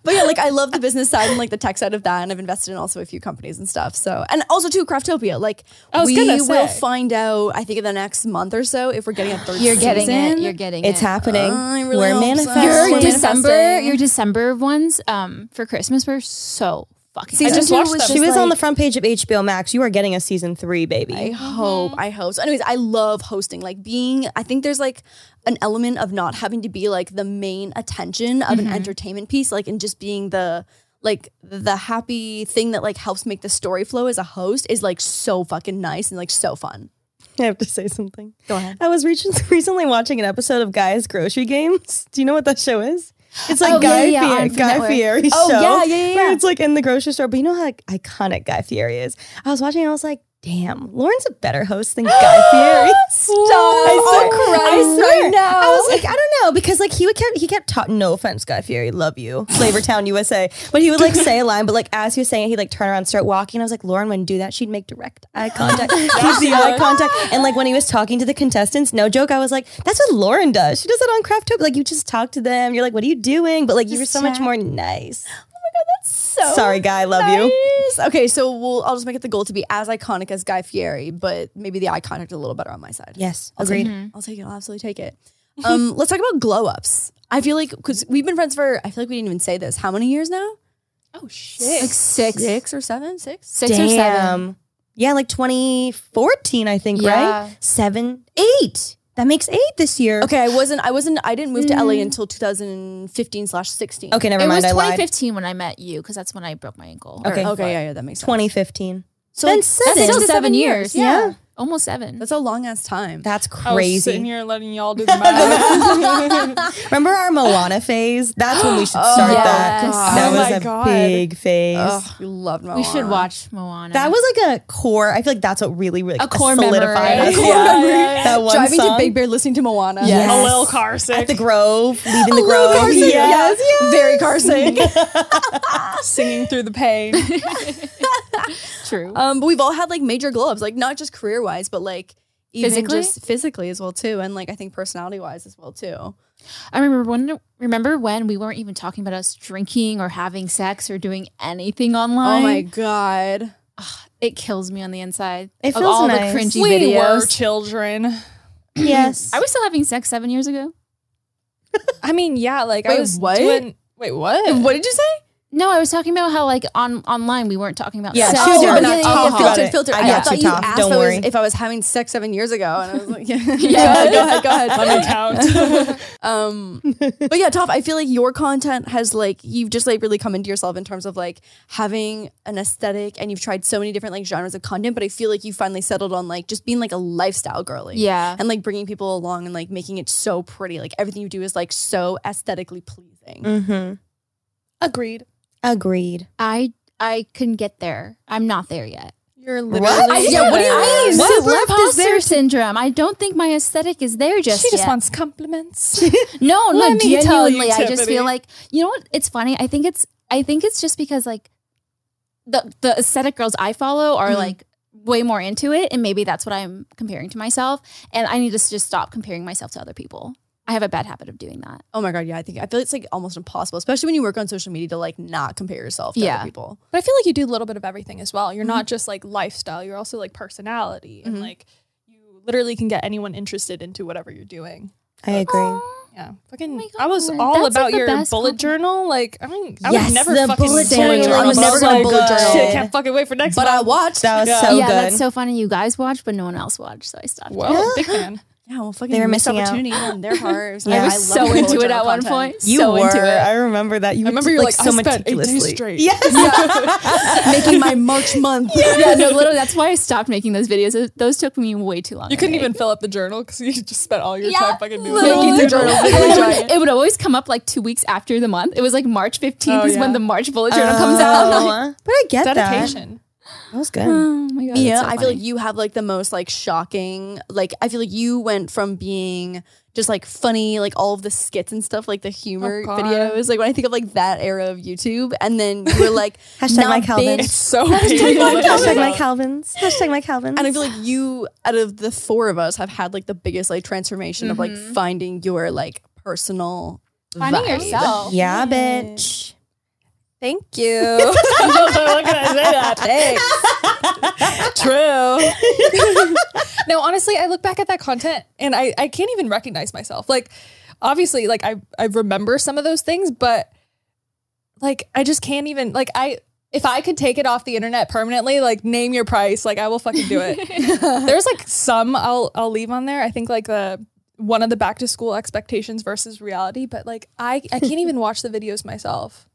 Speaker 4: but yeah, like I love the business side and like the tech side of that, and I've invested in also a few companies and stuff. So, and also too, Craftopia. Like
Speaker 2: was
Speaker 4: we
Speaker 2: gonna
Speaker 4: will
Speaker 2: say.
Speaker 4: find out, I think in the next month or so, if we're getting a third.
Speaker 5: You're getting
Speaker 4: season.
Speaker 5: it. You're getting
Speaker 1: It's
Speaker 5: it.
Speaker 1: happening.
Speaker 4: I really
Speaker 1: We're
Speaker 4: hope so.
Speaker 1: manifesting.
Speaker 5: Your
Speaker 4: Manifesting.
Speaker 5: December, your December ones um for Christmas were so fucking.
Speaker 4: Season
Speaker 5: good.
Speaker 2: just
Speaker 4: two
Speaker 2: watched
Speaker 4: was
Speaker 2: them.
Speaker 4: just
Speaker 2: She
Speaker 1: She was on the
Speaker 4: like-
Speaker 1: front page of HBO Max. You are getting a season three, baby.
Speaker 4: I hope.
Speaker 1: Mm-hmm.
Speaker 4: I hope. So, anyways, I love hosting. Like being, I think there's like an element of not having to be like the main attention of
Speaker 1: Mm-hmm.
Speaker 4: an entertainment piece, like and just being the like the happy thing that like helps make the story flow as a host is like so fucking nice and like so fun.
Speaker 1: I have to say something.
Speaker 4: Go ahead.
Speaker 1: I was recent- recently watching an episode of Guy's Grocery Games. Do you know what that show is? It's like
Speaker 5: Oh, yeah,
Speaker 1: Guy,
Speaker 5: yeah, yeah,
Speaker 1: Fier-
Speaker 5: on Food
Speaker 1: Guy
Speaker 5: Network.
Speaker 1: Fieri's
Speaker 4: Oh,
Speaker 1: show.
Speaker 4: yeah, yeah, yeah,
Speaker 1: where
Speaker 4: yeah.
Speaker 1: It's like in the grocery store, but you know how like, iconic Guy Fieri is. I was watching and I was like, damn, Lauren's a better host than Guy Fieri. Stop. I swear, I swear. I was like, I don't know, because like he would kept he kept talking. No offense, Guy Fieri, love you, Flavortown, USA. But he would like say a line, but like as he was saying it, he'd like turn around, and start walking. I was like, Lauren wouldn't do that. She'd make direct eye contact, keep the eye contact, and like when he was talking to the contestants, no joke, I was like, that's what Lauren does. She does it on Craft Hope. Like you just talk to them. You're like, what are you doing? But like you were so much more nice.
Speaker 4: So
Speaker 1: Sorry, Guy, love you.
Speaker 4: nice. Okay, so we'll I'll just make it the goal to be as iconic as Guy Fieri, but maybe the eye contact a little better on my side.
Speaker 1: Yes,
Speaker 4: I'll take
Speaker 1: agreed.
Speaker 4: it. I'll take it. I'll absolutely take it. Um, let's talk about glow ups. I feel like because we've been friends for I feel like we didn't even say this. How many years now?
Speaker 5: oh shit, like six,
Speaker 4: Six, or seven? Six?
Speaker 5: six or seven.
Speaker 1: Yeah, like 2014, I think,
Speaker 5: Yeah.
Speaker 1: right? Seven, eight. That makes eight this year.
Speaker 4: Okay, I wasn't. I wasn't. I didn't move to
Speaker 5: Mm.
Speaker 4: LA until 2015 slash 16.
Speaker 1: Okay, never
Speaker 5: It was
Speaker 1: mind. I lied.
Speaker 5: 2015 when I met you because that's when I broke my ankle.
Speaker 1: Okay.
Speaker 4: Okay. Yeah. Yeah. That makes sense.
Speaker 1: 2015.
Speaker 4: So
Speaker 1: Then
Speaker 4: like,
Speaker 1: seven.
Speaker 5: That's still
Speaker 1: Six
Speaker 5: seven,
Speaker 1: to
Speaker 5: years.
Speaker 1: Yeah.
Speaker 5: almost seven.
Speaker 4: That's a long ass time.
Speaker 1: That's
Speaker 2: I was sitting
Speaker 1: crazy.
Speaker 2: here letting y'all do the math.
Speaker 1: Remember our Moana phase? That's when we should start
Speaker 5: yes.
Speaker 1: that. That
Speaker 2: Oh
Speaker 1: was
Speaker 2: my
Speaker 1: a
Speaker 2: God.
Speaker 1: big phase.
Speaker 4: Ugh, we loved Moana.
Speaker 5: we should watch Moana.
Speaker 1: That was like a core. I feel like that's what really, really
Speaker 5: A core
Speaker 1: solidified
Speaker 5: memory.
Speaker 1: us.
Speaker 5: A core
Speaker 1: Yeah. That one
Speaker 4: driving
Speaker 1: song.
Speaker 4: to Big Bear, listening to Moana.
Speaker 5: Oh,
Speaker 1: Yes.
Speaker 2: a little car
Speaker 1: At
Speaker 2: sick.
Speaker 1: the Grove, leaving the
Speaker 4: Lil
Speaker 1: Grove.
Speaker 4: Carson,
Speaker 1: Yes.
Speaker 4: yes, Very Carson.
Speaker 2: singing through the pain.
Speaker 5: true.
Speaker 4: Um, but we've all had like major glow ups, like not just career wise, but like even
Speaker 5: Physically?
Speaker 4: just physically as well too, and like I think personality wise as well too.
Speaker 5: I remember when remember when we weren't even talking about us drinking or having sex or doing anything online.
Speaker 4: Oh my god,
Speaker 5: It kills me on the inside.
Speaker 1: It
Speaker 5: of
Speaker 1: feels
Speaker 5: all
Speaker 1: nice.
Speaker 5: the cringy
Speaker 2: we
Speaker 5: videos.
Speaker 2: were children.
Speaker 1: Yes.
Speaker 5: I was still having sex seven years ago.
Speaker 2: I mean, yeah, like
Speaker 4: Wait,
Speaker 2: I was
Speaker 4: what?
Speaker 2: doing. Wait, what?
Speaker 4: what did you say?
Speaker 5: No, I was talking about how like on online we weren't talking about
Speaker 1: Yeah,
Speaker 5: sex.
Speaker 1: she was
Speaker 5: or-
Speaker 1: doing
Speaker 5: yeah,
Speaker 1: it on
Speaker 5: yeah,
Speaker 1: top
Speaker 5: yeah,
Speaker 1: of
Speaker 5: yeah.
Speaker 4: filter,
Speaker 1: it.
Speaker 4: filter.
Speaker 1: I
Speaker 4: I,
Speaker 1: got
Speaker 4: thought
Speaker 1: you,
Speaker 4: you,
Speaker 1: Toph.
Speaker 4: asked
Speaker 1: Don't
Speaker 4: if I was-
Speaker 1: worry.
Speaker 4: if I was having sex seven years ago, and I was like, yeah, yeah. go ahead, go ahead, go ahead.
Speaker 2: Let me count.
Speaker 4: Um, but yeah, Toph, I feel like your content has like you've just like really come into yourself in terms of like having an aesthetic, and you've tried so many different like genres of content. But I feel like you finally settled on like just being like a lifestyle girly,
Speaker 5: Yeah.
Speaker 4: and like bringing people along and like making it so pretty. Like everything you do is like so aesthetically pleasing.
Speaker 1: Mm-hmm.
Speaker 2: Agreed.
Speaker 1: Agreed.
Speaker 5: I I couldn't get there. I'm not there yet.
Speaker 2: You're
Speaker 1: I-
Speaker 2: literally.
Speaker 1: yeah, what do you mean?
Speaker 5: What?
Speaker 1: Super
Speaker 5: Super
Speaker 1: imposter
Speaker 5: imposter syndrome. I don't think my aesthetic is there just
Speaker 2: she just
Speaker 5: yet.
Speaker 2: wants compliments.
Speaker 5: No, no,
Speaker 2: Let me tell you,
Speaker 5: genuinely. I just
Speaker 2: Tiffany.
Speaker 5: feel like you know what? It's funny. I think it's I think it's just because like the the aesthetic girls I follow
Speaker 2: Mm-hmm.
Speaker 5: are like way more into it, and maybe that's what I'm comparing to myself. And I need to s- just stop comparing myself to other people. I have a bad habit of doing that.
Speaker 4: Oh my god, yeah, I think I feel it's like almost impossible, especially when you work on social media to like not compare yourself to
Speaker 5: Yeah.
Speaker 4: other people.
Speaker 2: But I feel like you do a little bit of everything as well. You're not just like lifestyle, you're also like personality and
Speaker 4: Mhm.
Speaker 2: like you literally can get anyone interested into whatever you're doing.
Speaker 1: I agree.
Speaker 2: Yeah. Fucking
Speaker 5: my
Speaker 2: I was
Speaker 5: God.
Speaker 2: all
Speaker 5: That's, like,
Speaker 2: about
Speaker 5: the
Speaker 2: your bullet
Speaker 5: best compliment.
Speaker 2: journal. Like I mean I
Speaker 1: Yes,
Speaker 2: would never
Speaker 1: the
Speaker 2: fucking
Speaker 1: bullet
Speaker 2: bullet
Speaker 1: journal.
Speaker 2: journal.
Speaker 1: I was never gonna bullet journal.
Speaker 2: Shit, can't fucking wait for next
Speaker 4: But I
Speaker 2: month.
Speaker 4: watched.
Speaker 1: That was
Speaker 2: Yeah.
Speaker 1: so
Speaker 5: yeah,
Speaker 1: good.
Speaker 5: that's so funny. You guys watch, but no one else watched, so I stopped.
Speaker 2: Well,
Speaker 5: it.
Speaker 2: big fan.
Speaker 4: yeah, well, fucking
Speaker 1: They were
Speaker 4: missed
Speaker 1: missing out.
Speaker 4: opportunity on their part.
Speaker 1: Yeah. I
Speaker 5: I
Speaker 4: love
Speaker 1: was
Speaker 5: was so
Speaker 4: bullet
Speaker 5: into it
Speaker 4: journal
Speaker 5: at one
Speaker 4: content.
Speaker 5: point.
Speaker 1: You
Speaker 5: so
Speaker 1: were.
Speaker 5: into it.
Speaker 1: I remember that. You
Speaker 2: I remember
Speaker 1: were
Speaker 2: you're
Speaker 1: like,
Speaker 2: like,
Speaker 1: so
Speaker 2: I spent eight days
Speaker 1: meticulously.
Speaker 2: straight.
Speaker 1: Yes.
Speaker 4: making my March month.
Speaker 5: yeah, no, literally, that's why I stopped making those videos. Those- Those took me way too long.
Speaker 2: You couldn't
Speaker 5: to
Speaker 2: even fill up the journal because you just spent all your
Speaker 5: Yeah,
Speaker 2: time fucking doing
Speaker 5: literally.
Speaker 2: it.
Speaker 5: Making the
Speaker 4: journal.
Speaker 5: it, would, it would always come up like two weeks after the month. It was like March 15th
Speaker 2: Oh,
Speaker 5: is
Speaker 2: yeah.
Speaker 5: Ah. when the March bullet journal comes out.
Speaker 1: but I get
Speaker 2: Dedication.
Speaker 1: that. That was good.
Speaker 5: Oh my god.
Speaker 4: Yeah,
Speaker 5: that's so
Speaker 4: I feel like
Speaker 5: funny.
Speaker 4: you have like the most like shocking. Like I feel like you went from being just like funny, like all of the skits and stuff, like the humor
Speaker 5: Oh,
Speaker 2: God.
Speaker 4: videos. Like when I think of like that era of YouTube, and then you were like
Speaker 1: Hashtag
Speaker 4: not
Speaker 1: Mike Calvin.
Speaker 4: big.
Speaker 1: It's
Speaker 2: So
Speaker 1: Hashtag my Calvins. Hashtag my Calvins.
Speaker 4: And I feel like you, out of the four of us, have had like the biggest like transformation of
Speaker 5: Mm-hmm.
Speaker 4: like finding your like personal.
Speaker 5: finding
Speaker 4: vibe.
Speaker 5: yourself.
Speaker 1: yeah, bitch.
Speaker 4: Thank you.
Speaker 6: What can I say that?
Speaker 4: True.
Speaker 2: no, honestly, I look back at that content and I, I can't even recognize myself. Like, obviously, like I, I remember some of those things, but like I just can't even like I if I could take it off the internet permanently, like name your price, like I will fucking do it. There's like some I'll I'll leave on there. I think like the one of the back to school expectations versus reality, but like I I can't even watch the videos myself.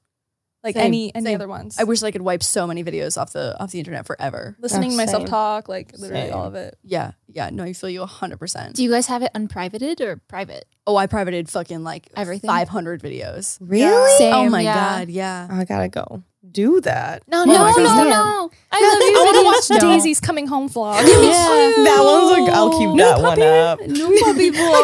Speaker 2: Like
Speaker 4: Same,
Speaker 2: any any
Speaker 4: same.
Speaker 2: other ones.
Speaker 4: I wish I could wipe so many videos off the off the internet forever.
Speaker 2: listening to myself
Speaker 1: Same.
Speaker 2: talk, like literally all of it.
Speaker 4: Yeah, yeah. No, I feel you hundred percent.
Speaker 5: Do you guys have it unprivated or private?
Speaker 4: Oh, I privated fucking like
Speaker 5: Everything?
Speaker 4: five hundred videos.
Speaker 1: Really?
Speaker 5: Same,
Speaker 4: oh my
Speaker 5: yeah.
Speaker 4: god, yeah.
Speaker 1: I gotta go do that.
Speaker 5: No,
Speaker 1: Well,
Speaker 5: no,
Speaker 1: I
Speaker 5: no,
Speaker 1: understand.
Speaker 5: no, I love you.
Speaker 2: I want
Speaker 5: videos.
Speaker 2: to watch
Speaker 5: No.
Speaker 2: Daisy's coming home vlog.
Speaker 5: Yeah.
Speaker 1: That one's like I'll keep that one up. I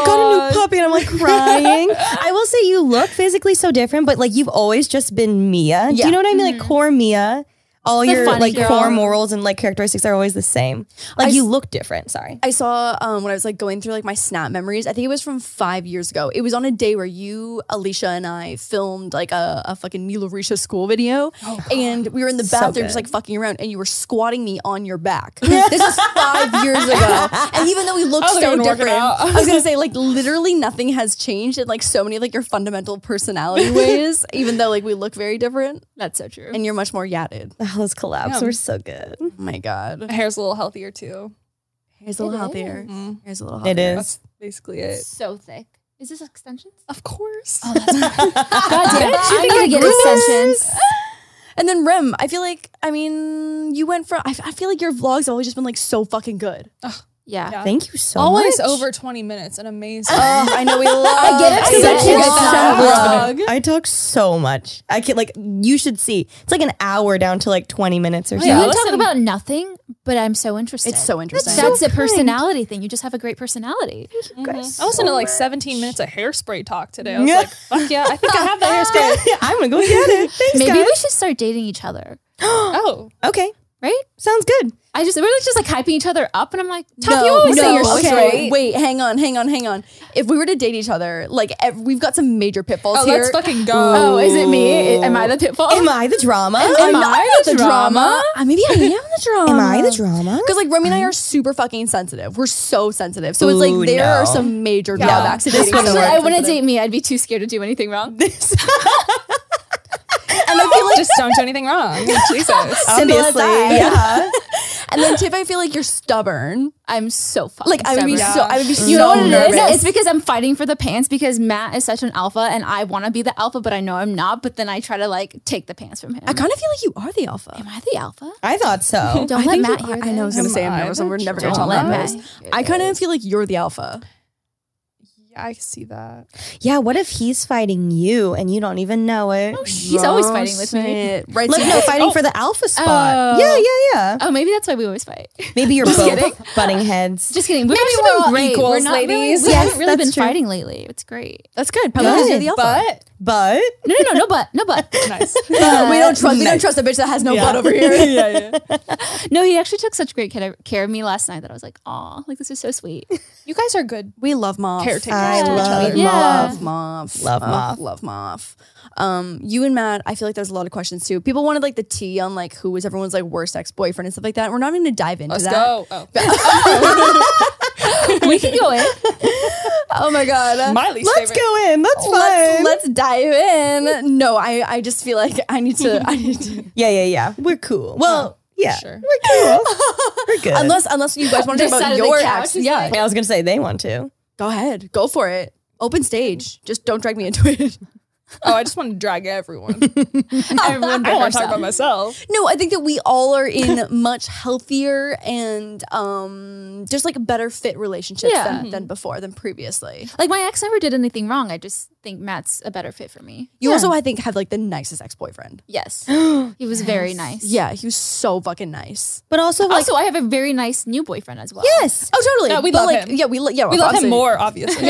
Speaker 1: got a new puppy and I'm like crying. I will say you look physically so different, but like you've always just been Mia. Do
Speaker 4: Yeah.
Speaker 1: you know what I mean? Like core Mia. All
Speaker 5: The
Speaker 1: your
Speaker 5: funny
Speaker 1: like
Speaker 5: girl.
Speaker 1: core morals and like characteristics are always the same. Like you look different. Sorry.
Speaker 4: I saw um, when I was like going through like my snap memories. I think it was from five years ago. It was on a day where you, Alicia, and I filmed like a, a fucking Mila Risha school video, and we were in the
Speaker 1: So
Speaker 4: bathroom just like fucking around, and you were squatting me on your back. this was five years ago, and even though we looked
Speaker 2: I was
Speaker 4: so
Speaker 2: gonna work it
Speaker 4: different,
Speaker 2: out.
Speaker 4: I was gonna say like literally nothing has changed in like so many like your fundamental personality ways. Even though like we look very different,
Speaker 5: That's so true.
Speaker 4: and you're much more yatted.
Speaker 1: Oh, those collabs were so good.
Speaker 4: Oh my god.
Speaker 2: My hair's a little healthier too.
Speaker 4: Here's a little healthier.
Speaker 2: Mm.
Speaker 4: Here's a little
Speaker 1: It
Speaker 4: healthier.
Speaker 1: is.
Speaker 2: That's basically it.
Speaker 5: so thick. Oh, Is this extensions?
Speaker 2: Of course.
Speaker 5: God damn it. I gotta get extensions.
Speaker 4: And then Rem, I feel like, I mean, you went from, I, I feel like your vlogs have always just been like so fucking good.
Speaker 5: Yeah.
Speaker 2: Yeah.
Speaker 1: Thank you so
Speaker 2: Always
Speaker 1: much.
Speaker 2: over 20 minutes and amazing.
Speaker 4: I know we love I
Speaker 5: get upset
Speaker 1: Such
Speaker 5: Yeah.
Speaker 1: a
Speaker 5: Yeah.
Speaker 1: vlog. I talk so much. I can like you should see. It's like an hour down to like 20 minutes or so.
Speaker 5: You
Speaker 2: Yeah,
Speaker 5: can talk
Speaker 2: listen.
Speaker 5: about nothing, but I'm so interested.
Speaker 4: It's so interesting.
Speaker 5: That's a personality thing. You just have a great personality.
Speaker 2: I listened to like 17 minutes of hairspray talk today. Oh, I was like, fuck yeah, I think I have that hairspray.
Speaker 1: I'm gonna go get it. Thanks,
Speaker 5: Maybe
Speaker 1: guys.
Speaker 5: we should start dating each other,
Speaker 2: Oh,
Speaker 1: okay,
Speaker 5: right?
Speaker 1: sounds good.
Speaker 5: I just we're just like hyping each other up, and I'm like, Top,
Speaker 4: No,
Speaker 5: you always
Speaker 4: no,
Speaker 5: say you're
Speaker 4: okay,
Speaker 5: straight.
Speaker 4: Wait, hang on, hang on, hang on. If we were to date each other, like ev- we've got some major pitfalls
Speaker 2: oh
Speaker 4: here.
Speaker 2: let's fucking go.
Speaker 5: Oh, is it me? I- Am I the pitfall?
Speaker 4: Oh.
Speaker 1: Am I the drama?
Speaker 4: I'm not the drama. Uh, Maybe I am the drama.
Speaker 1: Am I the drama?
Speaker 4: Because like Remy and I are super fucking sensitive. We're so sensitive. So it's like
Speaker 1: Ooh,
Speaker 4: there are
Speaker 1: no.
Speaker 4: some major drawbacks to
Speaker 1: This
Speaker 4: dating
Speaker 1: wouldn't
Speaker 5: Actually,
Speaker 4: someone
Speaker 5: I wouldn't
Speaker 4: sensitive.
Speaker 5: date me. I'd be too scared to do anything wrong.
Speaker 4: And I feel like
Speaker 2: Just don't do anything wrong. Jesus.
Speaker 4: Simple as
Speaker 1: Obviously,
Speaker 4: I.
Speaker 1: yeah.
Speaker 4: And then Tiff, I feel like you're stubborn.
Speaker 5: I'm so fucking
Speaker 4: Like I would be
Speaker 5: stubborn.
Speaker 4: so, I would be so
Speaker 5: You know what
Speaker 4: nervous.
Speaker 5: it is? It's because I'm fighting for the pants because Matt is such an alpha and I want to be the alpha, but I know I'm not. But then I try to like take the pants from him.
Speaker 4: I kind of feel like you are the alpha.
Speaker 5: Am I the alpha?
Speaker 1: I thought so.
Speaker 5: Don't
Speaker 4: I
Speaker 5: let
Speaker 4: think
Speaker 5: Matt
Speaker 4: you-
Speaker 5: hear
Speaker 4: I, I know I was
Speaker 5: this.
Speaker 4: gonna say I'm
Speaker 2: Am I
Speaker 4: never, so
Speaker 2: the
Speaker 4: we're never
Speaker 5: Don't
Speaker 4: gonna tell
Speaker 5: let
Speaker 4: them
Speaker 5: Matt
Speaker 4: this.
Speaker 5: hear
Speaker 4: I kind
Speaker 5: this.
Speaker 4: of feel like you're the alpha.
Speaker 2: Yeah, I see that.
Speaker 1: Yeah. What if he's fighting you and you don't even know it?
Speaker 5: He's always
Speaker 1: Oh,
Speaker 5: fighting with me.
Speaker 4: Shit. Right?
Speaker 1: Like
Speaker 4: so-
Speaker 1: no, fighting for the alpha spot.
Speaker 5: Oh.
Speaker 1: Yeah, yeah, yeah.
Speaker 5: Oh, maybe that's why we always fight.
Speaker 1: Maybe you're both butting heads.
Speaker 5: Just kidding. We've
Speaker 2: Maybe
Speaker 5: actually
Speaker 2: we're
Speaker 5: been
Speaker 2: all
Speaker 5: great.
Speaker 2: equals,
Speaker 5: we're not
Speaker 2: ladies.
Speaker 5: Really, we
Speaker 1: Yes,
Speaker 5: haven't really
Speaker 1: that's
Speaker 5: been
Speaker 1: true.
Speaker 5: fighting lately. It's great.
Speaker 4: That's good. Probably because you're the alpha.
Speaker 2: But
Speaker 1: but
Speaker 5: No, no, no, no, but no, but
Speaker 2: nice.
Speaker 4: Uh, we don't trust. We don't trust a bitch that has no butt over here.
Speaker 5: no. He actually took such great care care of me last night that I was like, aw, like this is so sweet.
Speaker 2: You guys are good.
Speaker 4: We love Moth.
Speaker 2: Caretakers
Speaker 1: I
Speaker 2: to each
Speaker 1: love
Speaker 2: other.
Speaker 4: We
Speaker 5: Yeah.
Speaker 4: love Moth.
Speaker 1: Love Moth.
Speaker 4: Love Moth. Um, you and Matt, I feel like there's a lot of questions too. People wanted like the tea on like who was everyone's like worst ex boyfriend and stuff like that. We're not even gonna dive into
Speaker 2: Let's
Speaker 4: that.
Speaker 2: go. Oh.
Speaker 5: we can go in.
Speaker 4: Oh my god.
Speaker 2: My least
Speaker 1: let's
Speaker 2: favorite.
Speaker 1: go in. That's
Speaker 4: Let's,
Speaker 1: fun.
Speaker 4: let's dive in. No, I, I just feel like I need to I need to
Speaker 1: yeah, yeah, yeah. We're cool. Well, yeah,
Speaker 2: sure.
Speaker 1: we're cool. we're good.
Speaker 4: unless unless you guys want to
Speaker 5: This
Speaker 4: talk
Speaker 5: side
Speaker 4: about
Speaker 5: of the
Speaker 4: your
Speaker 5: couch
Speaker 4: ex.
Speaker 5: is
Speaker 4: Yeah,
Speaker 5: like-
Speaker 1: I was gonna say they want to.
Speaker 4: go ahead, go for it. Open stage. Just don't drag me into it.
Speaker 2: Oh, I just want to drag everyone. everyone I don't want to talk about myself.
Speaker 4: No, I think that we all are in much healthier and um, just like better fit relationships
Speaker 5: Yeah.
Speaker 4: than, than before, than previously.
Speaker 5: Like my ex never did anything wrong. I just think Matt's a better fit for me.
Speaker 4: You also, I think, have like the nicest ex boyfriend.
Speaker 5: Yes, he was very nice.
Speaker 4: Yeah, he was so fucking nice.
Speaker 1: But also, like,
Speaker 5: also, I have a very nice new boyfriend as well.
Speaker 1: yes,
Speaker 4: Oh, totally.
Speaker 2: No, we
Speaker 4: But,
Speaker 2: love
Speaker 4: like,
Speaker 2: him.
Speaker 4: Yeah, we, lo- yeah,
Speaker 2: We love
Speaker 4: obviously.
Speaker 2: him more, obviously.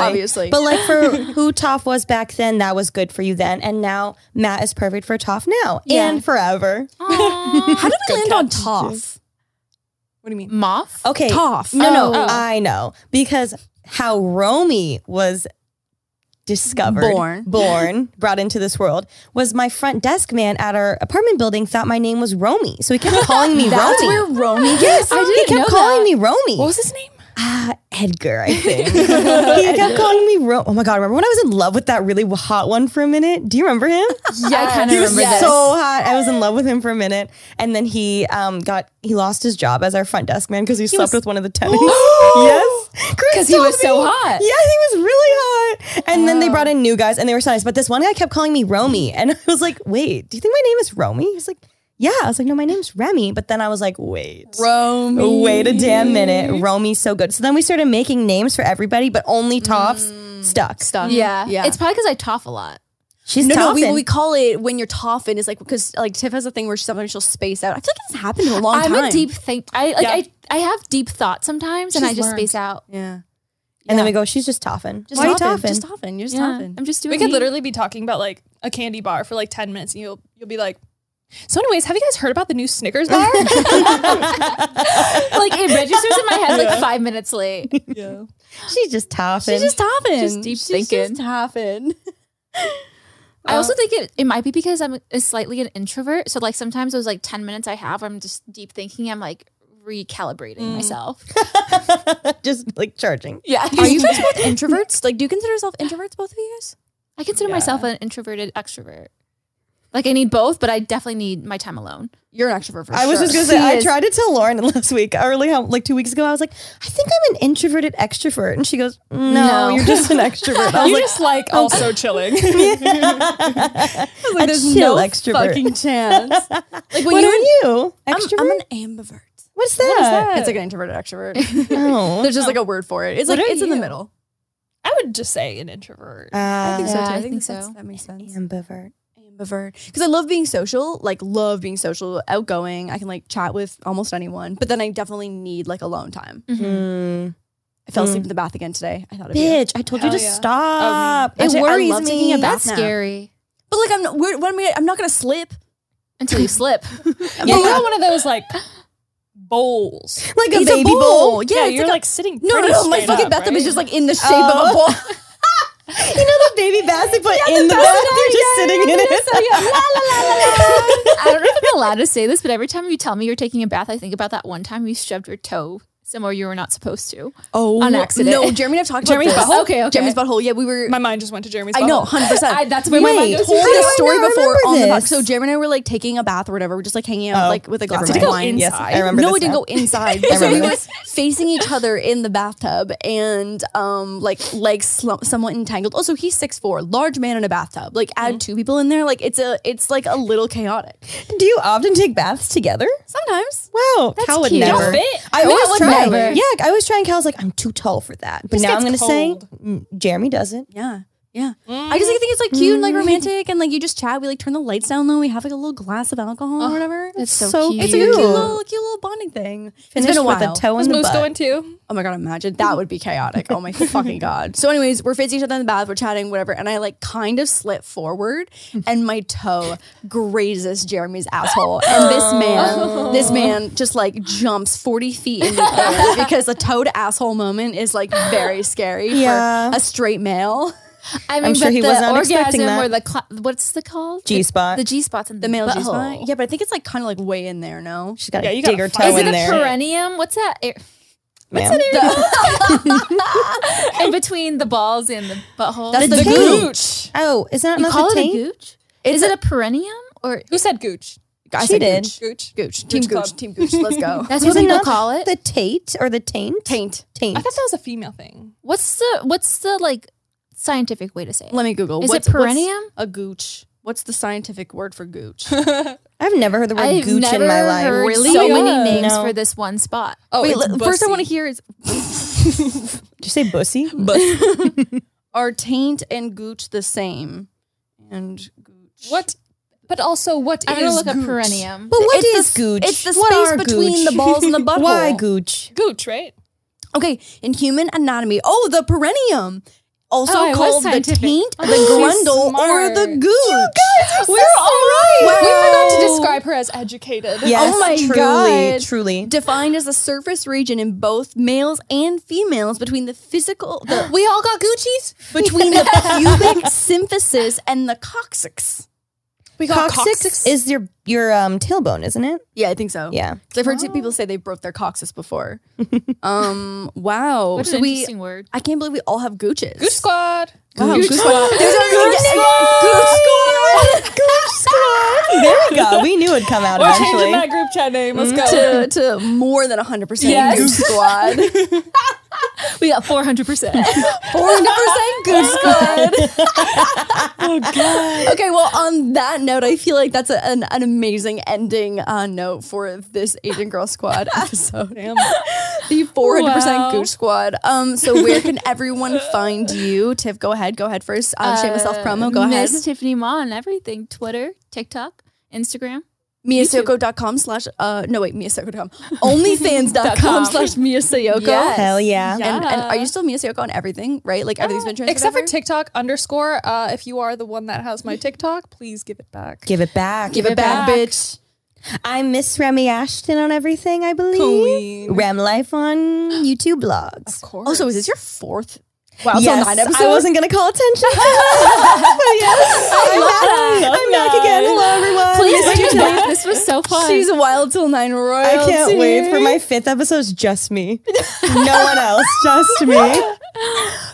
Speaker 4: Obviously.
Speaker 1: But like for who Toph was back then, that was good for you then, and now Matt is perfect for Toph now
Speaker 5: Yeah. Oh,
Speaker 1: and forever.
Speaker 4: How did we land on Toph?
Speaker 2: What do you mean?
Speaker 5: Moth.
Speaker 1: Okay,
Speaker 4: Toph.
Speaker 1: No, no,
Speaker 2: Oh.
Speaker 1: I know because how Romy was discovered,
Speaker 4: Born.
Speaker 1: born, brought into this world was my front desk man at our apartment building thought my name was Romy, so he kept calling me
Speaker 4: That's
Speaker 1: Romy.
Speaker 4: where Romy
Speaker 1: Yes,
Speaker 5: I
Speaker 1: he
Speaker 5: didn't
Speaker 1: kept
Speaker 5: know
Speaker 1: calling
Speaker 5: that.
Speaker 1: me Romy.
Speaker 2: What was his name?
Speaker 1: Ah, Edgar, I think. he kept calling me Ro. Oh my God, remember when I was in love with that really hot one for a minute? Do you remember him?
Speaker 5: Yeah, I kind of
Speaker 1: he was
Speaker 5: remember this.
Speaker 1: so hot. I was in love with him for a minute. And then he um, got, he lost his job as our front desk man because he, slept with one of the tenants. yes. Because
Speaker 5: he was so hot.
Speaker 1: Yeah, he was really hot. And then they brought in new guys and they were so nice. But this one guy kept calling me Romy. And I was like, wait, do you think my name is Romy? He's like, yeah. I was like, no, my name's Remy. But then I was like, wait.
Speaker 4: Romy.
Speaker 1: Wait a damn minute. Romy's so good. So then we started making names for everybody, but only Toph's stuck.
Speaker 4: Stuff.
Speaker 5: Um, Yeah,
Speaker 4: Yeah.
Speaker 5: It's probably because I tough a lot.
Speaker 1: She's
Speaker 4: No, no,
Speaker 1: Toph.
Speaker 4: we,
Speaker 1: and-
Speaker 4: we call it when you're toffing. It's like because like Tiff has a thing where she, sometimes she'll space out. I feel like it has happened in a long
Speaker 5: I'm
Speaker 4: time.
Speaker 5: a deep think. I like.
Speaker 2: Yeah.
Speaker 5: I I have deep thoughts sometimes, and I just space out.
Speaker 4: yeah.
Speaker 1: and then we go, she's just Tophing.
Speaker 4: Just
Speaker 1: Why are you
Speaker 4: toffing?
Speaker 1: Tophing?
Speaker 4: Just toffing. You're just
Speaker 5: Yeah,
Speaker 4: toffing.
Speaker 5: I'm just doing.
Speaker 2: We could
Speaker 5: me.
Speaker 2: literally be talking about like a candy bar for like 10 minutes and you'll you'll be like, so anyways, have you guys heard about the new Snickers bar?
Speaker 5: like it registers in my head like five minutes late.
Speaker 2: yeah.
Speaker 1: she's just Tophing.
Speaker 4: She's just toffing.
Speaker 5: Just deep
Speaker 4: She's
Speaker 5: thinking.
Speaker 4: Just toffing.
Speaker 5: I also think it, it might be because I'm a slightly an introvert. So like sometimes those like 10 minutes I have, I'm just deep thinking. I'm like recalibrating myself.
Speaker 1: just like charging.
Speaker 5: Yeah.
Speaker 4: Are you guys both introverts? Like, do you consider yourself introverts, both of you guys?
Speaker 5: I consider myself an introverted extrovert. Like I need both, but I definitely need my time alone.
Speaker 4: You're an extrovert for
Speaker 1: I was just gonna say, I tried to tell Lauren last week, early how like two weeks ago, I was like, I think I'm an introverted extrovert. And she goes, No,
Speaker 5: No.
Speaker 1: you're just an extrovert. I was
Speaker 2: You
Speaker 1: like,
Speaker 2: just like also chilling.
Speaker 1: a chill extrovert.
Speaker 4: fucking chance. like when
Speaker 1: what are
Speaker 4: you're
Speaker 1: you?
Speaker 4: I'm,
Speaker 1: Extrovert?
Speaker 4: I'm an ambivert.
Speaker 1: What's that? Oh.
Speaker 4: It's like an introverted extrovert.
Speaker 1: No.
Speaker 4: There's just like a word for it. It's
Speaker 2: What
Speaker 4: like
Speaker 2: are
Speaker 4: it's in the
Speaker 2: you?
Speaker 4: middle.
Speaker 2: I would just say an introvert.
Speaker 1: Uh,
Speaker 5: so, too. I think
Speaker 4: that's-
Speaker 5: so.
Speaker 4: That makes sense.
Speaker 1: ambivert.
Speaker 4: ambivert because I love being social, like love being social, outgoing. I can like chat with almost anyone, but then I definitely need like alone time.
Speaker 5: Mm-hmm.
Speaker 1: Mm.
Speaker 4: I fell asleep in the bath again today. I thought of you.
Speaker 1: Bitch, I told you
Speaker 2: Hell
Speaker 1: to
Speaker 2: yeah.
Speaker 1: stop.
Speaker 4: Um,
Speaker 1: it
Speaker 4: I
Speaker 1: worries
Speaker 4: love
Speaker 1: me.
Speaker 4: taking a bath
Speaker 5: That's
Speaker 4: now.
Speaker 5: scary.
Speaker 4: But like I'm not, we're, when we, I'm not gonna slip.
Speaker 5: Until you slip.
Speaker 2: yeah, you got one of those like bowls.
Speaker 1: Like
Speaker 4: It's a bowl. Oh, Yeah,
Speaker 2: Yeah,
Speaker 4: it's
Speaker 2: you're
Speaker 4: like a-
Speaker 2: like, sitting.
Speaker 4: No, no,
Speaker 2: pretty
Speaker 4: no. My
Speaker 2: straight
Speaker 4: fucking
Speaker 2: up,
Speaker 4: bathtub is
Speaker 2: right?
Speaker 4: just like in the shape of a
Speaker 1: Oh.
Speaker 4: bowl.
Speaker 1: You know the baby bath they put in
Speaker 4: the
Speaker 1: the, bath?
Speaker 4: bath,
Speaker 1: They're just sitting in it.
Speaker 5: I don't know if I'm allowed to say this, but every time you tell me you're taking a bath, I think about that one time you shoved your toe somewhere you were not supposed to.
Speaker 4: Oh,
Speaker 5: On accident.
Speaker 4: No, Jeremy and I've talked
Speaker 2: Jeremy's
Speaker 4: about this.
Speaker 2: butthole?
Speaker 5: Okay, okay.
Speaker 4: Jeremy's butthole. Yeah, we were.
Speaker 2: My mind just went to Jeremy's.
Speaker 4: I know,
Speaker 2: butthole.
Speaker 4: hundred percent.
Speaker 5: I- that's where my mind goes
Speaker 4: told
Speaker 1: to. How do
Speaker 4: this
Speaker 1: I
Speaker 4: story
Speaker 1: not
Speaker 4: before
Speaker 1: remember
Speaker 4: on the box.
Speaker 1: this?
Speaker 4: So Jeremy and I were like taking a bath or whatever. We're just like hanging out,
Speaker 1: Oh,
Speaker 4: like with a glass
Speaker 1: never
Speaker 4: of
Speaker 1: mind.
Speaker 4: wine.
Speaker 1: Yes, I remember
Speaker 4: No, we
Speaker 1: this
Speaker 4: didn't
Speaker 1: now.
Speaker 4: go inside.
Speaker 1: I
Speaker 4: so we
Speaker 1: remember
Speaker 4: were
Speaker 1: this.
Speaker 4: facing each other in the bathtub and um, like legs slump, somewhat entangled. Also, he's six four, large man in a bathtub. Like
Speaker 1: Mm-hmm.
Speaker 4: add two people in there, like it's a, it's like a little chaotic
Speaker 1: Do you often take baths together?
Speaker 4: sometimes.
Speaker 1: Wow, Oh, Cal would
Speaker 5: cute.
Speaker 1: never.
Speaker 5: Don't
Speaker 2: fit.
Speaker 1: I always
Speaker 5: would
Speaker 1: try.
Speaker 5: never.
Speaker 1: Yeah, I always try, and Cal's like, I'm too tall for that. But
Speaker 2: Just
Speaker 1: now I'm going to
Speaker 2: gets
Speaker 1: say,
Speaker 2: cold.
Speaker 1: mm, Jeremy doesn't.
Speaker 4: Yeah. Yeah. I just like, think it's like cute and like romantic and like you just chat. We like turn the lights down low. We have like a little glass of alcohol or whatever.
Speaker 5: It's so,
Speaker 1: so
Speaker 5: cute.
Speaker 4: It's like a cute little, cute little bonding thing.
Speaker 1: Finish
Speaker 4: it's been a
Speaker 1: with
Speaker 4: while.
Speaker 1: a toe
Speaker 2: Was
Speaker 1: in the
Speaker 2: Moose
Speaker 1: butt.
Speaker 2: going too?
Speaker 4: Oh my god, imagine that would be chaotic. Oh my fucking god. So, anyways, we're facing each other in the bath, we're chatting, whatever, and I like kind of slip forward, and my toe grazes Jeremy's asshole, and this man, this man just like jumps forty feet in the air because a toe to asshole moment is like very scary
Speaker 1: Yeah.
Speaker 4: for a straight male.
Speaker 5: I mean,
Speaker 1: sure
Speaker 5: but
Speaker 1: he
Speaker 5: the
Speaker 1: was not expecting
Speaker 5: orgasm
Speaker 1: that.
Speaker 5: or the cl- what's the called
Speaker 1: G-spot.
Speaker 5: The G spots in
Speaker 4: The
Speaker 5: the,
Speaker 4: male
Speaker 5: butthole.
Speaker 4: G spot. Yeah, but I think it's like kind of like way in there. No,
Speaker 1: She's got
Speaker 2: Yeah,
Speaker 1: to
Speaker 2: you
Speaker 1: dig
Speaker 2: gotta
Speaker 1: her
Speaker 2: find-
Speaker 1: toe
Speaker 5: Is it
Speaker 1: in
Speaker 5: a
Speaker 1: there.
Speaker 5: perineum? What's that? Air-
Speaker 1: ma'am.
Speaker 5: in between the balls and the butthole.
Speaker 4: that's
Speaker 1: The
Speaker 4: the,
Speaker 1: tape.
Speaker 4: gooch.
Speaker 1: Oh, is that
Speaker 5: you
Speaker 1: not
Speaker 5: call
Speaker 1: the
Speaker 5: it
Speaker 1: tape?
Speaker 5: a gooch? Is it a perineum or
Speaker 2: Who said gooch?
Speaker 4: I
Speaker 1: She
Speaker 4: said
Speaker 1: did.
Speaker 4: Gooch.
Speaker 2: Gooch.
Speaker 4: Gooch. Team
Speaker 2: Gooch
Speaker 4: gooch.
Speaker 2: club.
Speaker 4: Team gooch. Let's go.
Speaker 5: that's
Speaker 1: Is
Speaker 5: what
Speaker 1: it
Speaker 5: people
Speaker 1: not
Speaker 5: call it?
Speaker 1: The tate or the taint?
Speaker 4: Taint.
Speaker 1: Taint.
Speaker 2: I thought that was a female thing.
Speaker 5: what's the what's the like scientific way to say it.
Speaker 4: Let me Google.
Speaker 5: Is it
Speaker 4: what's,
Speaker 5: perineum?
Speaker 4: What's a gooch. What's the scientific word for gooch?
Speaker 1: I've never heard the word
Speaker 5: I've
Speaker 1: gooch
Speaker 5: never
Speaker 1: in my life.
Speaker 5: heard
Speaker 2: Really?
Speaker 5: so
Speaker 2: Yeah.
Speaker 5: many names
Speaker 1: No.
Speaker 5: for this one spot.
Speaker 2: Oh,
Speaker 4: Wait,
Speaker 2: it's
Speaker 4: let- first I
Speaker 2: bussy.
Speaker 4: want to hear is
Speaker 1: Did you say bussy?
Speaker 4: are taint and gooch the same? And gooch.
Speaker 2: What? But also, what
Speaker 5: I'm gonna
Speaker 2: is
Speaker 5: look at
Speaker 2: gooch?
Speaker 5: perineum.
Speaker 1: But what is
Speaker 5: It's the s-
Speaker 1: gooch?
Speaker 5: It's the
Speaker 1: What
Speaker 5: space
Speaker 1: are
Speaker 5: between
Speaker 1: gooch?
Speaker 5: the balls and the butthole.
Speaker 1: Why gooch?
Speaker 2: Gooch, right?
Speaker 4: Okay, in human anatomy. Oh, the perineum. Also
Speaker 2: Oh, I was
Speaker 4: called the
Speaker 2: scientific.
Speaker 4: taint, the
Speaker 2: she's
Speaker 4: grundle, or
Speaker 2: smart.
Speaker 4: the gooch. Oh, You guys
Speaker 2: We're all right. We forgot to
Speaker 1: Wow.
Speaker 2: describe her as educated.
Speaker 1: Yes,
Speaker 4: Oh my
Speaker 1: truly,
Speaker 4: God.
Speaker 1: truly.
Speaker 4: defined as the surface region in both males and females between the physical the,
Speaker 5: We all got Gucci's.
Speaker 4: between the pubic symphysis and the coccyx.
Speaker 2: Oh,
Speaker 1: We coccyx, is your your um tailbone, isn't it?
Speaker 4: Yeah, I think so.
Speaker 1: Yeah.
Speaker 4: 'Cause I've heard two people say they broke their coccyx before. um, wow.
Speaker 5: What's
Speaker 4: so
Speaker 5: an
Speaker 4: we,
Speaker 5: interesting word?
Speaker 4: I can't believe we all have gooches.
Speaker 2: Gooch squad.
Speaker 4: Wow, gooch squad. There's a-
Speaker 1: Gooch squad. Gooch squad. There we go. We knew it'd come out
Speaker 6: We're changing
Speaker 1: eventually.
Speaker 6: that group chat name. Let's go.
Speaker 4: to, to more than 100%
Speaker 2: Yes.
Speaker 4: gooch squad.
Speaker 5: We got 400%.
Speaker 4: 400% good squad. oh, God. Okay, well, on that note, I feel like that's a, an, an amazing ending uh, note for this Asian Girl Squad episode. The 400%
Speaker 2: Wow.
Speaker 4: Gooch Squad. Um, so, where can everyone find you? Tiff, go ahead. Go ahead first. Um, shameless self promo. Go
Speaker 5: Uh, Miss
Speaker 4: ahead.
Speaker 5: Tiffany Ma on everything Twitter, TikTok, Instagram.
Speaker 4: MiaSayoko.com slash, uh, no, wait, MiaSayoko.com. OnlyFans.com slash MiaSayoko.
Speaker 5: Yes.
Speaker 1: Hell yeah.
Speaker 4: And, and are you still Mia Sayoko on everything, right? Like everything's been transferred.
Speaker 2: Except for
Speaker 4: over?
Speaker 2: TikTok underscore. Uh, if you are the one that has my TikTok, please give it back.
Speaker 1: Give it back.
Speaker 4: Give it back, bitch.
Speaker 1: I'm Miss Remy Ashton on everything, I believe.
Speaker 2: Queen.
Speaker 1: Ram Life on YouTube blogs.
Speaker 2: Of course.
Speaker 4: Also, is this your fourth? Wow, it's
Speaker 1: Yes,
Speaker 4: nine episodes.
Speaker 1: I wasn't gonna call attention. to that. But yes, I'm, back. I'm back again. Hello, everyone.
Speaker 5: Please do that. This was so fun.
Speaker 4: She's wild till nine royalty.
Speaker 1: I can't wait for my fifth episode. It's just me, no one else, just me.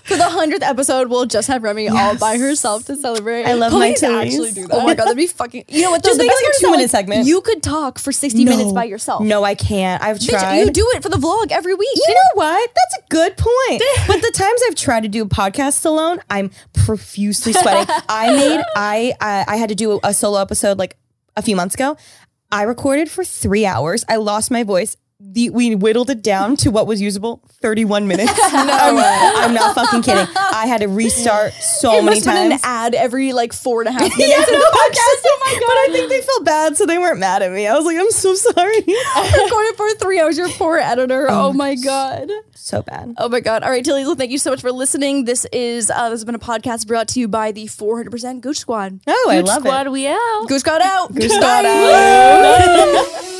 Speaker 4: for the hundredth episode. We'll just have Remy all by herself to celebrate.
Speaker 1: I love my
Speaker 4: Please
Speaker 1: titties.
Speaker 4: Actually, do that. Oh my god, that'd be fucking. You know what? though,
Speaker 1: Just
Speaker 4: the
Speaker 1: make it
Speaker 4: best
Speaker 1: like a
Speaker 4: part is that,
Speaker 1: two-minute segment.
Speaker 4: You could talk for sixty minutes by yourself.
Speaker 1: No, I can't. I've
Speaker 4: Bitch,
Speaker 1: tried.
Speaker 4: you do it for the vlog every week.
Speaker 1: You know what? That's a good point. but the times I've tried to do podcasts alone, I'm profusely sweating. I made I I, I had to do a, a solo episode like a few months ago. I recorded for three hours. I lost my voice. The, we whittled it down to what was usable 31 minutes. I'm, I'm not fucking kidding. I had to restart so
Speaker 4: it
Speaker 1: many
Speaker 4: must have been an
Speaker 1: times.
Speaker 4: ad every like four and a half minutes.
Speaker 1: Yeah, the podcast. But I think they felt bad, so they weren't mad at me. I was like, I'm so sorry.
Speaker 4: Recorded for three hours. Your poor editor. Oh, my god.
Speaker 1: so bad.
Speaker 4: Oh my god! All right, Tilly, well, thank you so much for listening. This is uh, this has been a podcast brought to you by the 400% Gooch Squad.
Speaker 1: Oh, I love it.
Speaker 5: Squad, we out.
Speaker 4: Gooch Squad out.
Speaker 1: Goose got out.